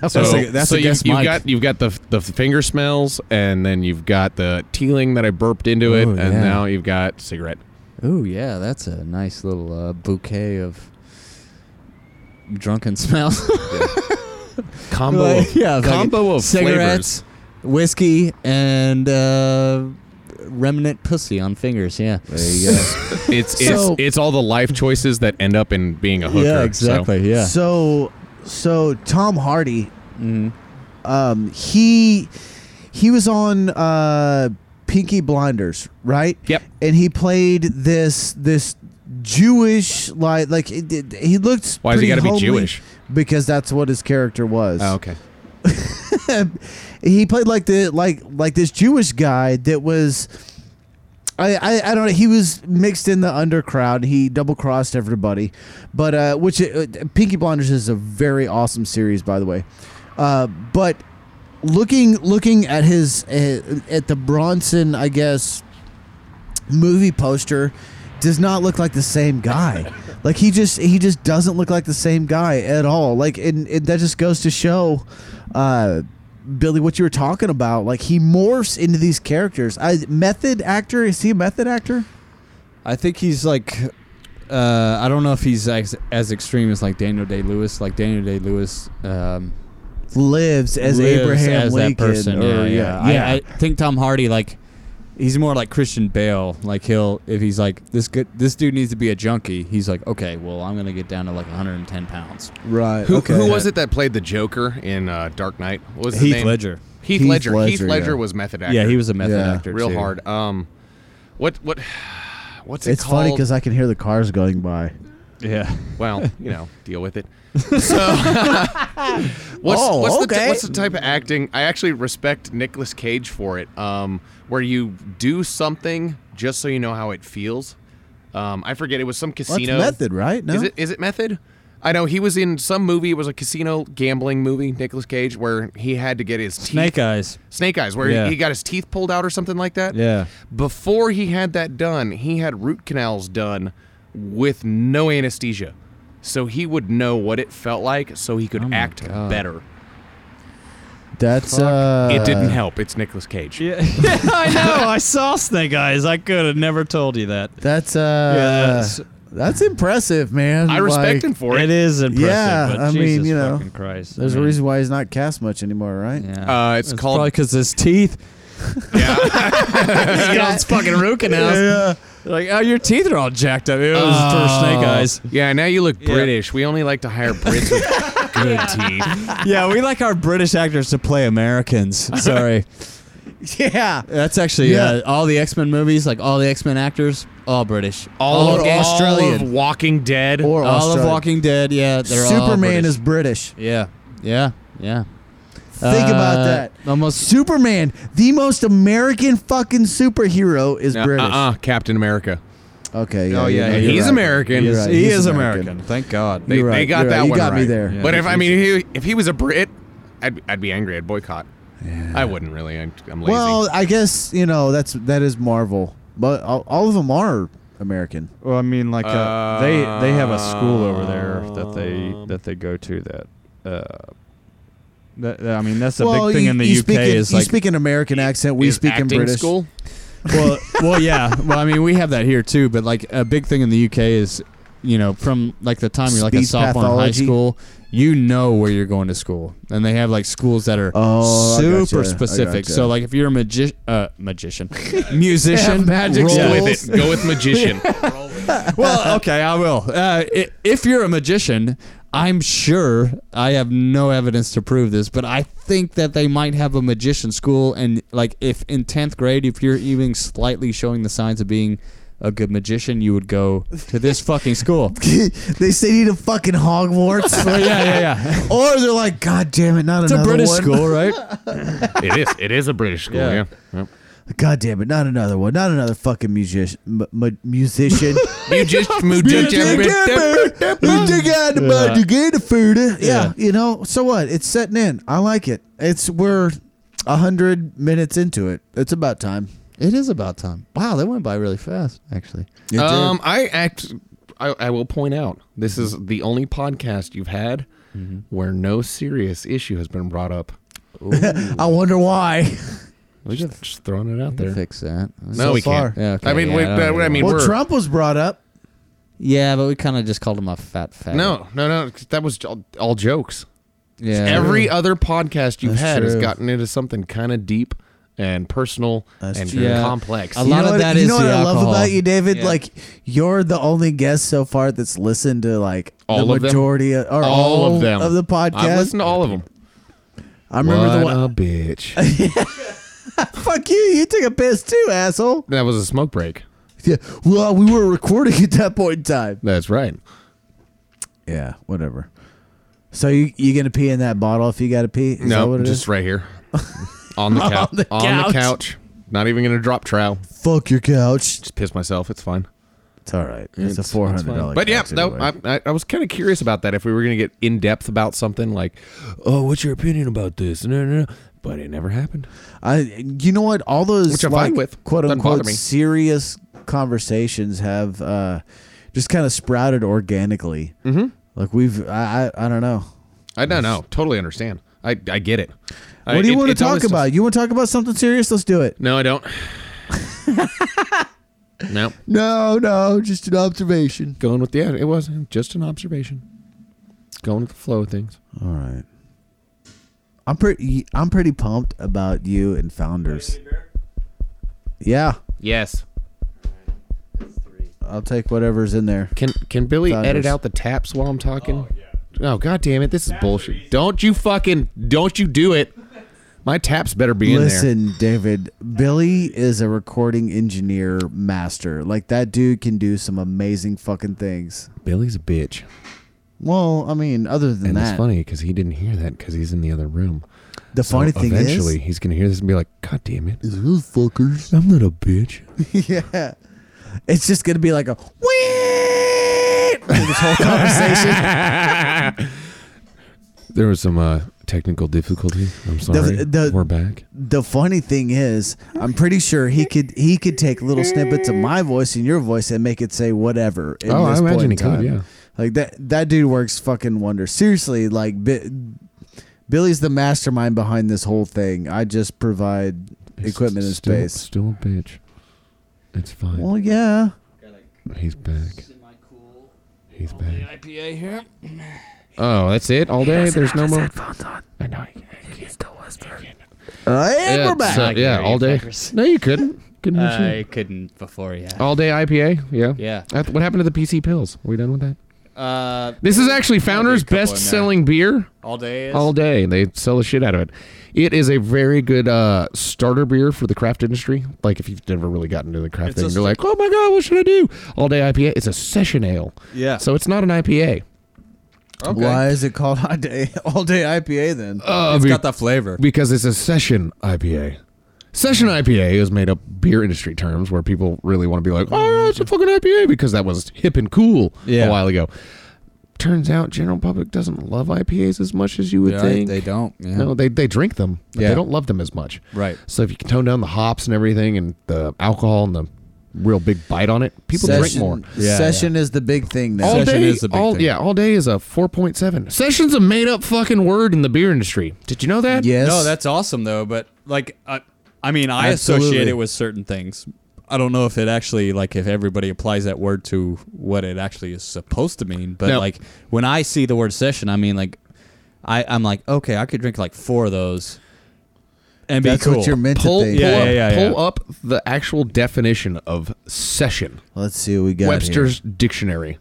so
a- that's
so
a
you,
guest
you've
mic.
got you've got the the finger smells, and then you've got the teeling that I burped into it,
Oh,
and
yeah.
now you've got cigarette.
oh yeah, that's a nice little uh, bouquet of drunken smells.
Combo,
Like,
of,
yeah, it's like
combo of
cigarettes, whiskey, and uh, remnant pussy on fingers. Yeah, there you go.
flavors. It's it's
So-
it's all the life choices that end up in being a hooker.
yeah,
so-
exactly. Yeah.
So, so Tom Hardy,
Mm-hmm.
um, he he was on uh, Pinky Blinders, right?
Yep.
And he played this this Jewish like like it, it- he looked.
Why's
pretty
he gotta be
homely
Jewish?
Because that's what his character was.
Oh, okay.
he played like the like like this Jewish guy that was I, I, I don't know. He was mixed in the undercrowd. He double crossed everybody, but uh, which uh, Pinky Blinders is a very awesome series, by the way. Uh, but looking looking at his uh, at the Bronson, I guess, movie poster, does not look like the same guy. like he just he just doesn't look like the same guy at all. Like and, and that just goes to show. Uh, Billy, what you were talking about, like he morphs into these characters. I, method actor is he a method actor?
I think he's like, uh, I don't know if he's as, as extreme as like Daniel Day Lewis. Like Daniel Day Lewis um,
Lives as
lives
Abraham
as
Lincoln.
that person.
or-
yeah,
yeah.
yeah. I, I think Tom Hardy like. He's more like Christian Bale. Like he'll, if he's like this good, this dude needs to be a junkie. He's like, okay, well, I'm gonna get down to like 110 pounds.
right.
Who,
okay.
who was it that played the Joker in uh, Dark Knight? What was his
Heath
name?
Ledger.
Heath,
Heath
Ledger. Heath
Ledger,
Ledger
yeah.
was method actor.
Yeah, he was a method
Yeah.
actor.
real
too.
hard. Um, what what what's it
It's
called?
funny because I can hear the cars going by.
Yeah.
well, you know, deal with it. So, what's,
Oh,
what's, the,
okay.
what's the type of acting? I actually respect Nicolas Cage for it, um, where you do something just so you know how it feels. Um, I forget it was some
Well, that's
casino
method, right? No.
Is it is it method? I know he was in some movie. It was a casino gambling movie. Nicolas Cage, where he had to get his teeth
Snake Eyes.
Snake Eyes, where
Yeah.
he got his teeth pulled out or something like that.
Yeah.
Before he had that done, he had root canals done with no anesthesia. So he would know what it felt like so he could
my
act
God.
better.
That's uh.
it didn't help. It's Nicolas Cage.
Yeah, I know. I saw Snake Eyes. I could have never told you that.
That's uh.
Yes.
That's impressive, man.
I respect
Like,
him for
It
it.
is impressive.
Yeah,
but
I mean,
Jesus
you know,
fucking Christ.
There's a reason why he's not cast much anymore, right?
Yeah.
Uh, it's, called
Probably because his teeth.
He's got his fucking root canals.
Like, oh, your teeth are all jacked up. It was
Oh.
for Snake Eyes.
Yeah, now you look British. We only like to hire Brits with good teeth.
yeah, we like our British actors to play Americans. Sorry.
Yeah.
That's actually uh, all the X Men movies, like all the X Men actors, all British,
All,
of
of,
Australian,
all of Walking Dead.
Or
all
Australia.
of Walking Dead. Yeah, they're all
Superman
British.
is British.
yeah, yeah, yeah.
Think about that.
Almost
Superman, the most American fucking superhero, is
uh,
British.
uh-uh, Captain America.
Okay.
Oh, yeah,
you're
he's
right.
American.
You're
He's-
right,
he
he's
is American. Thank God.
They,
You're
they
right,
got
you're
that
right. You
one
got me
right.
there. Yeah,
but if I mean, if he, if he was a Brit, I'd, I'd be angry. I'd boycott. I wouldn't really. I'm, I'm lazy.
Well, I guess you know that's that is Marvel, but all, all of them are American.
Well, I mean, like uh, they they have a school over there that they
um,
that they go to that. Uh, that, that- I mean, that's a
well,
big thing
you,
in the
you
UK
speak in,
is
you
like.
speak in American accent. We
Is
speak in
acting
British.
school.
well, well, yeah. Well, I mean, we have that here too. But like a big thing in the UK is, you know, from like the time you're like a
Speech
sophomore in high
pathology.
school, you know where you're going to school, and they have like schools that are
Oh, I gotcha,
super
I
specific.
gotcha.
So like if you're a magi- uh, magician, musician,
magic
roll-
Go with it. Go with magician.
well, okay, I will. Uh, i- if you're a magician, I'm sure I have no evidence to prove this, but I think that they might have a magician school. And like, if in tenth grade, if you're even slightly showing the signs of being a good magician, you would go to this fucking school.
they say you to fucking Hogwarts.
Oh, yeah, yeah, yeah.
or they're like, God damn it, not
It's a
another
British
one.
school, right?
it is. It is a British school.
Yeah.
Yeah.
God damn it, not another one. Not another fucking musician. M- m- musician.
You just moved
You
to
dig it, man? You dig out about the gator food, eh? Yeah, you know. So what? It's setting in. I like it. It's we're a hundred minutes into it. It's about time.
It is about time. Wow, that went by really fast, actually.
It
Um, I act. I, I will point out this is the only podcast you've had where no serious issue has been brought up.
did. I wonder why.
We just, just throwing it out there.
Fix that.
No,
so
we
far.
can't.
Yeah, okay,
I mean,
yeah,
we,
I don't
uh, I
know.
mean,
Well,
we're,
Trump was brought up.
Yeah, but we kind of just called him a fat fat.
No, no, no. That was all, all jokes.
yeah.
Every other podcast you've
That's
had has
true.
gotten into something kind of deep and personal
That's
and
true.
Yeah.
complex.
A lot
you know
of
what,
that
you
is
know what
the
I love
alcohol.
about you, David.
Yeah.
Like you're the only guest so far that's listened to like
All
the
of them?
majority of, or
all, of them
of the
I
podcast.
listened to all of them.
I remember the one.
a bitch.
Fuck you! You took a piss too, asshole.
that was a smoke break.
Yeah. Well, we were recording at that point in time.
That's right.
Yeah, whatever. So you you gonna pee in that bottle if you gotta pee? Is that
no,
what it
just
is?
right here on the couch.
the
on the
couch.
couch. Not even gonna drop trowel.
fuck your couch.
Just piss myself. It's fine.
It's all right. It's, a four hundred dollars.
But yeah, no, I, I, I was kind of curious about that. If we were gonna get in depth about something like, oh, what's your opinion about this? No, no, no. But it never happened.
I you know what? All those
Which I'm
like,
fine with.
quote
Doesn't bother
unquote
me.
serious conversations have uh, just kind of sprouted organically. Mm-hmm. Like we've I, I I don't know.
I don't know. Totally understand. I, I get Uh, it.
What do you want to talk about? You want to talk about something serious? Let's do it.
No, I don't. no.
No, no, just an observation.
Going with the yeah, it was just an observation. Going with the flow of things.
All right. I'm pretty. I'm pretty pumped about you and founders. Yeah,
Yes.
I'll take whatever's in there.
Can can Billy
Founders.
edit out the taps while I'm talking? Oh, god damn it, this is bullshit. Don't you fucking don't you do it. My taps better be in
Listen, David. Billy is a recording engineer master. Like that dude can do some amazing fucking things.
there. Billy's a bitch.
Well, I mean, other than
And
that,
it's funny because he didn't hear that because he's in the other room.
the
So
funny thing
eventually
is,
he's gonna hear this and be like, God damn it.
those fuckers.
I'm not a bitch.
yeah, it's just gonna be like a. "Wheeeet" through this whole conversation.
There was some uh, technical difficulty. I'm sorry.
the-
We're back.
the funny thing is, I'm pretty sure he could he could take little snippets of my voice and your voice and make it say whatever. at
Oh, I
this point
imagine
in
he could,
time.
yeah.
like that that dude works fucking wonders. Seriously, like Bi- Billy's the mastermind behind this whole thing. I just provide equipment and
Still-
space.
Still a bitch. It's fine.
well, yeah.
He's back. He's back. Oh, that's it all day. There's no more. I know. I can't.
Uh, and
Yeah,
we're back.
so-
I can
yeah,
hear
all
you
day.
fuckers.
No, you couldn't. Couldn't do shit.
Oh.
I couldn't before, yeah.
All day IPA. Yeah.
Yeah.
I- What happened to the PC pills? Are we done with that?
Uh,
This is actually
There'll be a
Founder's
couple in there.
best selling beer
all day. Is,
all day. They sell the shit out of it. It is a very good uh, starter beer for the craft industry. Like if you've never really gotten into the craft
It's a
thing, you're
st-
like, oh my god, what should I do? All day IPA. It's a session ale,
Yeah.
so it's not an IPA.
Uh, Okay.
Why is it called all day, all day IPA then?
Uh,
It's got that flavor.
because it's a session IPA. Session IPA is made up beer industry terms where people really want to be like, oh, yeah, it's a fucking IPA because that was hip and cool
Yeah.
a while ago. Turns out general public doesn't love IPAs as much as you would
Yeah,
think.
they don't. Yeah.
No, they, they drink them, but
Yeah.
they don't love them as much.
Right.
So if you can tone down the hops and everything and the alcohol and the real big bite on it, people drink
Session-
more.
Yeah,
session is the big thing now.
All Session is the big
all,
thing.
Yeah, all day is a 4.7. Session's a made up fucking word in the beer industry. Did you know that?
yes.
No, that's awesome though. But like, I, I mean, I associate
Absolutely.
it with certain things. I don't know if it actually like if everybody applies that word to what it actually is supposed to mean. But
No.
like when I see the word session, I mean like, I I'm like okay, I could drink like four of those, and be
That's
cool.
what you're meant
pull,
to think.
yeah,
pull,
yeah,
up,
yeah,
pull
yeah.
up the actual definition of session.
Let's see what we got. here.
Webster's dictionary.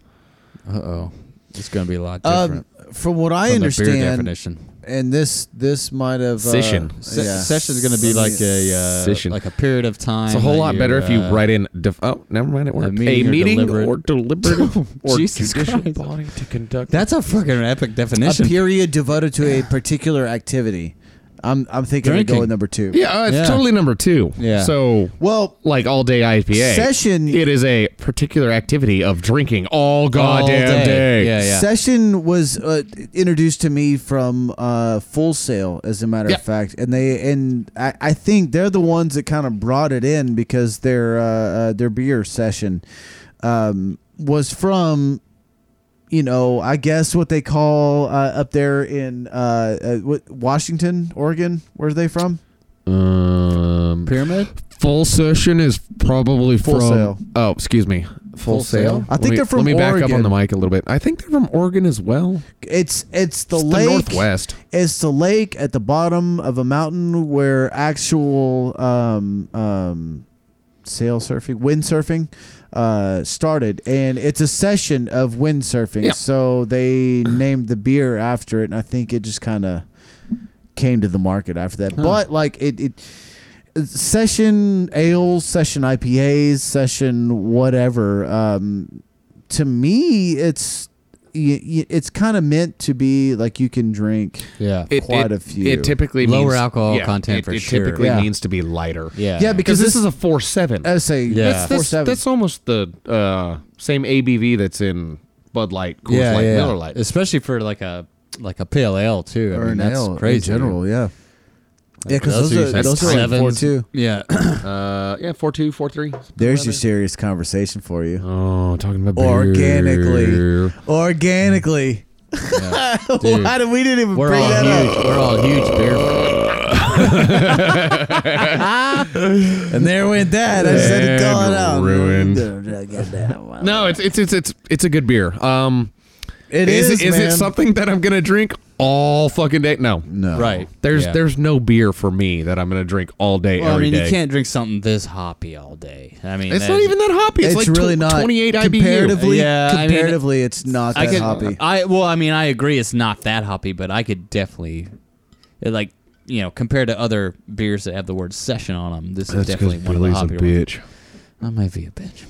Uh oh, it's gonna be a lot
Um,
different.
from what I
from the beer
understand,
definition.
and this this might have uh,
Session.
Se-
yeah.
Session is gonna be like a uh,
Session.
like a period of time.
It's a whole
that
lot
you,
better if you
uh,
write in. Def- oh, never mind. It worked.
meeting or deliberate- Oh,
or deliberative or
Jesus
judicial
Christ.
body to conduct.
That's a fucking epic
a
definition.
period devoted to a particular activity. I'm I'm thinking we
Drinking.
go with number two.
yeah, uh, it's
Yeah.
totally number two.
Yeah.
So
Well,
like all day IPA
Session-
It is a particular activity of drinking all goddamn
day.
day.
Yeah, yeah.
Session was uh, introduced to me from uh, Full Sail, as a matter
Yeah.
of fact, and they and I, I think they're the ones that kind of brought it in because their uh, uh, their beer session um, was from, you know, I guess what they call uh, up there in uh, uh, what, Washington, Oregon. Where are they from?
Um,
Pyramid.
full session is probably
Full
from.
Sail.
Oh, excuse me.
Full Sail?
I
Let
think
me-
they're from
Let me back up on
Oregon.
the mic a little bit. I think they're from Oregon as well.
It's it's the
It's the
lake.
Northwest.
It's the lake at the bottom of a mountain where actual um, um, sail surfing, windsurfing, uh, started, and it's a session of windsurfing.
Yeah.
So they named the beer after it, and I think it just kind of came to the market after that. But like it, it session ales, session IPAs, session whatever. Um, to me, it's y- y- it's kind of meant to be like you can drink.
Yeah.
Quite a few.
It typically
Lower
means,
alcohol content
it,
for
it
sure.
typically
Yeah.
means to be lighter.
yeah.
Yeah, because
because
this
this is a four seven.
I would say
Yeah.
yeah,
That's-
four
That's,
seven.
that's almost the uh, same ABV that's in Bud Light, Coors Light, Miller Light.
Especially for like a like a pale ale too. I
or
mean,
an
that's
ale
crazy.
in general. Yeah, yeah, because
Those
those,
are
are
just
those are like four
sevens.
two.
Yeah.
Uh, yeah, four two, four three.
There's your serious conversation for you.
Oh, talking about
Organically, organically. Why did we didn't even
We're
bring
all
that up?
huge. We're all huge beer.
And there went that. I said it all out.
ruined.
No,
No, it's it's it's it's it's a good beer. Um,
it
is
is.
is it
man.
something that I'm gonna drink all fucking day? No,
No.
Right.
There's
Yeah.
there's no beer for me that I'm gonna drink all day
Well, I
every
mean,
day.
you can't drink something this hoppy all day. I mean,
It's
that-
not even that hoppy. It's,
It's,
like tw-
really not
28 IBU.
comparatively.
Yeah, I mean,
comparatively, it's not
I
that
could.
hoppy.
I well, I mean, I agree. It's not that hoppy, but I could definitely, it, like, you know, compared to other beers that have the word session on them, this is definitely one of the hoppier ones. I might be a bitch.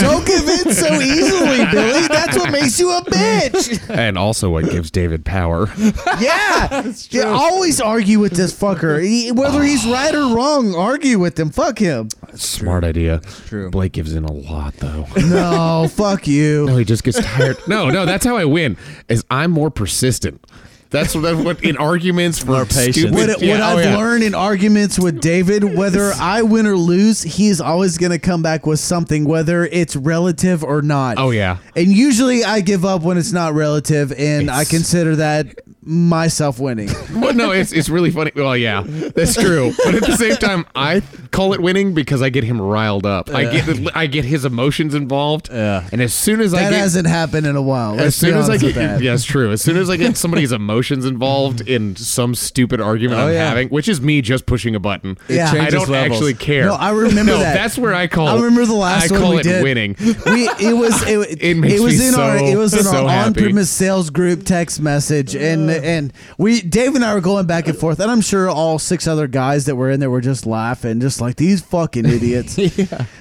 Don't give in so easily, Billy. That's what makes you a bitch.
and also what gives David power.
Yeah, you always argue with this fucker, He- whether he's right or wrong. Argue with him. Fuck him.
Smart idea.
true.
Blake gives in a lot though.
No, Oh, fuck you.
no, he just gets tired. No, no, that's how I win. Is I'm more persistent. That's what, that's what in arguments for
More patient.
stupid-
What, what
Yeah, oh,
I've
yeah.
learned in arguments with David, whether I win or lose, he's always going to come back with something, whether it's relative or not.
Oh yeah.
And usually I give up when it's not relative, and I consider that myself winning.
But no, it's it's really funny. Well, yeah, that's true. But at the same time, I call it winning because I get him riled up. I get I get his emotions involved.
Yeah.
And as soon as I
That
get
hasn't happened in a while. Let's
as soon
be
as I
honest
get
with that.
yeah, it's true. As soon as I get somebody's emotions involved in some stupid argument I'm
yeah.
having, which is me just pushing a button,
Yeah.
I
Oh, changes
don't
levels.
actually care.
No, I remember
No,
that.
that's where I call.
I remember the last
I
one
call
we
it
did.
winning.
we it was it,
It makes
was
me
in our
so-
it was in
so
our
happy. Uh.
on premise sales group text message and and we Dave and I were going back and forth and I'm sure all six other guys that were in there were just laughing just like these fucking idiots.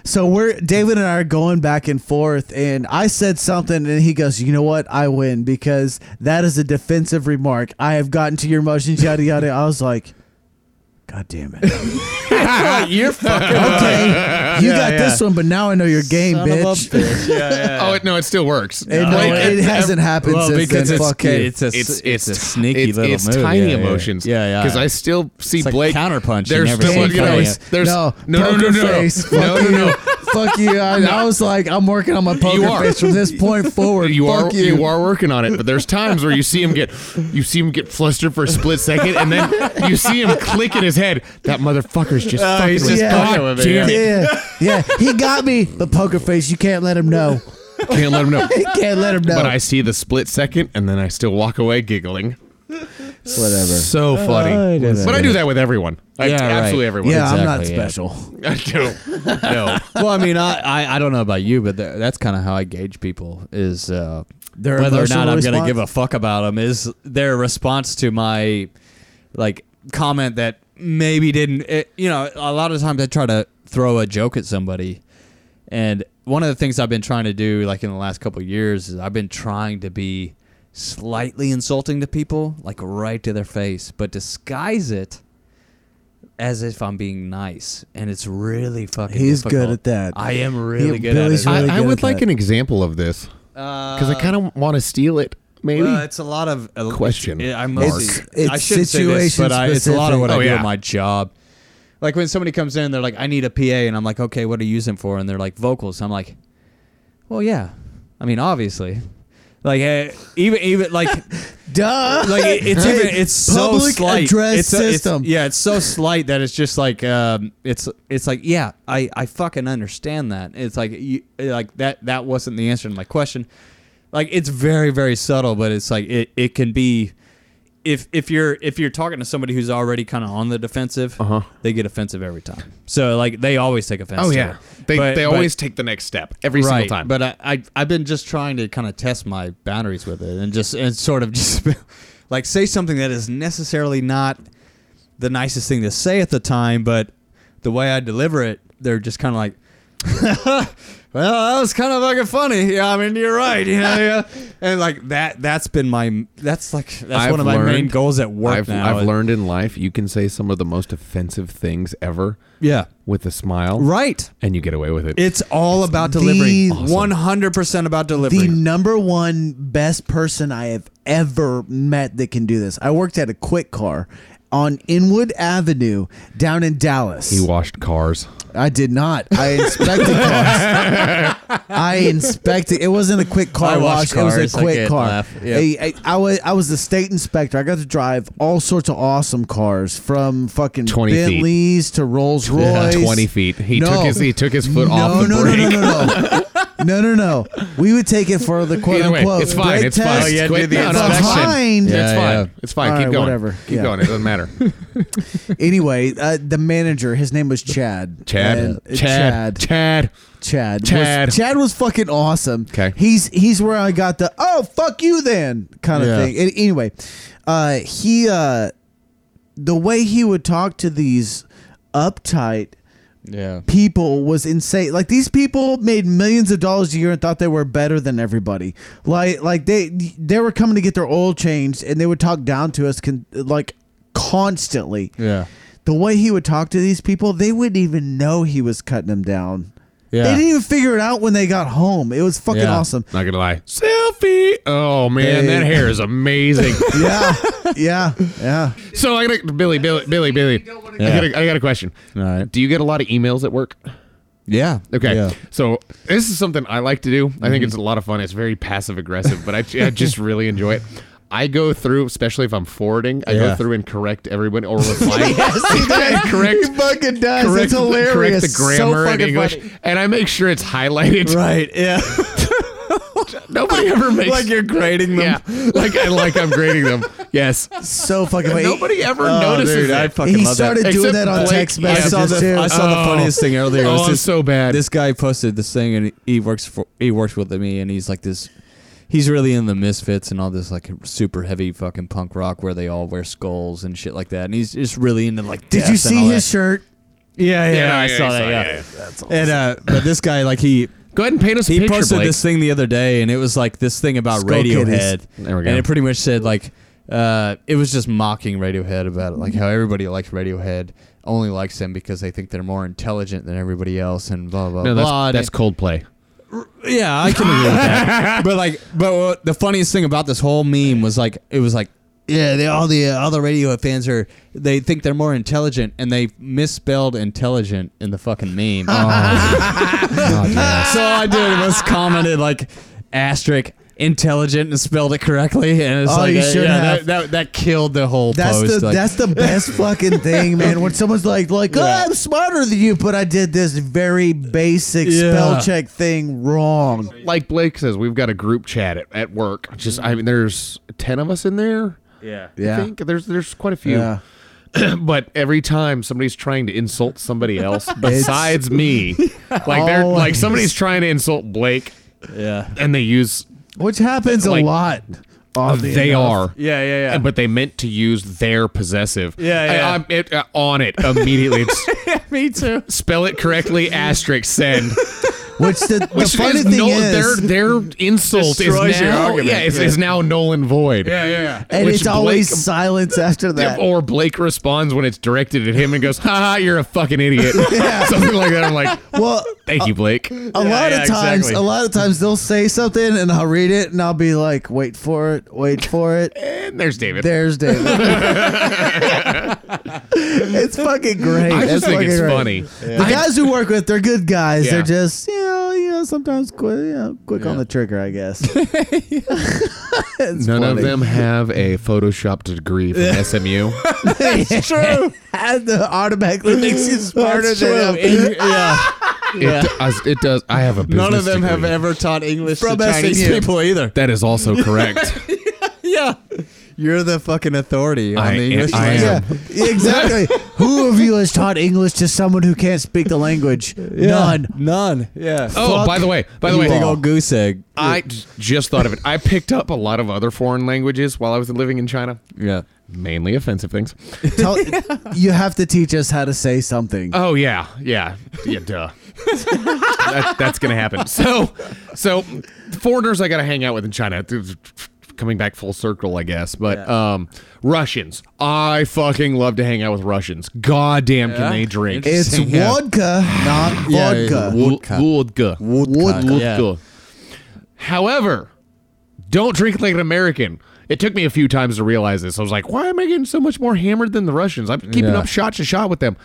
So we're David and I are going back and forth and I said something and he goes, "You know what? I win because that is a defensive remark. I have gotten to your emotions yada yada." I was like, God damn it.
Ah,
You're fucking
Okay. You got this one, but now I know your game, bitch.
Oh it, no, it still works.
It,
Like,
no, it, hasn't happened
well,
since
because
then.
it's,
Fuck you.
it's a
It's-
it's, it's
it's
a
t-
sneaky
it's-
little
it's
move.
tiny
yeah, yeah, yeah.
emotions.
Yeah, yeah.
Because I still see
It's like
Blake
counterpunch you
There's
never
still,
see
you know,
coming.
it's- there's
no,
no, no, no,
poker
no,
face.
no,
Fuck
no, no.
you. Fuck you. I, I was like, I'm working on my
You
poker
are.
face from this point forward.
You
Fuck
are
you.
you. are working on it, but there's times where you see him get you see him get flustered for a split second, and then you see him click in his head. That motherfucker's just fucking
Oh, he's
with
just
me.
fucking
with
God
me,
damn it.
Yeah, yeah. He got me, but poker face. You can't let him know.
Can't let him know.
You can't let him know.
But I see the split second, and then I still walk away giggling.
Whatever.
So funny.
Oh,
but I do that with everyone. I,
Yeah, right.
absolutely everyone.
yeah, I'm not
Exactly, yeah.
special.
no, no.
well, I mean, I, I, I don't know about you, but tha- that's kind of how I gauge people is uh,
Their
whether or not
emotional
I'm going to
response?
give a fuck about them is their response to my like comment that maybe didn't. It, you know, a lot of times I try to throw a joke at somebody, and one of the things I've been trying to do, like in the last couple of years, is I've been trying to be slightly insulting to people, like right to their face, but disguise it as if I'm being nice, and it's really fucking.
He's
difficult.
good at that.
I am really good
Billy's
at it. Uh,
really
I, I
good
would
at
like
that.
an example of this because I kind of want to steal it. Maybe.
Well, it's a lot of uh,
Question
yeah, I
mark.
mostly,
It's-
I
it's
should say this, but I, it's a lot of what I
situation-specific.
do
Oh,
at
yeah.
my job. Like when somebody comes in, they're like, "I need a PA," and I'm like, "Okay, what are you using for?" And they're like, "Vocals." I'm like, "Well, yeah, I mean, obviously." Like eh, even even like
Duh.
like it- it's
Hey,
even it's so
public
slight.
address
it's a- it's-
system.
yeah, it's so slight that it's just like um, it's it's like yeah, I I fucking understand that. It's like you like that that wasn't the answer to my question. Like it's very very subtle, but it's like it it can be. If, if you're if you're talking to somebody who's already kind of on the defensive, uh-huh. they get offensive every time. So like they always take offense.
oh
to
yeah,
it.
they
But-
they
but-
always take the next step every
right,
single time.
But I, I I've been just trying to kind of test my boundaries with it and just and sort of just like say something that is necessarily not the nicest thing to say at the time, but the way I deliver it, they're just kind of like. well, that was kind of fucking funny. Yeah, I mean, you're right. You know, yeah. And like that—that's been my. That's like that's
I've
one of my main
learned-
goals at work
I've,
now.
I've learned in life you can say some of the most offensive things ever
Yeah.
with a smile,
Right.
and you get away with it.
It's all about
the-
delivery.
Awesome.
One hundred percent about delivery.
the number one best person I have ever met that can do this. I worked at a quick car on Inwood Avenue down in Dallas.
he washed cars.
I did not. I inspected cars. I inspected. It wasn't a quick car
I
wash.
wash
It was
cars.
a
I
quick
can't
car.
laugh. Yep.
I, I, I was I was the state inspector. I got to drive all sorts of awesome cars from fucking
20 feet.
Bentleys to Rolls Royce.
Twenty feet. He
No.
took his he took his foot off the
no,
brake.
No, no, no, no, no, no, no. We would take it for the quote
Either way,
unquote.
it's fine.
brake
It's fine. Oh,
test.
yeah, did
Quit-
the
no, no, it's
inspection.
fine.
Yeah,
it's fine.
yeah.
It's fine.
All
Keep
right,
going.
whatever.
Keep
Yeah.
going. It doesn't matter.
Anyway, uh, the manager, his name was Chad. And,
Chad.
uh, Chad.
Chad. Chad.
Chad.
Chad.
Was, Chad was fucking awesome.
'Kay.
He's he's where I got the oh fuck you then kind of
Yeah.
thing. And anyway, uh, he uh, the way he would talk to these uptight
yeah.
people was insane. Like these people made millions of dollars a year and thought they were better than everybody. Like like they they were coming to get their oil changed and they would talk down to us con- like constantly.
Yeah.
The way he would talk to these people, they wouldn't even know he was cutting them down.
Yeah.
They didn't even figure it out when they got home. It was fucking
Yeah.
awesome.
Not gonna lie. Selfie. Oh man,
Hey.
that hair is amazing.
Yeah, yeah, yeah.
so I got Billy, Billy, Billy, Billy. I, got a, I got a question.
All right.
Do you get a lot of emails at work?
Yeah.
Okay.
Yeah.
So
Mm-hmm.
this is something I like to do. I think it's a lot of fun. It's very passive aggressive, but I, I just really enjoy it. I go through, especially if I'm forwarding, I
Yeah.
go through and correct everyone or reply. and correct.
fucking does.
Correct,
it's
the-
hilarious.
correct the
So
grammar in
fucking
English,
funny.
and I make sure it's highlighted.
Right. Yeah.
Nobody ever makes
Like you're grading them.
Yeah, like I like I'm grading them. Yes,
So fucking funny.
nobody ever
Oh,
notices
dude,
it.
I fucking he
love that.
started doing
Except
that on
Blake-
text
yeah, I
messages
saw the
too.
I saw the
Oh.
funniest thing earlier. It
oh,
was
I'm
this,
so bad.
this guy posted this thing and he works for he works with me and he's like this. He's really in the misfits and all this like super heavy fucking punk rock where they all wear skulls and shit like that. And he's just really into like.
Did
death
you
and
see
all
his
that.
shirt?
Yeah, yeah,
Yeah,
I
yeah,
saw
I
that.
saw- yeah,
yeah.
yeah.
And uh, but this guy like he
Go ahead and paint us a
he
picture,
posted
Blake.
this thing the other day, and it was like this thing about
Skull
Radiohead,
kitties.
There we
and
go.
it pretty much said like uh, it was just mocking Radiohead about it, like how everybody likes Radiohead, only likes them because they think they're more intelligent than everybody else, and blah blah
no,
blah.
that's,
And
that's Coldplay.
yeah, I can agree with that. But like, but what, the funniest thing about this whole meme was like, it was like, yeah, they, all the uh, all the radio fans are they think they're more intelligent, and they misspelled intelligent in the fucking meme. so all I did was commented like asterisk intelligent and spelled it correctly, and it's
Oh,
like
you
uh,
should
yeah,
have.
That, that that killed the whole
That's
post.
the
like-
that's the best fucking thing, man. When someone's like, like, oh,
Yeah.
I'm smarter than you, but I did this very basic
Yeah.
spell check thing wrong.
Like Blake says, we've got a group chat at, at work. Just I mean, there's ten of us in there. I
Yeah.
think there's there's quite a few.
Yeah.
But every time somebody's trying to insult somebody else besides me, like they're like
Always.
somebody's trying to insult Blake,
yeah.
and they use
Which happens
Like-
a lot. oddly
they
enough.
are.
Yeah, yeah, yeah.
But they meant to use their possessive.
Yeah,
I-
yeah.
I'm it, uh, on it immediately. It's-
Me too.
spell it correctly. Asterisk send.
Which the, the
Which
funny
is
thing
no,
is,
their their insult is
Destroys your
now
argument.
yeah, it's, it's now null and void.
Yeah, yeah.
and
which
it's
Blake- oh.
always silence after that.
Or Blake responds when it's directed at him and goes, "Ha ha, you're a fucking idiot." Something like that. I'm like,
well,
"Thank you, Blake."
a lot
yeah,
of times,
exactly.
a lot of times they'll say something, and I'll read it, and I'll be like, "Wait for it, wait for it."
And there's David.
There's David. it's fucking great.
I just think
fucking
it's
great.
funny.
The guys we work with, they're good guys.
Yeah.
They're just you know, you know, sometimes quick, you know, quick on the trigger, I guess.
None
funny.
of them have a Photoshop degree from SMU.
It's true. and the automatically makes you smarter than them.
yeah.
It, does, it does. I have a business
None of them have
degree.
ever taught English
From
to Chinese
SMU.
people either.
That is also correct.
Yeah. You're the fucking authority on
I
the
am-
English
I
language.
Yeah,
am.
exactly. Who of you has taught English to someone who can't speak the language? None.
None. Yeah.
oh, by the way, by the
You
way,
Big old goose egg.
I j- just thought of it. I picked up a lot of other foreign languages while I was living in China,
Yeah.
mainly offensive things.
Tell, you have to teach us how to say something.
Oh yeah, yeah, yeah, duh. that, that's gonna happen. So, so foreigners I gotta hang out with in China. Coming back full circle, I guess. But um, Russians, I fucking love to hang out with Russians. Goddamn,
Yeah?
can they drink?
it's
yeah.
vodka, not vodka.
Yeah, yeah, yeah.
Wodka. Wodka.
Wodka.
Wodka. However, don't drink like an American. It took me a few times to realize this. I was like, why am I getting so much more hammered than the Russians? I'm keeping
Yeah.
up shot to shot with them.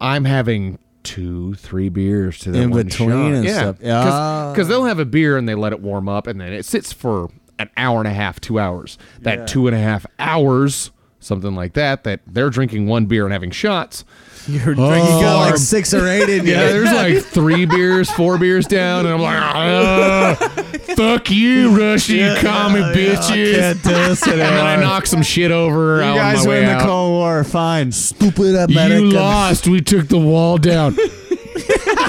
I'm having two, three beers to that
In
one
between
shot.
and
yeah.
stuff. Ah.
Because they'll have a beer and they let it warm up and then it sits for an hour and a half, two hours. That two and a half hours, something like that, that they're drinking one beer and having shots. Oh,
You're drinking you got like six or eight in you.
Yeah, there's like three beers, four beers down, and I'm like, "Ugh, fuck you, Russia, you commie bitches. and then I knock some shit over. on my way out.
Cold War. Fine.
Stupid American.
You lost. We took the wall down.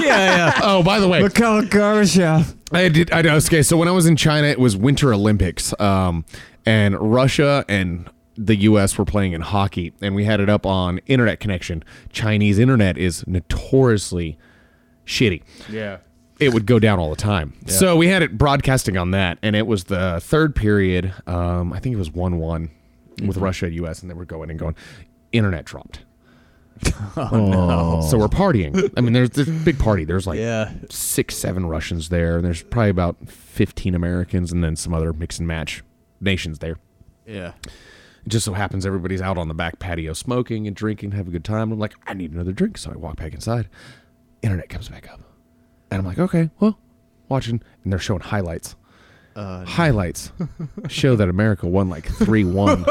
yeah, yeah.
Oh, by the way,
Mikhail Gorbachev.
I did. I was okay. So when I was in China, it was Winter Olympics, um, and Russia and the U.S. were playing in hockey, and we had it up on internet connection. Chinese internet is notoriously shitty. Yeah, it would go down all the time. So we had it broadcasting on that, and it was the third period. Um, I think it was one-one with Russia and U.S., and they were going and going. Internet dropped. So we're partying. I mean, there's this big party. There's like
Yeah.
six, seven Russians there, and there's probably about 15 Americans and then some other mix and match nations there.
Yeah.
It just so happens everybody's out on the back patio smoking and drinking, have a good time. I'm like, I need another drink. So I walk back inside. Internet comes back up. And I'm like, okay, well, watching. And they're showing highlights.
Uh,
Highlights show that America won like 3 1.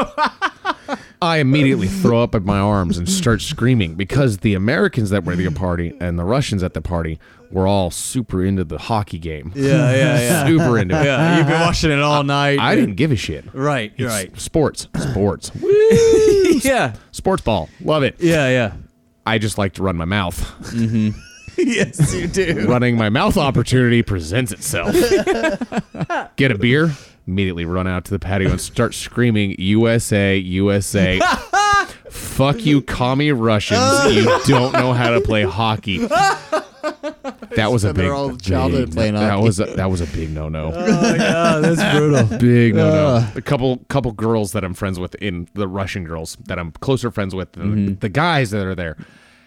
I immediately throw up at my arms and start screaming because the Americans that were at the party and the Russians at the party were all super into the hockey game.
Yeah, yeah, yeah.
Super into it.
yeah, you've been watching it all night.
I didn't give a shit.
Right,
It's
right.
Sports. Sports.
yeah,
Sports ball. Love it.
yeah, yeah.
I just like to run my mouth.
yes, you do.
running my mouth opportunity presents itself. Get a beer, immediately run out to the patio and start screaming USA, USA. Fuck you, commie Russians. you don't know how to play hockey. That was a
Spend their
big,
whole childhood
big-
playing
that
hockey. Uh,
was a, that was a big no no,
yeah, that's brutal.
big no no. A couple couple girls that I'm friends with in the Russian girls that I'm closer friends with than
Mm-hmm.
the, the guys that are there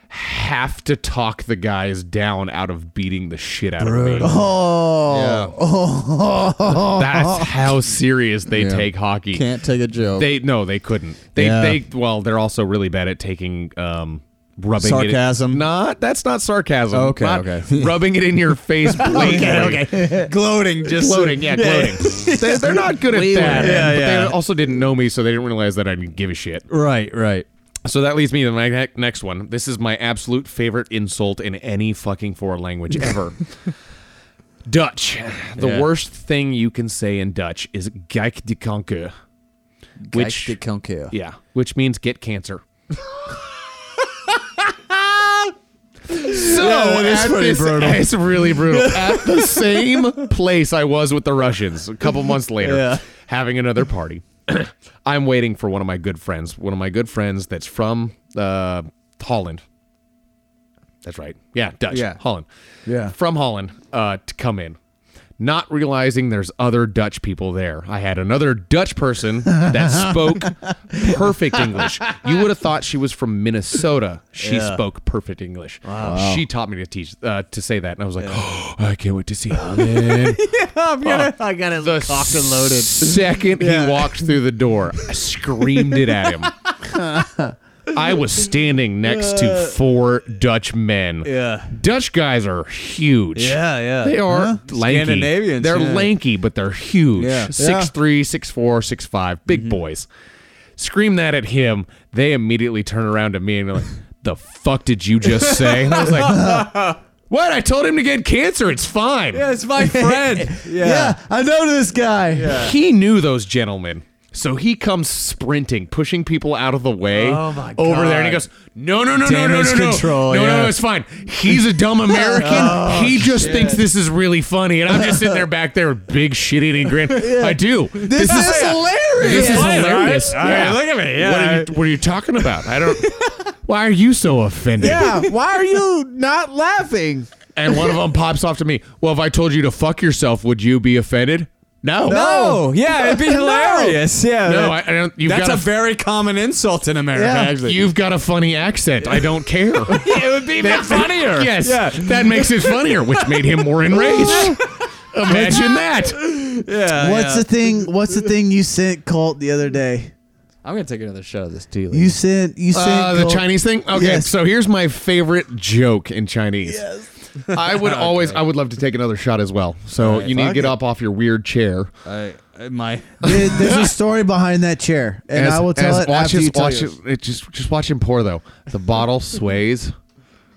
have to talk the guys down out of beating the shit out of me.
Oh,
That's how serious they take hockey.
Can't take a joke.
They no, they couldn't. They
Yeah.
they well, they're also really bad at taking um rubbing it in-
Sarcasm?
not that's not sarcasm.
Okay,
Not
okay.
rubbing it in your face. blatantly.
gloating, just
Gloating, yeah, gloating. they, they're not good at that.
Yeah,
but
yeah.
they also didn't know me, so they didn't realize that I didn't give a shit.
Right, right.
So that leads me to my ne- next one. This is my absolute favorite insult in any fucking foreign language ever. Dutch. The
Yeah.
worst thing you can say in Dutch is "geik de kanker," which
Geistig Konkeer.
yeah, which means get cancer. so
that's
at
pretty
this-
brutal.
It's really brutal. at the same place I was with the Russians a couple months later,
Yeah.
having another party. I'm waiting for one of my good friends. One of my good friends that's from uh, Holland. That's right. Yeah, Dutch.
Yeah.
Holland
yeah.
from Holland uh, to come in, not realizing there's other Dutch people there. I had another Dutch person that spoke perfect English. You would have thought she was from Minnesota. She spoke perfect English. She taught me to teach uh, to say that, and I was like, oh, I can't wait to see him. man."
I got it
the second he walked through the door, I screamed it at him. I was standing next to four Dutch men.
Yeah.
Dutch guys are huge.
Yeah, yeah.
They are lanky.
Scandinavians,
They're
yeah.
lanky, but they're huge.
Yeah. Mm-hmm.
Six three, six four, six five. Big boys. Scream that at him. They immediately turn around to me and they're like, "The fuck did you just say?" And I was like, "What? I told him to get cancer. It's fine."
That's my friend.
yeah, I know this guy.
He knew those gentlemen. So he comes sprinting, pushing people out of the way
Oh my
over there, and he
God.
goes, "No, no, no, no, no,
Damage
no, no,
control,
no, no,
yeah. Oh,
no, it's fine. He's a dumb American. he just thinks this is really funny, and I'm just sitting there back there with big shit-eating grin. I do.
This, is, hilarious.
This is
Yeah.
hilarious.
All right, all right, look at me. Yeah,
What are, you, what are you talking about? I don't. Why are you so offended?
yeah, why are you not laughing?
And one of them pops off to me. Well, if I told you to fuck yourself, would you be offended? No.
Oh, yeah, it'd be hilarious. Yeah.
No,
that-
I, I don't. You've
that's
got
a very common insult in America,
Yeah.
actually.
You've got a funny accent. I don't care.
it would be even funnier.
yes.
Yeah.
That makes it funnier, which made him more enraged. Imagine that.
Yeah.
What's the thing? What's the thing you sent Colt the other day?
I'm going to take another shot of this tea.
You sent you sent
Uh, the
Colt-
Chinese thing? Okay,
Yes.
so here's my favorite joke in Chinese. Yes. I would always I would love to take another shot as well. So you need to get up off your weird chair.
I, I- my
There- there's a story behind that chair, and I will tell
as
it
watch
after
his-
you tell
watch
yours.
it- it just just watch him pour though. The bottle sways.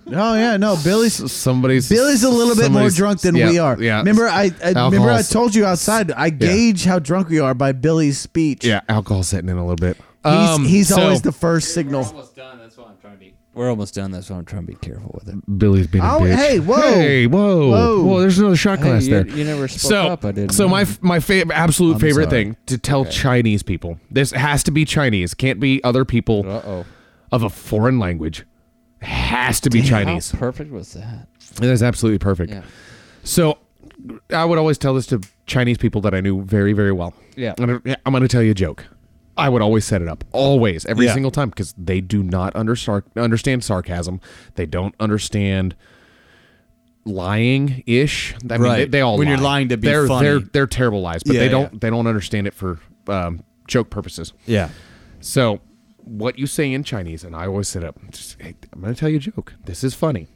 Oh yeah, no, Billy's
S- Somebody's
Billy's a little bit more
somebody's-
drunk than
yeah,
we are.
Yeah.
Remember, I, I remember I
Alcohol's-
told you outside. I gauge how drunk we are by Billy's speech.
Yeah, alcohol's setting in a little bit. Um,
he's, he's
so-
always the first signal.
almost done. That's what I'm trying to be. We're almost done. That's why I'm trying to be careful with it.
Billy's being a
Oh,
bitch.
hey, whoa.
hey, whoa,
Whoa.
whoa! There's another shot glass
you-
there.
you never spoke
so,
up, I didn't
So
know.
my f- my fav- absolute
I'm
favorite
sorry.
thing to tell Chinese people. This has to be Chinese. Can't be other people
oh.
of a foreign language. Has to be Chinese.
How perfect was that?
That is absolutely perfect.
Yeah.
So I would always tell this to Chinese people that I knew very, very well.
Yeah.
I'm gonna, yeah, I'm gonna tell you a joke. I would always set it up, always, every
Yeah.
single time, because they do not under sar- understand sarcasm. They don't understand lying ish. I mean,
Right.
they, they all
When
lie.
you're lying to be
they're,
funny.
They're they're terrible lies, but
Yeah,
they
yeah.
don't they don't understand it for um, joke purposes.
Yeah.
So, what you say in Chinese, and I always sit up. Just, hey, I'm going to tell you a joke. This is funny.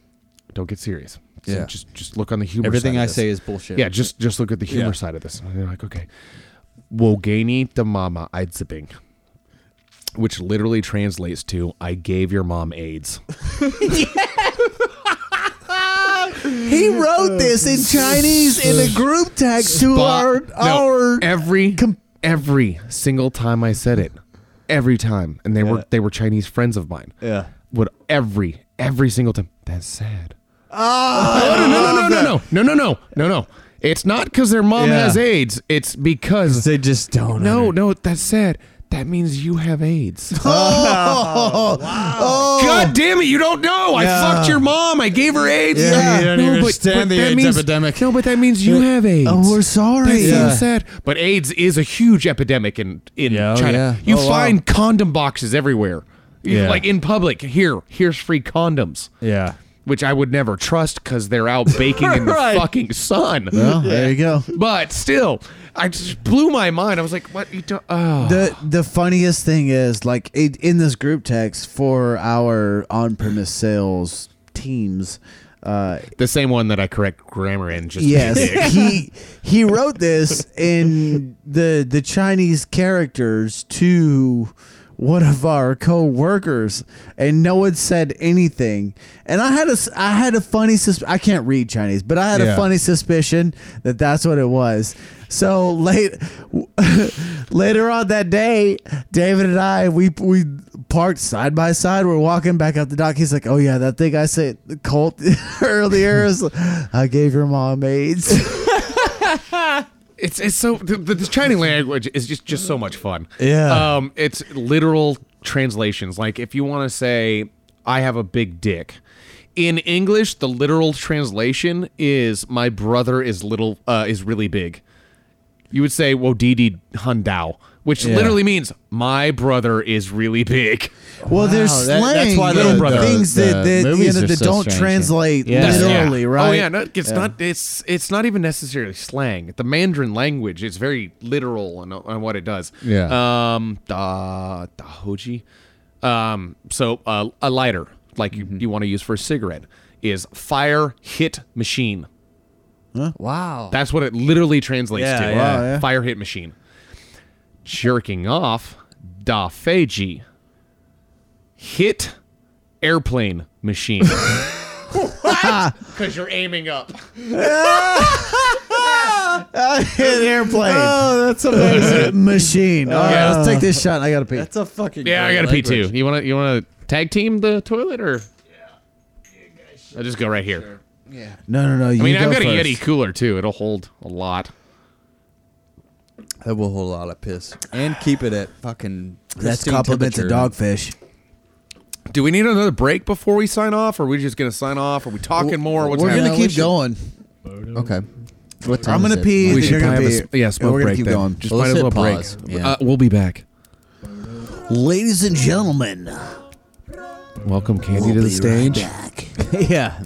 Don't get serious. So
Yeah.
Just just look on the humor.
Everything
side
I
of this.
say is bullshit.
Yeah, just just look at the humor
Yeah.
side of this. And you're like, okay, Wogani the mama Eidzibing, which literally translates to "I gave your mom AIDS."
He wrote this in Chinese in a group text to our
But-
our.
every every single time I said it, every time, and they were they were Chinese friends of mine.
Yeah.
Would every every single time? That's sad. Oh, no, no, no, no, no, no, no, no, no, no. It's not because their mom
Yeah.
has AIDS. It's because
They just don't.
No, no, that's sad. That means you have AIDS. Oh,
Oh,
God damn it, you don't know. I fucked your mom. I gave her AIDS.
Yeah, you don't even understand the
that
AIDS
means-
epidemic.
No, but that means you have AIDS.
Oh, we're sorry.
That's so
Yeah.
sad. But AIDS is a huge epidemic in, in
Yeah, oh,
China.
yeah.
You
Oh, wow.
find condom boxes everywhere. You-
Yeah.
Like in public, here, here's free condoms,
Yeah.
which I would never trust because they're out baking in the
Right.
fucking sun.
Well, there you go.
But still, I just blew my mind. I was like, what? You don't, oh.
The the funniest thing is like it, in this group text for our on premise sales teams. Uh,
The same one that I correct grammar in. Just
yes, he he wrote this in the the Chinese characters to one of our co-workers and no one said anything and i had a s- i had a funny sus- i can't read chinese but i had a
Yeah.
funny suspicion that that's what it was so late later on that day david and i we we parked side by side we're walking back up the dock he's like oh yeah that thing i said colt earlier is i gave your mom aids
It's it's so the, the, the Chinese language is just just so much fun.
Yeah.
Um, it's literal translations. Like if you want to say I have a big dick. In English, the literal translation is my brother is little uh, is really big. You would say Wodidi Hundao, which literally means my brother is really big.
Well, there's
that-
slang.
that's why
and
Little Brother.
things
the-
that, that,
the
you
movies
know,
are
that
so
don't
strange, yeah.
translate
Yeah.
literally,
Yeah.
right?
Oh yeah, no, it's not. It's it's not even necessarily slang. The Mandarin language is very literal on, on what it does.
Yeah.
Um. Da da hoji. Um. So uh, a lighter, like you, you want to use for a cigarette, is fire hit machine.
Wow.
That's what it literally translates
Yeah,
to.
yeah.
Wow, yeah.
Fire hit machine. Jerking off. Da feiji. Hit airplane machine. Because you're aiming up.
an airplane. Oh, that's amazing. Machine. All right,
Yeah.
let's take this shot. I gotta pee. That's a fucking.
Yeah, I gotta pee too. You wanna you wanna tag team the toilet or? I'll just go right here.
No, no, no.
I
You
mean,
go
I've got
first.
a Yeti cooler too. It'll hold a lot.
That will hold a lot of piss and keep it at fucking.
That's
pristine
compliments of
temperature.
dogfish.
Do we need another break before we sign off? Or are we just gonna sign off? Are we talking more? What's
We're
happening?
gonna keep going.
Okay. What time
I'm
is
gonna
it?
pee.
We
then
should
you're gonna
probably
pee.
have a s- yeah, smoke
And we're gonna
break
keep
then.
going.
Just-
Well,
Might as
let's hit
well break.
pause. Yeah.
Uh, we'll be back.
Ladies and gentlemen,
Welcome, Candy,
we'll
to the
be
stage.
Right back. yeah.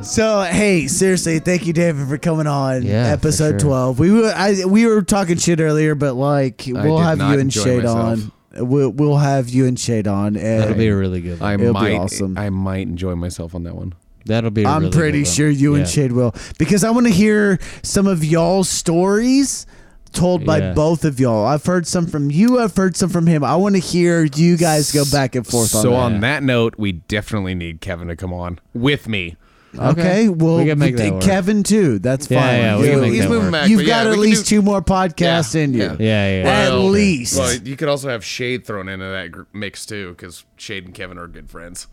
So hey, seriously, thank you, David, for coming on.
Yeah, for
episode
sure.
twelve. We were I, we were talking shit earlier, but like we'll
did
have
not
you and
enjoy
Shade
myself.
on. We'll, we'll have you and Shade on.
That'll
And
be a really good. One.
I
It'll be
might
awesome.
I might enjoy myself on that one.
That'll be. a
I'm
really good
pretty
one.
sure you and
Yeah.
Shade will because I want to hear some of y'all's stories told by
Yeah.
both of y'all. I've heard some from you. I've heard some from him. I want to hear you guys go back and forth
so
on.
on that note, we definitely need Kevin to come on with me.
that. okay,
okay.
well,
We can make that work.
Kevin too. That's
Yeah,
fine.
yeah, we
You-
can make
you've-
that work.
back,
You've
but
got
yeah,
at
we can
least
do-
two more podcasts in you.
yeah.
Yeah, yeah.
At
Well,
least.
Well, you could also have Shade thrown into that gr- mix too, because Shade and Kevin are good friends.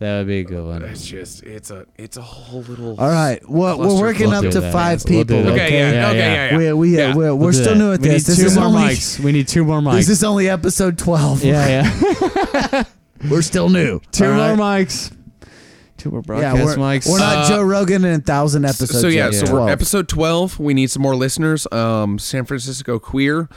That would be a good one.
It's just it's a it's a whole little.
All right. Well, we're
Clusterfuck.
working
We'll
up
do
to
that.
5
We'll do
people.
that.
Okay, yeah,
Yeah,
okay,
yeah.
yeah, yeah.
We, we,
Yeah.
We're, we're,
We'll do
still
that.
new at
we
this.
Need
This
two
is,
more
only,
mics. We need two more mics.
this is only episode 12.
yeah, yeah.
We're still new.
two
All right?
more mics. Two more broadcast
yeah, we're,
mics.
We're not Joe Rogan in a thousand episodes.
So yeah,
yet.
so
12.
we're episode twelve. We need some more listeners. Um, San Francisco queer,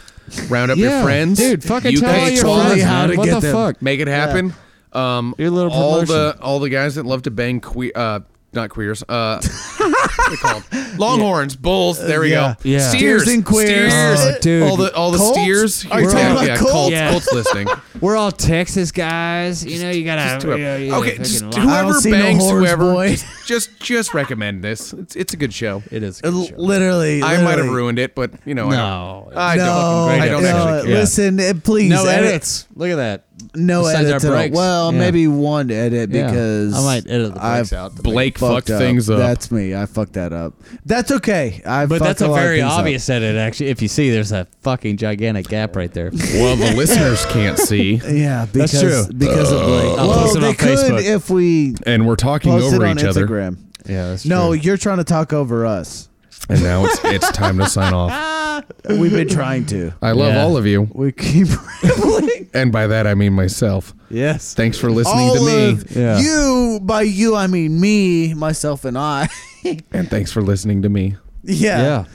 round up
Yeah,
your friends,
dude. Fucking
UK
tell all your
totally
friends
how
man.
to
what
get
the
them.
fuck.
Make it happen. Um,
Do a little
all
promotion.
the all the guys that love to bang queer uh, not queers. Uh, what are they called? Longhorns, bulls. There we
yeah.
go.
Yeah.
Steers,
Steers and queers.
Steers.
Oh, dude.
All the all the
Colts?
steers.
Are you
Yeah,
talking about
yeah,
Colts?
Colts,
Yeah.
Colts listening.
We're all Texas guys. You know, you
Uh,
gotta.
Whoever-
you know, you
okay,
fucking
just
lo-
I don't
whoever
see no
bangs
horns,
whoever,
boy.
just, just just recommend this. It's it's a good show.
it is. a
L-
good show.
Uh, Literally,
I might have
literally.
ruined it, but you know,
Uh, No.
I don't.
no,
I don't, I
no,
don't actually.
care.
Listen, eh, please.
no
edit-
edits. Look at that.
No
Besides
edits.
our
at all.
breaks.
Well,
Yeah.
maybe one edit
Yeah.
because
I might edit the breaks
I've
out.
Blake fucked,
fucked
things up.
That's me. I fucked that up. That's okay. I
But
fucked
that's a
lot of
very
things up.
obvious edit, actually. If you see, there's a fucking gigantic gap right there.
well, the listeners can't see,
Yeah, because,
That's true.
Because of Blake.
I'll
well,
post it
they
on
could
Facebook.
if we
and we're talking
post it
Uh, over
on
each other.
Instagram.
yeah, that's
No, you're trying to talk over us.
And now it's it's time to sign off.
We've been trying to.
I love
Yeah.
all of you,
We keep rambling.
and by that I mean myself.
yes.
Thanks for listening
All
to me,
of you. By you, I mean me, myself, and I. yeah.
and thanks for listening to me.
Yeah.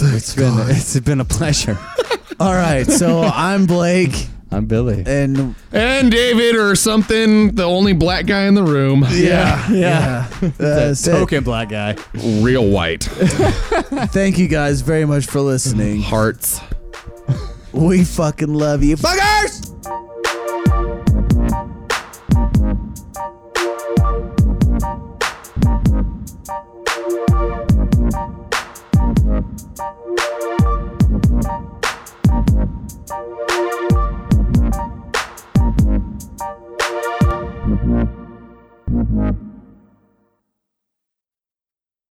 It's been it's been a pleasure.
All right. So I'm Blake,
I'm Billy.
and
And David or something, the only black guy in the room,
yeah, yeah. That's it.
Token black guy.
real white
Thank you guys very much for listening.
hearts.
We fucking love you. Fuck off!